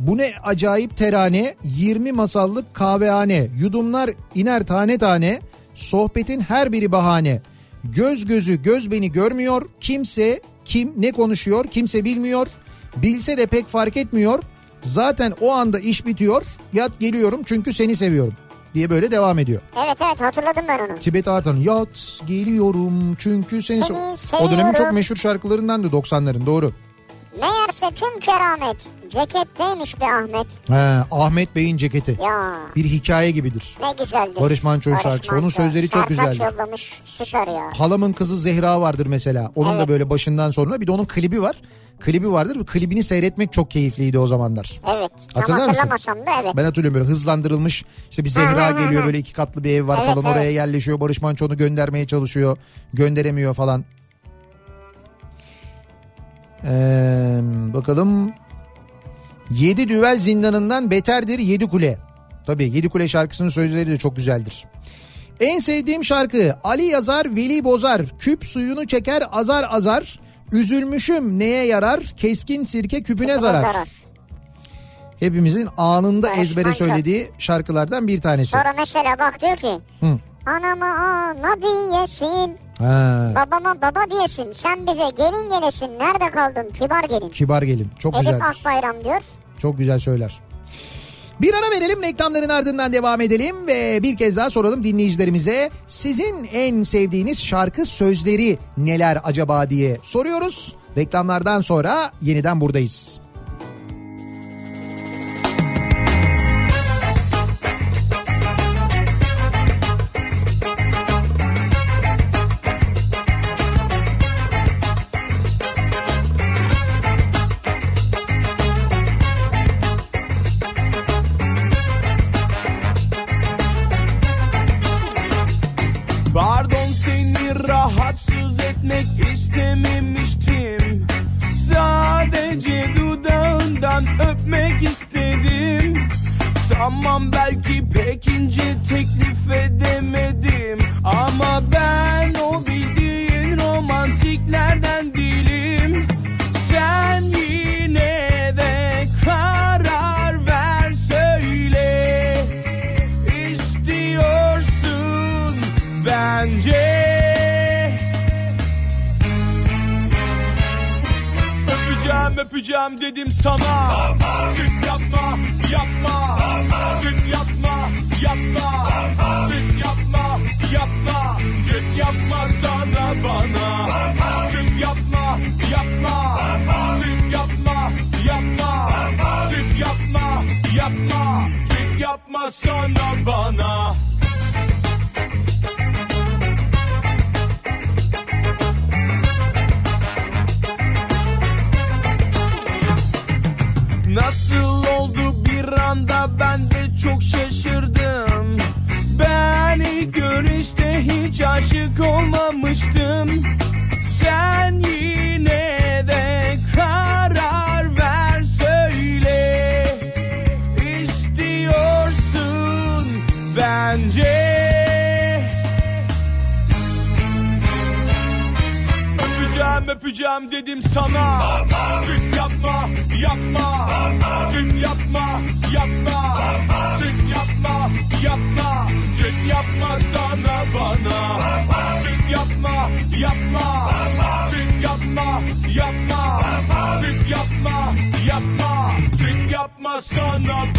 [SPEAKER 2] Bu ne acayip terane, 20 masallık kahvehane, yudumlar iner tane tane, sohbetin her biri bahane. Göz gözü göz beni görmüyor, kimse kim ne konuşuyor kimse bilmiyor, bilse de pek fark etmiyor. Zaten o anda iş bitiyor, yat geliyorum çünkü seni seviyorum diye böyle devam ediyor.
[SPEAKER 3] Evet evet hatırladım ben onu.
[SPEAKER 2] Tibet Artan'ın yat geliyorum çünkü seni,
[SPEAKER 3] Seni
[SPEAKER 2] se- O
[SPEAKER 3] seviyorum.
[SPEAKER 2] dönemin çok meşhur şarkılarından da 90'ların doğru.
[SPEAKER 3] Meğerse tüm keramet ceketteymiş be Ahmet.
[SPEAKER 2] He, Ahmet Bey'in ceketi
[SPEAKER 3] Ya
[SPEAKER 2] bir hikaye gibidir.
[SPEAKER 3] ne güzeldir.
[SPEAKER 2] Barış Manço'nun şarkısı. Onun sözleri çok
[SPEAKER 3] Sertaç
[SPEAKER 2] güzeldir.
[SPEAKER 3] yollamış süper ya.
[SPEAKER 2] Halamın kızı Zehra vardır mesela. Onun da
[SPEAKER 3] Evet.
[SPEAKER 2] böyle başından sonuna bir de onun klibi var. Klibi vardır. Bu Klibini seyretmek çok keyifliydi o zamanlar.
[SPEAKER 3] Evet.
[SPEAKER 2] Hatırlar
[SPEAKER 3] Ama
[SPEAKER 2] mısın?
[SPEAKER 3] hatırlamasam da evet.
[SPEAKER 2] Ben hatırlıyorum böyle hızlandırılmış işte bir Zehra
[SPEAKER 3] Ha, ha, ha,
[SPEAKER 2] geliyor
[SPEAKER 3] ha.
[SPEAKER 2] böyle iki katlı bir ev var
[SPEAKER 3] Evet,
[SPEAKER 2] falan oraya
[SPEAKER 3] evet.
[SPEAKER 2] yerleşiyor. Barış Manço onu göndermeye çalışıyor. Gönderemiyor falan. Ee, bakalım. Yedi düvel zindanından beterdir yedi kule. Tabii yedi kule şarkısının sözleri de çok güzeldir. En sevdiğim şarkı Ali yazar Veli bozar. Küp suyunu çeker azar azar. Üzülmüşüm neye yarar? Keskin sirke küpüne zarar.
[SPEAKER 3] zarar.
[SPEAKER 2] Hepimizin anında
[SPEAKER 3] Barış
[SPEAKER 2] ezbere
[SPEAKER 3] Manço.
[SPEAKER 2] söylediği şarkılardan bir tanesi.
[SPEAKER 3] Sonra mesela bak diyor ki
[SPEAKER 2] Hı.
[SPEAKER 3] anama ana diyesin
[SPEAKER 2] Ha,
[SPEAKER 3] babama baba diyesin sen bize gelin gelesin nerede kaldın kibar gelin.
[SPEAKER 2] kibar gelin. Çok
[SPEAKER 3] Elif
[SPEAKER 2] güzeldir.
[SPEAKER 3] Akbayram diyor.
[SPEAKER 2] Çok güzel söyler. Bir ara verelim reklamların ardından devam edelim ve bir kez daha soralım dinleyicilerimize sizin en sevdiğiniz şarkı sözleri neler acaba diye soruyoruz. Reklamlardan sonra yeniden buradayız.
[SPEAKER 1] Pardon seni rahatsız etmek istememiştim Sadece dudağından öpmek istedim Tamam belki pek ince teklif edemedim Ama ben o bildiğin romantiklerden değilim Sen yine de karar ver söyle istiyorsun bence Öpeceğim öpeceğim dedim sana Süt yapma yapma Süt yapma yapma Süt yapma yapma Süt yapma sana bana Süt yapma yapma Süt yapma yapma Süt yapma yapma Süt yapma sana bana Nasıl oldu bir anda ben de çok şaşırdım Ben ilk görüşte hiç aşık olmamıştım Sen yine de karar ver söyle İstiyorsun bence Öpeceğim öpeceğim dedim sana Süt yapma yapma Süt yapma yapma Süt yapma yapma Süt yapma sana bana Süt yapma yapma Süt yapma yapma Süt yapma yapma Süt yapma sana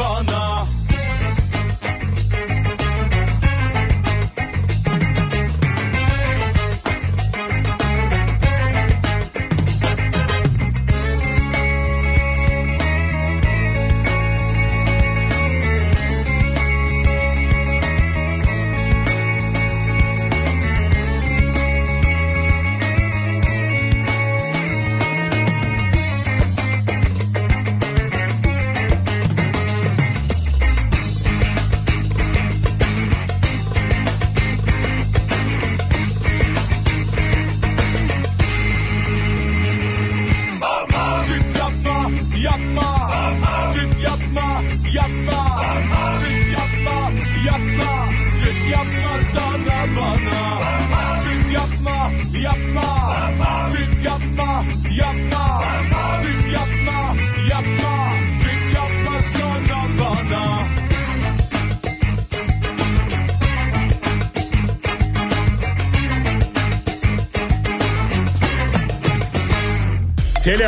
[SPEAKER 5] yapma Tüp yapma yapma Tüp yapma yapma Tüp yapma sana bana
[SPEAKER 6] Tele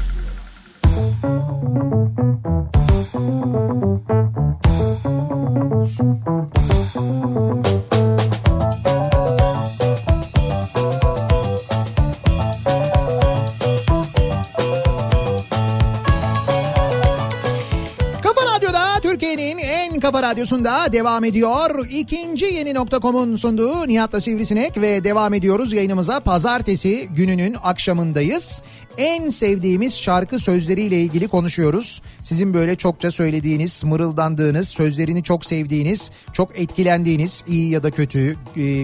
[SPEAKER 2] Kafa Radyo'da Türkiye'nin en kafa radyosunda devam ediyor. İkinci yeni nokta.com'un sunduğu Nihat'la Sivrisinek ve devam ediyoruz yayınımıza. Pazartesi gününün akşamındayız. En sevdiğimiz şarkı sözleriyle ilgili konuşuyoruz. Sizin böyle çokça söylediğiniz, mırıldandığınız, sözlerini çok sevdiğiniz, çok etkilendiğiniz, iyi ya da kötü, e,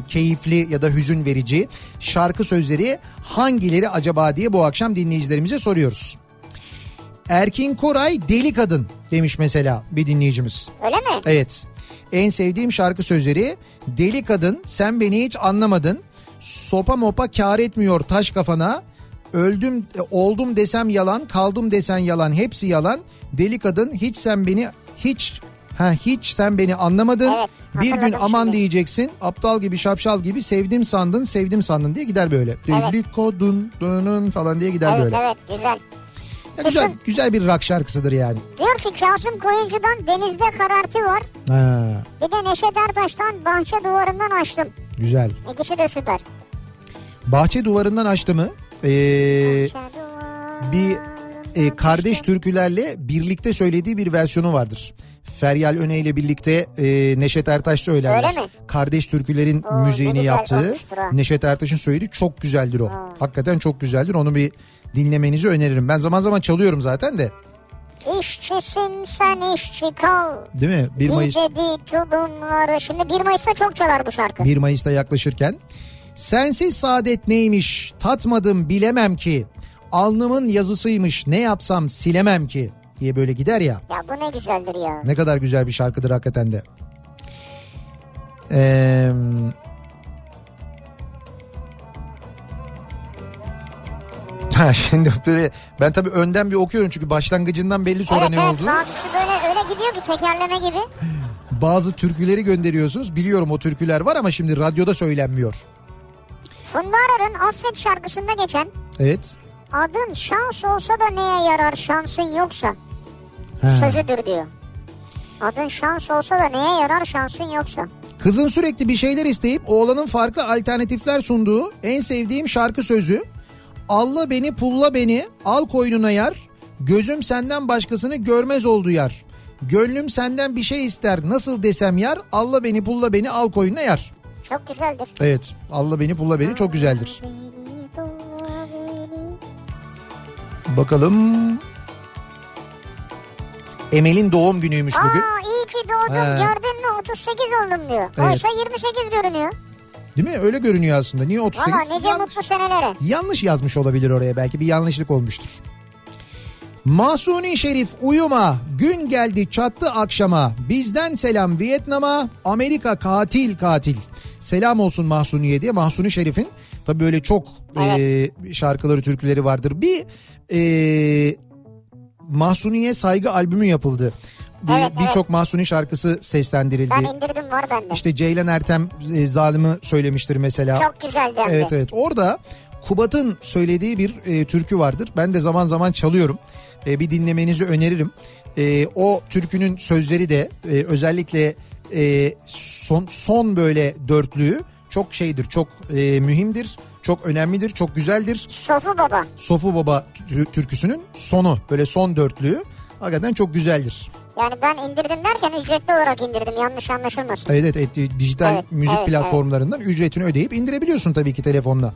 [SPEAKER 2] keyifli ya da hüzün verici şarkı sözleri hangileri acaba diye bu akşam dinleyicilerimize soruyoruz. Erkin Koray Deli Kadın demiş mesela bir dinleyicimiz.
[SPEAKER 3] Öyle mi?
[SPEAKER 2] Evet. En sevdiğim şarkı sözleri Deli Kadın sen beni hiç anlamadın. Sopa mopa kar etmiyor taş kafana. Öldüm e, oldum desem yalan kaldım desen yalan hepsi yalan. Deli Kadın hiç sen beni hiç ha hiç sen beni anlamadın.
[SPEAKER 3] Evet,
[SPEAKER 2] bir gün
[SPEAKER 3] hatırladım
[SPEAKER 2] aman
[SPEAKER 3] şimdi.
[SPEAKER 2] diyeceksin aptal gibi şapşal gibi sevdim sandın sevdim sandın diye gider böyle.
[SPEAKER 3] Evet.
[SPEAKER 2] Deli Kadın dının falan diye gider
[SPEAKER 3] Evet
[SPEAKER 2] böyle.
[SPEAKER 3] evet güzel.
[SPEAKER 2] Ya güzel,
[SPEAKER 3] Kızım.
[SPEAKER 2] güzel bir rock şarkısıdır yani.
[SPEAKER 3] Diyor ki Kasım Koyuncu'dan denizde karartı var.
[SPEAKER 2] Ha,
[SPEAKER 3] Bir de Neşet Ertaş'tan bahçe duvarından açtım.
[SPEAKER 2] güzel.
[SPEAKER 3] İkisi de süper.
[SPEAKER 2] Bahçe duvarından açtı mı? Ee,
[SPEAKER 3] Bahçe duvarından
[SPEAKER 2] bir e, kardeş
[SPEAKER 3] açtım.
[SPEAKER 2] türkülerle birlikte söylediği bir versiyonu vardır. Feryal Öne ile birlikte e, Neşet Ertaş söylerler.
[SPEAKER 3] Öyle mi?
[SPEAKER 2] Kardeş türkülerin
[SPEAKER 3] Oo, ne
[SPEAKER 2] müziğini
[SPEAKER 3] güzel
[SPEAKER 2] yaptığı
[SPEAKER 3] olmuştur ha.
[SPEAKER 2] Neşet Ertaş'ın söylediği çok güzeldir o. Hakikaten çok güzeldir. Onu bir dinlemenizi öneririm. Ben zaman zaman çalıyorum zaten de.
[SPEAKER 3] İşçisin sen işçi kal.
[SPEAKER 2] Değil mi? 1 Mayıs
[SPEAKER 3] Gecedi tulumları. Şimdi 1 Mayıs'ta çok çalar bu şarkı.
[SPEAKER 2] 1 Mayıs'ta yaklaşırken. Sensiz saadet neymiş tatmadım bilemem ki. Alnımın yazısıymış ne yapsam silemem ki diye böyle gider ya.
[SPEAKER 3] Ya bu ne güzeldir ya.
[SPEAKER 2] Ne kadar güzel bir şarkıdır hakikaten de. Ee, Ha şimdi böyle ben tabii önden bir okuyorum çünkü başlangıcından belli sonra
[SPEAKER 3] evet
[SPEAKER 2] ne
[SPEAKER 3] evet
[SPEAKER 2] oldu.
[SPEAKER 3] bazısı böyle öyle gidiyor ki tekerleme gibi.
[SPEAKER 2] Bazı türküleri gönderiyorsunuz. Biliyorum o türküler var ama şimdi radyoda söylenmiyor.
[SPEAKER 3] Funda Arar'ın Affet şarkısında geçen
[SPEAKER 2] Evet.
[SPEAKER 3] adın şans olsa da neye yarar şansın yoksa
[SPEAKER 2] Ha.
[SPEAKER 3] sözüdür diyor. Adın şans olsa da neye yarar şansın yoksa.
[SPEAKER 2] Kızın sürekli bir şeyler isteyip oğlanın farklı alternatifler sunduğu en sevdiğim şarkı sözü. Alla beni pulla beni al koynuna yar. Gözüm senden başkasını görmez oldu yar. Gönlüm senden bir şey ister nasıl desem yar. Alla beni pulla beni al koynuna yar.
[SPEAKER 3] Çok güzeldir.
[SPEAKER 2] Evet alla beni pulla beni çok güzeldir. Bakalım. Emel'in doğum günüymüş bugün.
[SPEAKER 3] Aa iyi ki doğdum
[SPEAKER 2] He.
[SPEAKER 3] gördün mü 38 oldum diyor.
[SPEAKER 2] Evet.
[SPEAKER 3] Oysa 28 görünüyor.
[SPEAKER 2] Değil mi? Öyle görünüyor aslında. Niye
[SPEAKER 3] Valla
[SPEAKER 2] 38?
[SPEAKER 3] nice mutlu senelere.
[SPEAKER 2] Yanlış yazmış olabilir oraya belki bir yanlışlık olmuştur. Masuni Şerif uyuma gün geldi çattı akşama bizden selam Vietnam'a Amerika katil katil selam olsun Mahsuni'ye diye Mahsuni Şerif'in tabii böyle çok e, şarkıları türküleri vardır bir e, Mahsuni'ye saygı albümü yapıldı Bir-
[SPEAKER 3] Evet,
[SPEAKER 2] birçok Mahsuni şarkısı seslendirildi
[SPEAKER 3] Ben indirdim var bende.
[SPEAKER 2] İşte Ceylan Ertem e, zalimi söylemiştir mesela
[SPEAKER 3] Çok güzeldi hem de.
[SPEAKER 2] Evet evet orada Kubat'ın söylediği bir e, türkü vardır. Ben de zaman zaman çalıyorum. E, bir dinlemenizi öneririm. E, o türkünün sözleri de e, özellikle e, son son böyle dörtlüğü çok şeydir, çok e, mühimdir, çok önemlidir, çok güzeldir.
[SPEAKER 3] Sofu baba.
[SPEAKER 2] Sofu Baba tü- türküsünün sonu böyle son dörtlüğü hakikaten çok güzeldir.
[SPEAKER 3] Yani ben indirdim derken ücretli olarak indirdim yanlış anlaşılmasın.
[SPEAKER 2] Evet, evet e, dijital
[SPEAKER 3] Evet,
[SPEAKER 2] müzik
[SPEAKER 3] evet,
[SPEAKER 2] platformlarından ücretini ödeyip indirebiliyorsun tabii ki telefonla.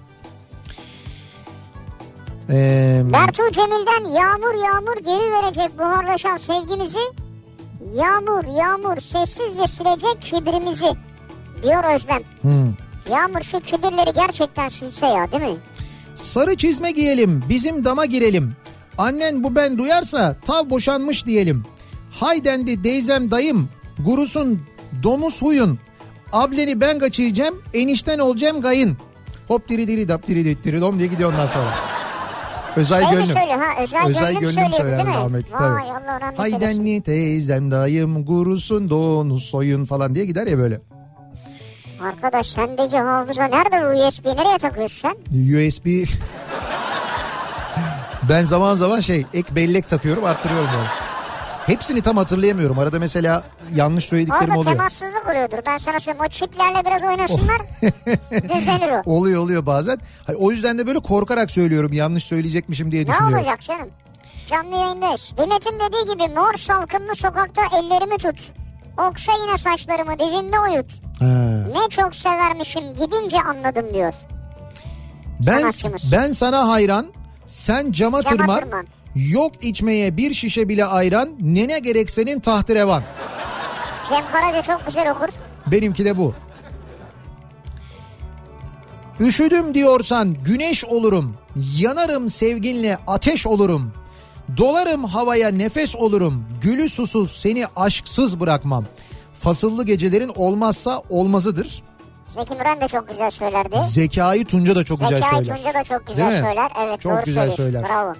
[SPEAKER 2] Ee,
[SPEAKER 3] Bertu Cemil'den yağmur yağmur geri verecek buharlaşan sevgimizi yağmur yağmur sessizce silecek kibrimizi diyor Özlem.
[SPEAKER 2] hmm.
[SPEAKER 3] Yağmur şu kibirleri gerçekten silse ya değil mi?
[SPEAKER 2] Sarı çizme giyelim, bizim dama girelim. Annen bu ben duyarsa tav boşanmış diyelim. Hay dendi deyzem dayım, gurusun domuz huyun. Ableni ben kaçıracağım. Enişten olacağım gayın. Hop diri diri dap diri diri diri dom diye gidiyor ondan sonra. Özay
[SPEAKER 3] Şey mi
[SPEAKER 2] Gönlüm.
[SPEAKER 3] söylüyor ha? Özay,
[SPEAKER 2] Özay
[SPEAKER 3] Gönlüm,
[SPEAKER 2] Gönlüm
[SPEAKER 3] söylüyordu
[SPEAKER 2] söyler
[SPEAKER 3] değil mi?
[SPEAKER 2] rahmetli,
[SPEAKER 3] Vay
[SPEAKER 2] tabii.
[SPEAKER 3] Allah rahmet
[SPEAKER 2] Haydi
[SPEAKER 3] eylesin.
[SPEAKER 2] anne teyzem dayım gurusun donu soyun falan diye gider ya böyle.
[SPEAKER 3] Arkadaş sendeki hafıza nerede bu USB nereye takıyorsun sen?
[SPEAKER 2] USB ben zaman zaman şey ek bellek takıyorum arttırıyorum yani. Hepsini tam hatırlayamıyorum. Arada mesela yanlış söylediklerim
[SPEAKER 3] Orada
[SPEAKER 2] oluyor.
[SPEAKER 3] temassızlık oluyordur. Ben sana söyleyeyim o çiplerle biraz oynasınlar düzelir o.
[SPEAKER 2] Oluyor oluyor bazen. Hayır, O yüzden de böyle korkarak söylüyorum yanlış söyleyecekmişim diye
[SPEAKER 3] Ne
[SPEAKER 2] düşünüyorum.
[SPEAKER 3] olacak canım? Canlı yayındayız. Demet'in dediği gibi mor salkımlı sokakta ellerimi tut. Okşa yine saçlarımı dizinde uyut.
[SPEAKER 2] He.
[SPEAKER 3] Ne çok severmişim gidince anladım diyor.
[SPEAKER 2] Ben,
[SPEAKER 3] Sanatçımız.
[SPEAKER 2] ben sana hayran, sen cama,
[SPEAKER 3] Cama
[SPEAKER 2] tırman,
[SPEAKER 3] tırman.
[SPEAKER 2] yok içmeye bir şişe bile ayran, nene gerek senin tahterevan.
[SPEAKER 3] Cem Karaca çok güzel okur.
[SPEAKER 2] Benimki de bu. Üşüdüm diyorsan güneş olurum. Yanarım sevginle ateş olurum. Dolarım havaya nefes olurum. Gülü susuz seni aşksız bırakmam. Fasıllı gecelerin olmazsa olmazıdır.
[SPEAKER 3] Zeki Müren de çok güzel söylerdi.
[SPEAKER 2] Zekayı Tunca da çok güzel
[SPEAKER 3] Zekai
[SPEAKER 2] söyler.
[SPEAKER 3] Tunca da çok güzel
[SPEAKER 2] Değil mi?
[SPEAKER 3] söyler. Evet
[SPEAKER 2] Çok
[SPEAKER 3] doğru
[SPEAKER 2] güzel
[SPEAKER 3] söylüyorsun.
[SPEAKER 2] söyler.
[SPEAKER 3] Bravo.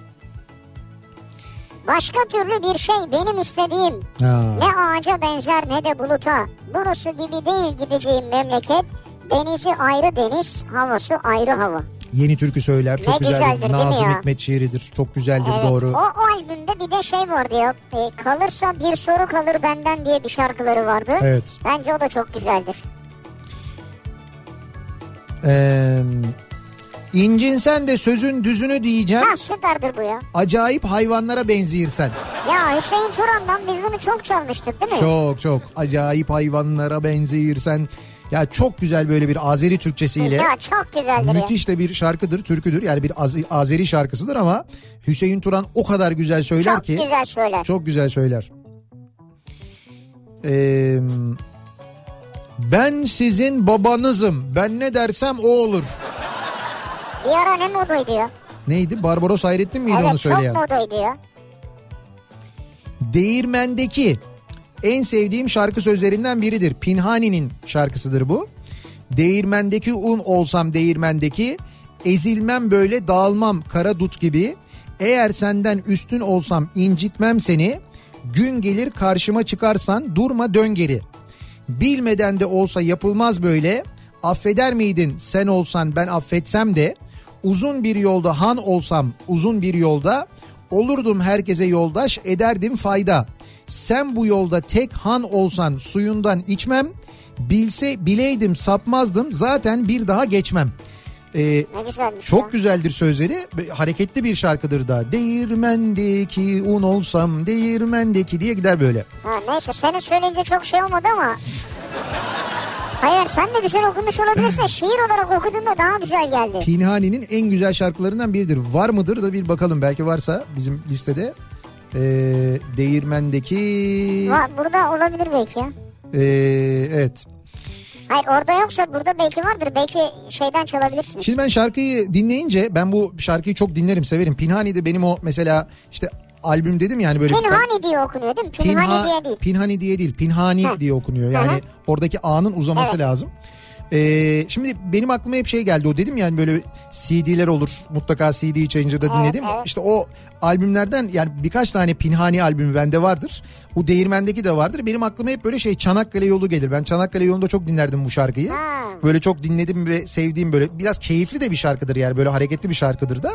[SPEAKER 3] Başka türlü bir şey benim istediğim.
[SPEAKER 2] Ha.
[SPEAKER 3] Ne ağaca benzer ne de buluta. Burası gibi değil gideceğim memleket. Denizi ayrı deniz, havası ayrı hava.
[SPEAKER 2] Yeni türkü söyler çok
[SPEAKER 3] Ne güzeldir,
[SPEAKER 2] güzeldir.
[SPEAKER 3] değil mi
[SPEAKER 2] Nazım
[SPEAKER 3] ya?
[SPEAKER 2] Hikmet şiiridir. Çok güzeldir
[SPEAKER 3] Evet,
[SPEAKER 2] doğru.
[SPEAKER 3] O, o albümde bir de şey vardı ya. e, kalırsa bir soru kalır benden diye bir şarkıları vardı.
[SPEAKER 2] Evet.
[SPEAKER 3] Bence o da çok güzeldir.
[SPEAKER 2] Ee, incinsen de sözün düzünü diyeceğim.
[SPEAKER 3] Ha süperdir bu ya.
[SPEAKER 2] Acayip hayvanlara benziyirsen.
[SPEAKER 3] Ya Hüseyin Turan'dan biz bunu çok çalmıştık değil mi?
[SPEAKER 2] Çok çok acayip hayvanlara benziyirsen. Ya çok güzel böyle bir Azeri Türkçesiyle.
[SPEAKER 3] Ya çok güzeldir ya.
[SPEAKER 2] Müthiş de bir şarkıdır, türküdür. Yani bir Az- Azeri şarkısıdır ama Hüseyin Turan o kadar güzel söyler
[SPEAKER 3] Çok
[SPEAKER 2] ki.
[SPEAKER 3] güzel söyler.
[SPEAKER 2] Çok güzel söyler. Ee, ben sizin babanızım. Ben ne dersem o olur.
[SPEAKER 3] Bir ara ne modaydı ya?
[SPEAKER 2] Neydi? Barbaros Hayrettin miydi onu
[SPEAKER 3] Evet çok
[SPEAKER 2] söyleyen?
[SPEAKER 3] modaydı ya.
[SPEAKER 2] Değirmendeki en sevdiğim şarkı sözlerinden biridir. Pinhani'nin şarkısıdır bu. Değirmendeki un olsam değirmendeki ezilmem böyle dağılmam kara dut gibi. Eğer senden üstün olsam incitmem seni. Gün gelir karşıma çıkarsan durma dön geri. Bilmeden de olsa yapılmaz böyle. Affeder miydin sen olsan ben affetsem de. Uzun bir yolda han olsam uzun bir yolda. Olurdum herkese yoldaş ederdim fayda. Sen bu yolda tek han olsan suyundan içmem. Bilse bileydim sapmazdım zaten bir daha geçmem. Ee,
[SPEAKER 3] Ne güzelmiş ya.
[SPEAKER 2] çok güzeldir sözleri. ve Hareketli bir şarkıdır da. Değirmendeki un olsam değirmendeki diye gider böyle.
[SPEAKER 3] Ha, neyse senin söyleyince çok şey olmadı ama. Hayır sen de güzel okumuş olabilirsin. de Şiir olarak okuduğunda daha güzel geldi.
[SPEAKER 2] Pinhani'nin en güzel şarkılarından biridir. Var mıdır da bir bakalım. Belki varsa bizim listede. Ee, değirmendeki...
[SPEAKER 3] Va, burada olabilir belki ya.
[SPEAKER 2] Ee, evet.
[SPEAKER 3] Hayır orada yoksa burada belki vardır. Belki şeyden çalabilirsiniz.
[SPEAKER 2] Şimdi ben şarkıyı dinleyince ben bu şarkıyı çok dinlerim severim. Pinhani de benim o mesela işte albüm dedim yani böyle.
[SPEAKER 3] Pinhani diye okunuyor değil mi? Pinhani
[SPEAKER 2] Pinha-
[SPEAKER 3] diye değil.
[SPEAKER 2] Pinhani diye değil. Pinhani
[SPEAKER 3] Heh.
[SPEAKER 2] diye okunuyor. Yani
[SPEAKER 3] Hı hı.
[SPEAKER 2] oradaki A'nın uzaması
[SPEAKER 3] Evet.
[SPEAKER 2] lazım. Ee, şimdi benim aklıma hep şey geldi o dedim yani böyle CD'ler olur mutlaka CD Changer'da
[SPEAKER 3] Evet,
[SPEAKER 2] dinledim.
[SPEAKER 3] evet.
[SPEAKER 2] İşte o albümlerden yani birkaç tane Pinhani albümü bende vardır. O Değirmen'deki de vardır. Benim aklıma hep böyle şey Çanakkale yolu gelir. Ben Çanakkale yolunda çok dinlerdim bu şarkıyı.
[SPEAKER 3] Ha.
[SPEAKER 2] Böyle çok dinledim ve sevdiğim böyle biraz keyifli de bir şarkıdır yani böyle hareketli bir şarkıdır da.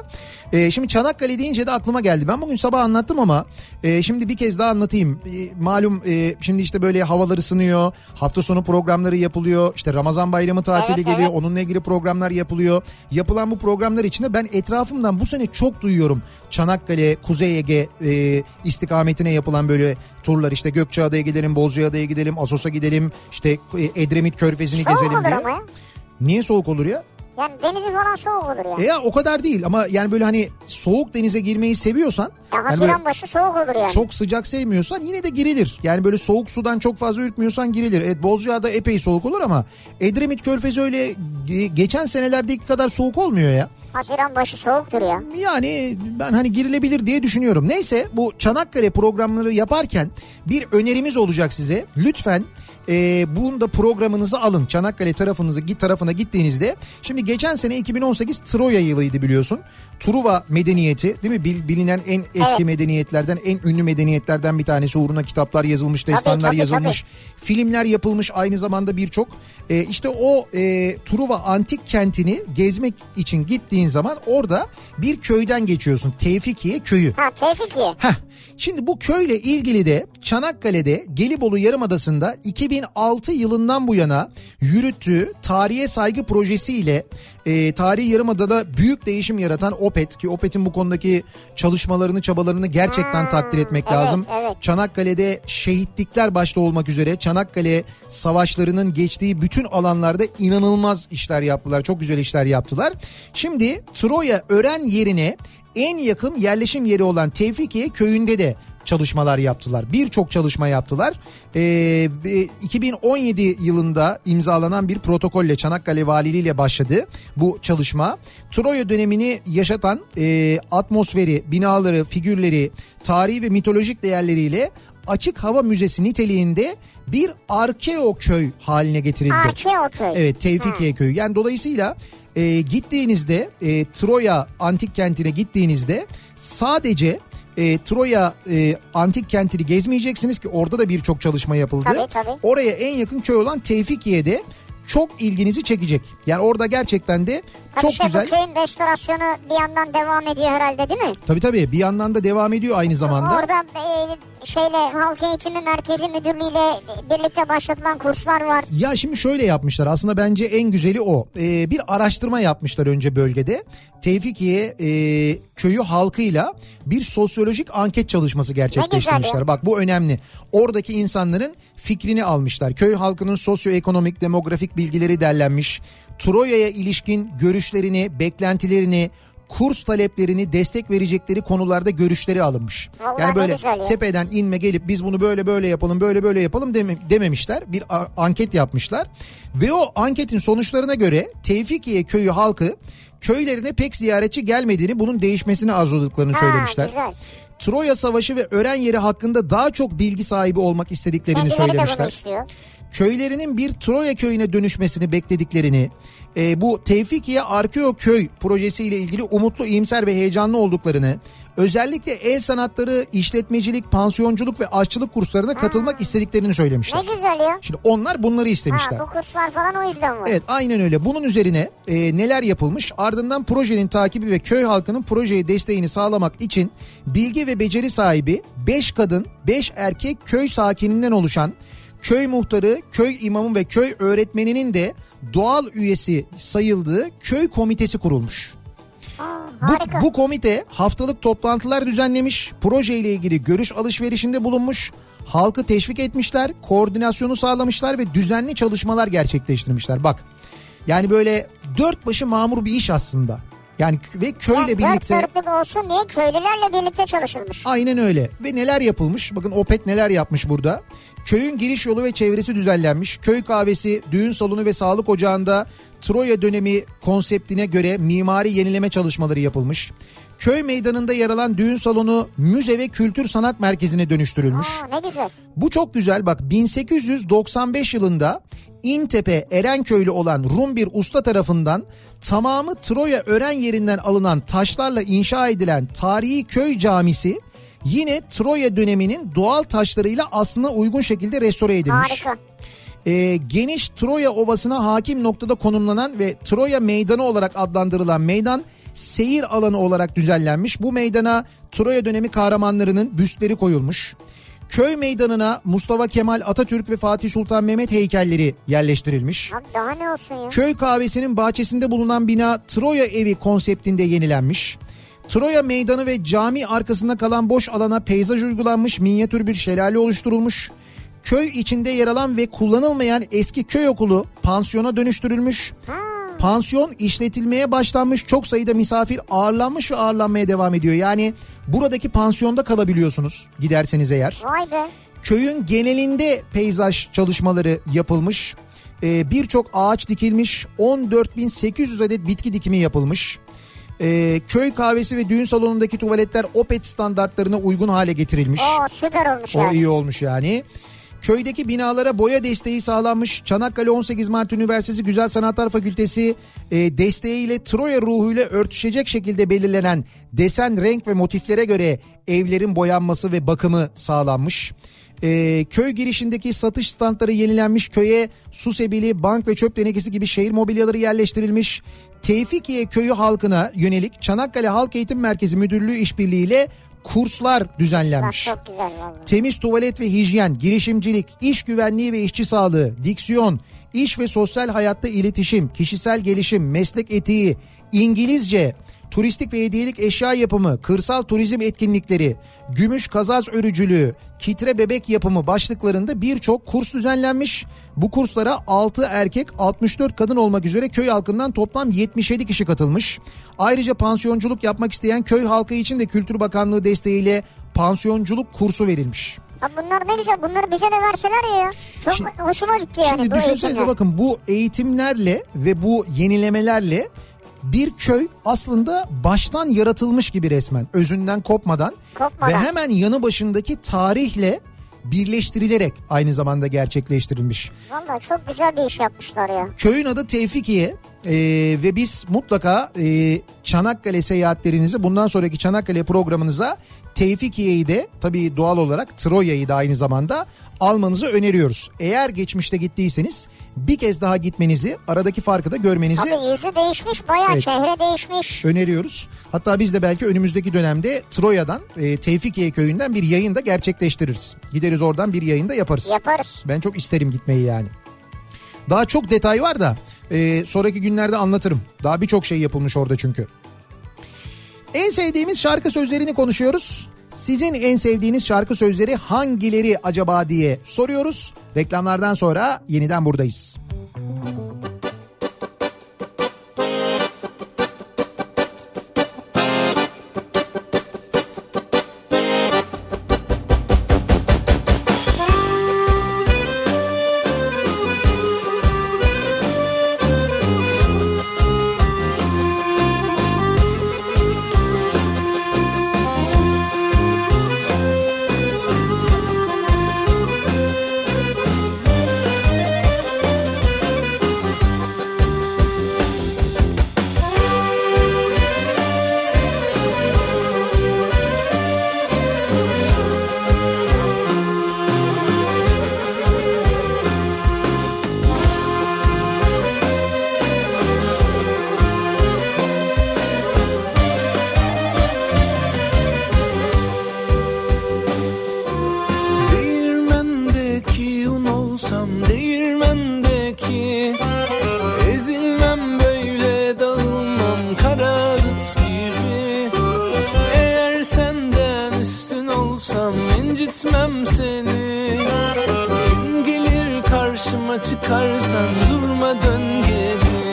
[SPEAKER 2] Ee, şimdi Çanakkale deyince de aklıma geldi. Ben bugün sabah anlattım ama e, şimdi bir kez daha anlatayım. E, malum e, şimdi işte böyle havalar ısınıyor. Hafta sonu programları yapılıyor. İşte Ramazan bayramı tatili
[SPEAKER 3] Evet,
[SPEAKER 2] geliyor.
[SPEAKER 3] evet.
[SPEAKER 2] Onunla ilgili programlar yapılıyor. Yapılan bu programlar içinde ben etrafımdan bu sene çok duyuyorum. Çanakkale, Kuzey Ege e, istikametine yapılan böyle turlar işte Gökçeada'ya gidelim, Bozcaada'ya gidelim, Asos'a gidelim, işte e, Edremit Körfezi'ni
[SPEAKER 3] Soğuk
[SPEAKER 2] gezelim
[SPEAKER 3] olur
[SPEAKER 2] diye.
[SPEAKER 3] ama ya.
[SPEAKER 2] Niye soğuk olur ya?
[SPEAKER 3] Yani denizi falan soğuk olur ya.
[SPEAKER 2] E ya o kadar değil ama yani böyle hani soğuk denize girmeyi seviyorsan
[SPEAKER 3] ya
[SPEAKER 2] yani böyle
[SPEAKER 3] Haziran başı soğuk olur yani.
[SPEAKER 2] çok sıcak sevmiyorsan yine de girilir. Yani böyle soğuk sudan çok fazla ürkmüyorsan girilir. Evet Bozcaada epey soğuk olur ama Edremit Körfezi öyle ge- geçen senelerdeki kadar soğuk olmuyor ya.
[SPEAKER 3] Haziran başı soğuktur ya.
[SPEAKER 2] Yani ben hani girilebilir diye düşünüyorum. Neyse bu Çanakkale programları yaparken bir önerimiz olacak size. Lütfen e, bunu da programınızı alın. Çanakkale tarafınızı git tarafına gittiğinizde. Şimdi geçen sene 2018 Troya yılıydı biliyorsun. Truva medeniyeti değil mi? Bil- bilinen en eski
[SPEAKER 3] Evet.
[SPEAKER 2] medeniyetlerden, en ünlü medeniyetlerden bir tanesi. Uğruna kitaplar yazılmış, destanlar
[SPEAKER 3] tabii,
[SPEAKER 2] yazılmış, filmler yapılmış aynı zamanda birçok. E, işte o e, Truva antik kentini gezmek için gittiğin zaman orada bir köyden geçiyorsun. Tevfikiye köyü.
[SPEAKER 3] Ha Tevfikiye.
[SPEAKER 2] Heh. Şimdi bu köyle ilgili de Çanakkale'de Gelibolu Yarımadası'nda 2006 yılından bu yana yürüttüğü tarihe saygı projesiyle e, tarihi yarımadada büyük değişim yaratan OPET ki OPET'in bu konudaki çalışmalarını çabalarını gerçekten takdir etmek
[SPEAKER 3] evet,
[SPEAKER 2] lazım.
[SPEAKER 3] Hmm, evet.
[SPEAKER 2] Çanakkale'de şehitlikler başta olmak üzere Çanakkale savaşlarının geçtiği bütün alanlarda inanılmaz işler yaptılar. Çok güzel işler yaptılar. Şimdi Troya Ören yerine en yakın yerleşim yeri olan Tevfikiye köyünde de çalışmalar yaptılar. Birçok çalışma yaptılar. Ee, ve 2017 yılında imzalanan bir protokolle Çanakkale Valiliğiyle başladı bu çalışma. Troya dönemini yaşatan e, atmosferi, binaları, figürleri, tarihi ve mitolojik değerleriyle açık hava müzesi niteliğinde bir arkeo köy haline getirildi.
[SPEAKER 3] Arkeo köy.
[SPEAKER 2] Evet Tevfikiye köyü. Yani dolayısıyla e, gittiğinizde e, Troya antik kentine gittiğinizde sadece e, Troya e, antik kentini gezmeyeceksiniz ki orada da birçok çalışma yapıldı.
[SPEAKER 3] Tabii, tabii.
[SPEAKER 2] Oraya en yakın köy olan Tevfikiye'de çok ilginizi çekecek. Yani orada gerçekten de
[SPEAKER 3] Tabii
[SPEAKER 2] çok
[SPEAKER 3] şey,
[SPEAKER 2] güzel.
[SPEAKER 3] Bu köyün restorasyonu bir yandan devam ediyor herhalde değil mi?
[SPEAKER 2] Tabii tabii bir yandan da devam ediyor aynı zamanda.
[SPEAKER 3] Orada e, şeyle Halk Eğitimi Merkezi Müdürlüğü'yle birlikte başlatılan kurslar var.
[SPEAKER 2] Ya şimdi şöyle yapmışlar aslında bence en güzeli o. Ee, bir araştırma yapmışlar önce bölgede. Tevfikiye e, köyü halkıyla bir sosyolojik anket çalışması
[SPEAKER 3] güzel
[SPEAKER 2] gerçekleştirmişler.
[SPEAKER 3] ya.
[SPEAKER 2] Bak bu önemli. Oradaki insanların fikrini almışlar. Köy halkının sosyoekonomik demografik bilgileri derlenmiş. Troya'ya ilişkin görüşlerini, beklentilerini, kurs taleplerini destek verecekleri konularda görüşleri alınmış.
[SPEAKER 3] Vallahi
[SPEAKER 2] yani
[SPEAKER 3] ne
[SPEAKER 2] böyle
[SPEAKER 3] güzel ya.
[SPEAKER 2] tepeden inme gelip biz bunu böyle böyle yapalım böyle böyle yapalım deme- dememişler. Bir a- anket yapmışlar ve o anketin sonuçlarına göre Tevfikiye köyü halkı köylerine pek ziyaretçi gelmediğini bunun değişmesini arzuladıklarını
[SPEAKER 3] Ha,
[SPEAKER 2] söylemişler.
[SPEAKER 3] güzel.
[SPEAKER 2] Troya Savaşı ve Ören yeri hakkında daha çok bilgi sahibi olmak istediklerini
[SPEAKER 3] Kendileri de bunu
[SPEAKER 2] söylemişler
[SPEAKER 3] istiyor.
[SPEAKER 2] köylerinin bir Troya köyüne dönüşmesini beklediklerini, e, bu Tevfikiye Arkeo Köy projesiyle ilgili umutlu, iyimser ve heyecanlı olduklarını, özellikle el sanatları, işletmecilik, pansiyonculuk ve aşçılık kurslarına katılmak istediklerini
[SPEAKER 3] Ne
[SPEAKER 2] söylemişler.
[SPEAKER 3] güzel ya.
[SPEAKER 2] Şimdi onlar bunları istemişler.
[SPEAKER 3] Ha, bu kurslar falan o yüzden var.
[SPEAKER 2] Evet aynen öyle. Bunun üzerine e, neler yapılmış? Ardından projenin takibi ve köy halkının projeye desteğini sağlamak için bilgi ve beceri sahibi 5 kadın 5 erkek köy sakininden oluşan köy muhtarı, köy imamı ve köy öğretmeninin de doğal üyesi sayıldığı köy komitesi kurulmuş.
[SPEAKER 3] Harika.
[SPEAKER 2] Bu, bu komite haftalık toplantılar düzenlemiş, projeyle ilgili görüş alışverişinde bulunmuş, halkı teşvik etmişler, koordinasyonu sağlamışlar ve düzenli çalışmalar gerçekleştirmişler. Bak yani böyle dört başı mamur bir iş aslında. Yani k- ve köyle
[SPEAKER 3] Yani
[SPEAKER 2] birlikte...
[SPEAKER 3] Dört dörtlük olsun diye köylülerle birlikte çalışılmış.
[SPEAKER 2] Aynen öyle. Ve neler yapılmış? Bakın OPET neler yapmış burada. Köyün giriş yolu ve çevresi düzenlenmiş. Köy kahvesi, düğün salonu ve sağlık ocağında Troya dönemi konseptine göre mimari yenileme çalışmaları yapılmış. Köy meydanında yer alan düğün salonu müze ve kültür sanat merkezine dönüştürülmüş.
[SPEAKER 3] Aa, ne güzel.
[SPEAKER 2] Bu çok güzel bak 1895 yılında İntepe Erenköylü olan Rum bir usta tarafından tamamı Troya Ören yerinden alınan taşlarla inşa edilen tarihi köy camisi yine Troya döneminin doğal taşlarıyla aslına uygun şekilde restore edilmiş.
[SPEAKER 3] Harika.
[SPEAKER 2] Ee, geniş Troya Ovası'na hakim noktada konumlanan ve Troya Meydanı olarak adlandırılan meydan seyir alanı olarak düzenlenmiş. Bu meydana Troya dönemi kahramanlarının büstleri koyulmuş. Köy meydanına Mustafa Kemal Atatürk ve Fatih Sultan Mehmet heykelleri yerleştirilmiş.
[SPEAKER 3] Abi daha ne olsun ya.
[SPEAKER 2] Köy kahvesinin bahçesinde bulunan bina Troya evi konseptinde yenilenmiş. Troya meydanı ve cami arkasında kalan boş alana peyzaj uygulanmış, minyatür bir şelale oluşturulmuş. Köy içinde yer alan ve kullanılmayan eski köy okulu pansiyona dönüştürülmüş. Pansiyon işletilmeye başlanmış, çok sayıda misafir ağırlanmış ve ağırlanmaya devam ediyor. Yani buradaki pansiyonda kalabiliyorsunuz giderseniz eğer.
[SPEAKER 3] Vay be.
[SPEAKER 2] Köyün genelinde peyzaj çalışmaları yapılmış. Ee, Birçok ağaç dikilmiş. 14.800 adet bitki dikimi yapılmış. Ee, köy kahvesi ve düğün salonundaki tuvaletler OPET standartlarına uygun hale getirilmiş.
[SPEAKER 3] Oo süper olmuş
[SPEAKER 2] O
[SPEAKER 3] yani.
[SPEAKER 2] iyi olmuş yani. Köydeki binalara boya desteği sağlanmış. Çanakkale 18 Mart Üniversitesi Güzel Sanatlar Fakültesi e, desteğiyle Troya ruhuyla örtüşecek şekilde belirlenen desen, renk ve motiflere göre evlerin boyanması ve bakımı sağlanmış. E, köy girişindeki satış standları yenilenmiş köye su sebili, bank ve çöp tenekesi gibi şehir mobilyaları yerleştirilmiş. Tevfikiye köyü halkına yönelik Çanakkale Halk Eğitim Merkezi Müdürlüğü işbirliğiyle kurslar
[SPEAKER 3] Bak
[SPEAKER 2] düzenlenmiş.
[SPEAKER 3] çok güzel valla.
[SPEAKER 2] Temiz tuvalet ve hijyen, girişimcilik, iş güvenliği ve işçi sağlığı, diksiyon, iş ve sosyal hayatta iletişim, kişisel gelişim, meslek etiği, İngilizce, turistik ve hediyelik eşya yapımı, kırsal turizm etkinlikleri, gümüş kazaz örücülüğü, kitre bebek yapımı başlıklarında birçok kurs düzenlenmiş. Bu kurslara 6 erkek 64 kadın olmak üzere köy halkından toplam 77 kişi katılmış. Ayrıca pansiyonculuk yapmak isteyen köy halkı için de Kültür Bakanlığı desteğiyle pansiyonculuk kursu verilmiş.
[SPEAKER 3] Abi bunlar ne güzel bunları bize de verseler ya. Çok
[SPEAKER 2] Şimdi-
[SPEAKER 3] hoşuma gitti yani
[SPEAKER 2] Şimdi
[SPEAKER 3] bu
[SPEAKER 2] düşünsenize
[SPEAKER 3] eğitimler.
[SPEAKER 2] bakın bu eğitimlerle ve bu yenilemelerle bir köy aslında baştan yaratılmış gibi resmen özünden kopmadan,
[SPEAKER 3] Kopmadan.
[SPEAKER 2] ve hemen yanı başındaki tarihle birleştirilerek aynı zamanda gerçekleştirilmiş.
[SPEAKER 3] Valla çok güzel bir iş yapmışlar ya.
[SPEAKER 2] Köyün adı Tevfikiye Ee, ve biz mutlaka e, Çanakkale seyahatlerinizi bundan sonraki Çanakkale programınıza Tevfikiye'yi de tabii doğal olarak Troya'yı da aynı zamanda almanızı öneriyoruz. Eğer geçmişte gittiyseniz bir kez daha gitmenizi aradaki farkı da görmenizi
[SPEAKER 3] Abi yüzü değişmiş bayağı
[SPEAKER 2] Evet.
[SPEAKER 3] çehre değişmiş.
[SPEAKER 2] öneriyoruz. Hatta biz de belki önümüzdeki dönemde Troya'dan e, Tevfikiye köyünden bir yayın da gerçekleştiririz. Gideriz oradan bir yayın da yaparız.
[SPEAKER 3] Yaparız.
[SPEAKER 2] Ben çok isterim gitmeyi yani. Daha çok detay var da e, sonraki günlerde anlatırım. Daha birçok şey yapılmış orada çünkü. En sevdiğimiz şarkı sözlerini konuşuyoruz. Sizin en sevdiğiniz şarkı sözleri hangileri acaba diye soruyoruz. Reklamlardan sonra yeniden buradayız.
[SPEAKER 1] Değirmendeki un olsam değirmendeki Ezilmem böyle dağılmam kara dut gibi Eğer senden üstün olsam incitmem seni Gün gelir karşıma çıkarsan durma dön geri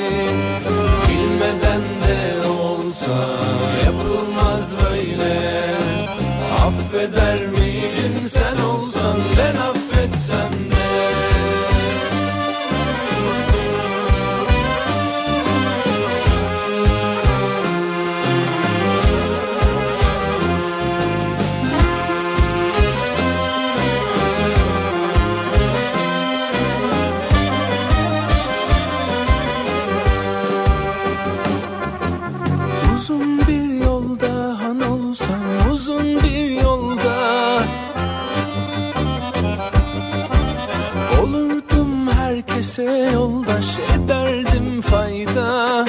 [SPEAKER 1] Bilmeden de olsa yapılmaz böyle Affeder miydin sen olsan ben affetsem de Uzun bir yolda han olsam uzun bir yolda Olurdum herkese yoldaş ederdim fayda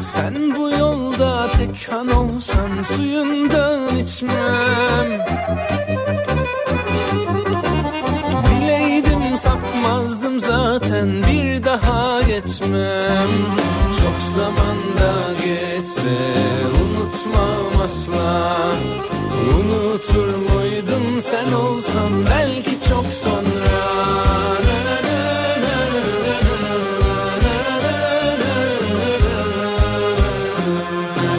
[SPEAKER 1] Sen bu yolda tek han olsan suyundan içmem Bileydim sapmazdım zaten bir daha geçmem Çok zamanda geçse unutmam asla Unutur muydum sen olsam belki çok sonra Na na na na na na na na na na na.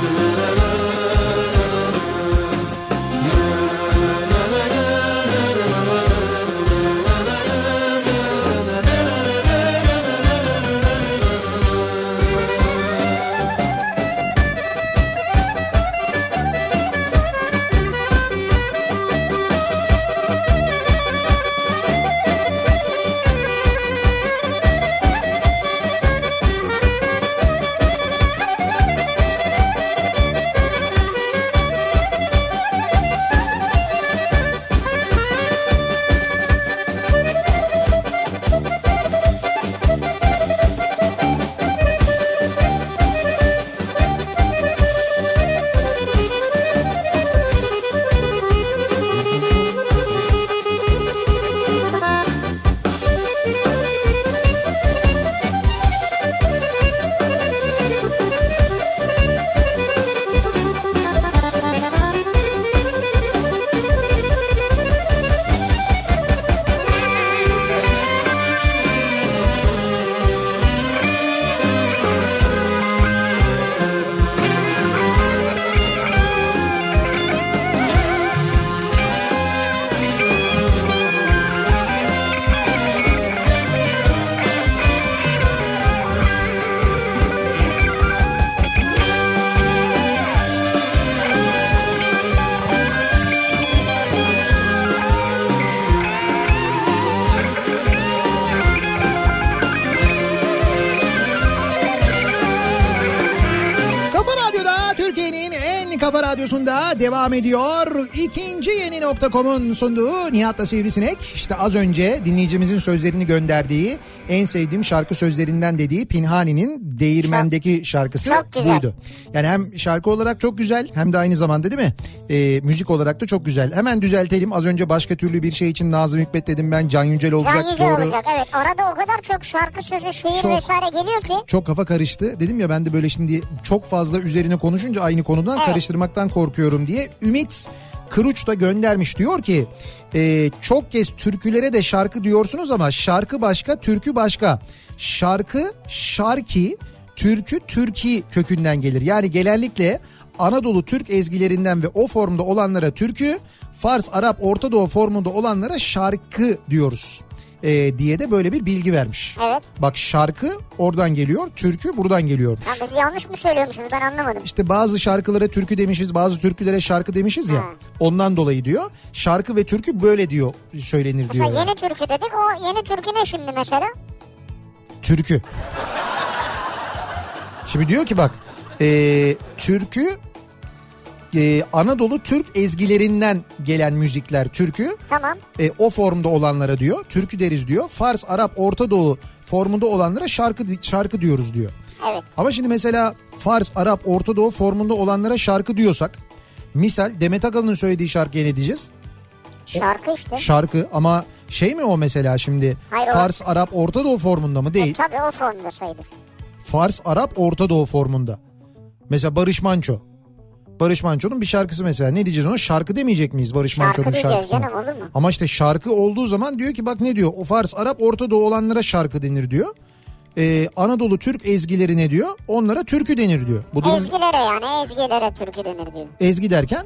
[SPEAKER 2] Kafa Radyosu'nda devam ediyor. İkinci yeni nokta.com'un sunduğu Nihat'la Sivrisinek. İşte az önce dinleyicimizin sözlerini gönderdiği en sevdiğim şarkı sözlerinden dediği Pinhani'nin Değirmen'deki şarkısı
[SPEAKER 3] çok güzel.
[SPEAKER 2] buydu. Yani hem şarkı olarak çok güzel hem de aynı zamanda değil mi? Ee, müzik olarak da çok güzel. Hemen düzeltelim. Az önce başka türlü bir şey için Nazım Hikmet dedim ben. Can Yücel olacak.
[SPEAKER 3] Can Yücel
[SPEAKER 2] doğru.
[SPEAKER 3] olacak evet. Arada o kadar çok şarkı sözü, şiir
[SPEAKER 2] Çok.
[SPEAKER 3] vesaire geliyor ki.
[SPEAKER 2] Çok kafa karıştı. Dedim ya ben de böyle şimdi çok fazla üzerine konuşunca aynı konudan
[SPEAKER 3] Evet.
[SPEAKER 2] karıştırmaktan korkuyorum diye. Ümit Kıruç da göndermiş. Diyor ki e, çok kez türkülere de şarkı diyorsunuz ama şarkı başka, türkü başka. Şarkı, şarki, türkü, türki kökünden gelir. Yani genellikle Anadolu Türk ezgilerinden ve o formda olanlara türkü, Fars, Arap, Orta Doğu formunda olanlara şarkı diyoruz e, diye de böyle bir bilgi vermiş.
[SPEAKER 3] Evet.
[SPEAKER 2] Bak şarkı oradan geliyor, türkü buradan geliyormuş.
[SPEAKER 3] Ya biz yanlış mı söylüyormuşuz ben anlamadım.
[SPEAKER 2] İşte bazı şarkılara türkü demişiz, bazı türkülere şarkı demişiz ya.
[SPEAKER 3] Ha.
[SPEAKER 2] Ondan dolayı diyor. Şarkı ve türkü böyle diyor, söylenir diyor.
[SPEAKER 3] Mesela yeni türkü dedik o yeni türkü ne şimdi mesela?
[SPEAKER 2] Türkü. Şimdi diyor ki bak, e, türkü e, Anadolu Türk ezgilerinden gelen müzikler türkü.
[SPEAKER 3] Tamam.
[SPEAKER 2] e, o formda olanlara diyor. Türkü deriz diyor. Fars, Arap, Orta Doğu formunda olanlara şarkı şarkı diyoruz diyor.
[SPEAKER 3] Evet.
[SPEAKER 2] Ama şimdi mesela Fars, Arap, Orta Doğu formunda olanlara şarkı diyorsak misal Demet Akalın'ın söylediği şarkıya ne diyeceğiz?
[SPEAKER 3] Şarkı işte.
[SPEAKER 2] Şarkı ama şey mi o mesela şimdi
[SPEAKER 3] Hayır, o-
[SPEAKER 2] Fars, Arap, Orta Doğu formunda mı?
[SPEAKER 3] E,
[SPEAKER 2] Değil.
[SPEAKER 3] tabii o formda sayılır.
[SPEAKER 2] Fars, Arap, Orta Doğu formunda. Mesela Barış Manço. Barış Manço'nun bir şarkısı mesela. Ne diyeceğiz ona? Şarkı demeyecek miyiz Barış
[SPEAKER 3] Şarkı
[SPEAKER 2] Manço'nun
[SPEAKER 3] diyeceğiz
[SPEAKER 2] şarkısına?
[SPEAKER 3] canım, olur mu?
[SPEAKER 2] Ama işte şarkı olduğu zaman diyor ki bak ne diyor? O Fars, Arap, Orta Doğu olanlara şarkı denir diyor. Ee, Anadolu Türk ezgilerine diyor. Onlara türkü denir diyor. Bu durum
[SPEAKER 3] Ezgilere yani ezgilere türkü denir diyor.
[SPEAKER 2] ezgi derken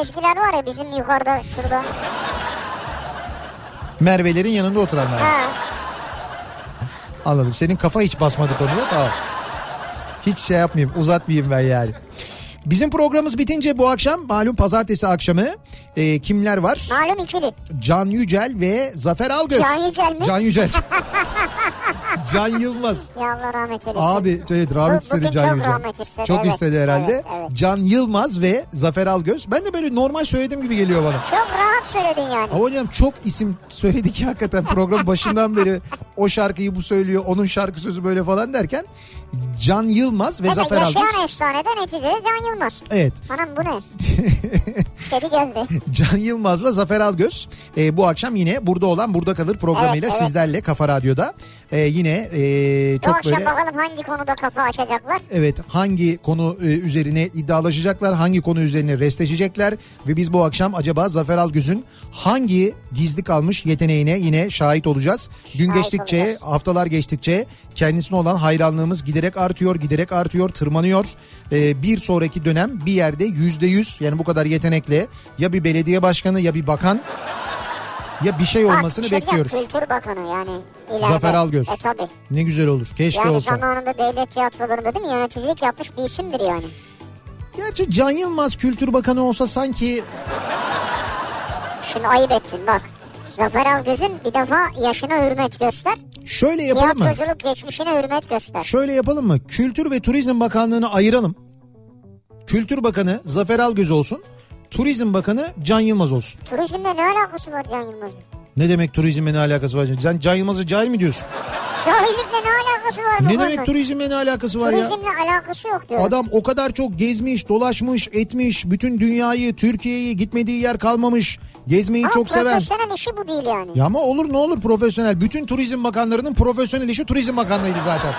[SPEAKER 3] Ezgiler var ya bizim yukarıda şurada.
[SPEAKER 2] Merve'lerin yanında oturanlar.
[SPEAKER 3] Ha.
[SPEAKER 2] Anladım. Senin kafa hiç basmadı konuya. Tamam. Hiç şey yapmayayım. Uzatmayayım ben yani. Bizim programımız bitince bu akşam malum pazartesi akşamı e, kimler var?
[SPEAKER 3] Malum ikili.
[SPEAKER 2] Can Yücel ve Zafer Algöz.
[SPEAKER 3] Can Yücel mi?
[SPEAKER 2] Can Yücel. Can Yılmaz.
[SPEAKER 3] Ya Allah rahmet eylesin.
[SPEAKER 2] Abi evet,
[SPEAKER 3] Bugün
[SPEAKER 2] rahmet istedi Can
[SPEAKER 3] çok
[SPEAKER 2] Yücel.
[SPEAKER 3] rahmet istedi,
[SPEAKER 2] çok
[SPEAKER 3] evet.
[SPEAKER 2] istedi herhalde.
[SPEAKER 3] Evet, evet.
[SPEAKER 2] Can Yılmaz ve Zafer Algöz. Ben de böyle normal söylediğim gibi geliyor bana.
[SPEAKER 3] Çok rahat söyledin yani.
[SPEAKER 2] Ama hocam çok isim söyledik ya hakikaten program başından beri o şarkıyı bu söylüyor onun şarkı sözü böyle falan derken Can Yılmaz ve
[SPEAKER 3] Evet,
[SPEAKER 2] Zafer Algöz.
[SPEAKER 3] yaşayan efsaneden neticede Can Yılmaz.
[SPEAKER 2] Evet.
[SPEAKER 3] Anam bu ne? Kedi geldi.
[SPEAKER 2] Can Yılmaz'la Zafer Algöz e, bu akşam yine burada olan Burada Kalır programıyla
[SPEAKER 3] Evet, evet.
[SPEAKER 2] sizlerle Kafa Radyo'da e, yine e,
[SPEAKER 3] Bu
[SPEAKER 2] çok
[SPEAKER 3] akşam
[SPEAKER 2] böyle
[SPEAKER 3] bakalım hangi konuda kafa açacaklar.
[SPEAKER 2] evet hangi konu e, üzerine iddialaşacaklar, hangi konu üzerine restleşecekler ve biz bu akşam acaba Zafer Algöz'ün hangi gizli kalmış yeteneğine yine şahit olacağız. Gün
[SPEAKER 3] Şahit
[SPEAKER 2] geçtikçe,
[SPEAKER 3] olacağız.
[SPEAKER 2] haftalar geçtikçe kendisine olan hayranlığımız giderek artıyor, giderek artıyor, tırmanıyor. E, bir sonraki dönem bir yerde yüzde yüz yani bu kadar yetenekle ya bir belediye başkanı ya bir bakan ya bir şey olmasını
[SPEAKER 3] Bak, şey diyeceğim,
[SPEAKER 2] bekliyoruz.
[SPEAKER 3] Kültür Bakanı yani ileride.
[SPEAKER 2] Zafer Algöz.
[SPEAKER 3] E tabii.
[SPEAKER 2] Ne güzel olur. Keşke
[SPEAKER 3] Yani
[SPEAKER 2] şey olsa.
[SPEAKER 3] zamanında devlet tiyatrolarında değil mi yöneticilik yapmış bir isimdir yani.
[SPEAKER 2] Gerçi Can Yılmaz Kültür Bakanı olsa sanki
[SPEAKER 3] Şimdi ayıp ettin bak. Zafer Algöz'ün bir defa yaşına hürmet göster.
[SPEAKER 2] Şöyle yapalım mı?
[SPEAKER 3] Tiyatroculuk geçmişine hürmet göster.
[SPEAKER 2] Şöyle yapalım mı? Kültür ve Turizm Bakanlığı'nı ayıralım. Kültür Bakanı Zafer Algöz olsun. Turizm Bakanı Can Yılmaz olsun.
[SPEAKER 3] Turizmle ne alakası var Can Yılmaz'ın?
[SPEAKER 2] Ne demek turizmle ne alakası var? Sen Can Yılmaz'ı cahil mi diyorsun?
[SPEAKER 3] Cahillikle ne alakası var bu
[SPEAKER 2] Ne
[SPEAKER 3] konunun?
[SPEAKER 2] demek turizmle ne alakası var ya?
[SPEAKER 3] Turizmle alakası yok diyor.
[SPEAKER 2] Adam o kadar çok gezmiş, dolaşmış, etmiş. Bütün dünyayı, Türkiye'yi gitmediği yer kalmamış. Gezmeyi
[SPEAKER 3] Ama
[SPEAKER 2] çok sever.
[SPEAKER 3] profesyonel işi bu değil yani.
[SPEAKER 2] Ya ama olur ne olur profesyonel. Bütün turizm bakanlarının profesyonel işi turizm bakanlığıydı zaten.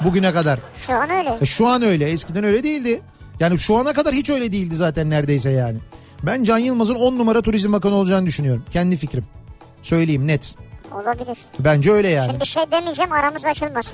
[SPEAKER 2] Bugüne kadar.
[SPEAKER 3] Şu an öyle.
[SPEAKER 2] E şu an öyle eskiden öyle değildi. Yani şu ana kadar hiç öyle değildi zaten neredeyse yani. Ben Can Yılmaz'ın 10 numara turizm bakanı olacağını düşünüyorum. Kendi fikrim. Söyleyeyim net.
[SPEAKER 3] Olabilir.
[SPEAKER 2] Bence öyle yani.
[SPEAKER 3] Şimdi bir şey demeyeceğim aramız açılmasın.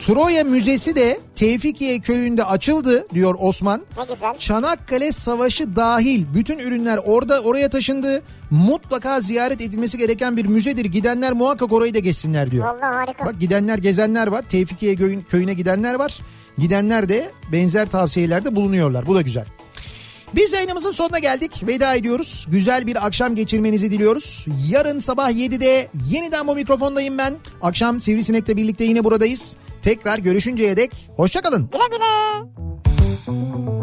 [SPEAKER 2] Troya Müzesi de Tevfikiye köyünde açıldı diyor Osman.
[SPEAKER 3] Ne güzel.
[SPEAKER 2] Çanakkale Savaşı dahil bütün ürünler orada oraya taşındı. Mutlaka ziyaret edilmesi gereken bir müzedir. Gidenler muhakkak orayı da geçsinler diyor.
[SPEAKER 3] Vallahi harika.
[SPEAKER 2] Bak gidenler gezenler var. Tevfikiye köyün- köyüne gidenler var. Gidenler de benzer tavsiyelerde bulunuyorlar. Bu da güzel. Biz yayınımızın sonuna geldik. Veda ediyoruz. Güzel bir akşam geçirmenizi diliyoruz. Yarın sabah 7'de yeniden bu mikrofondayım ben. Akşam Sivrisinek'le birlikte yine buradayız. Tekrar görüşünceye dek hoşçakalın.
[SPEAKER 3] Güle güle.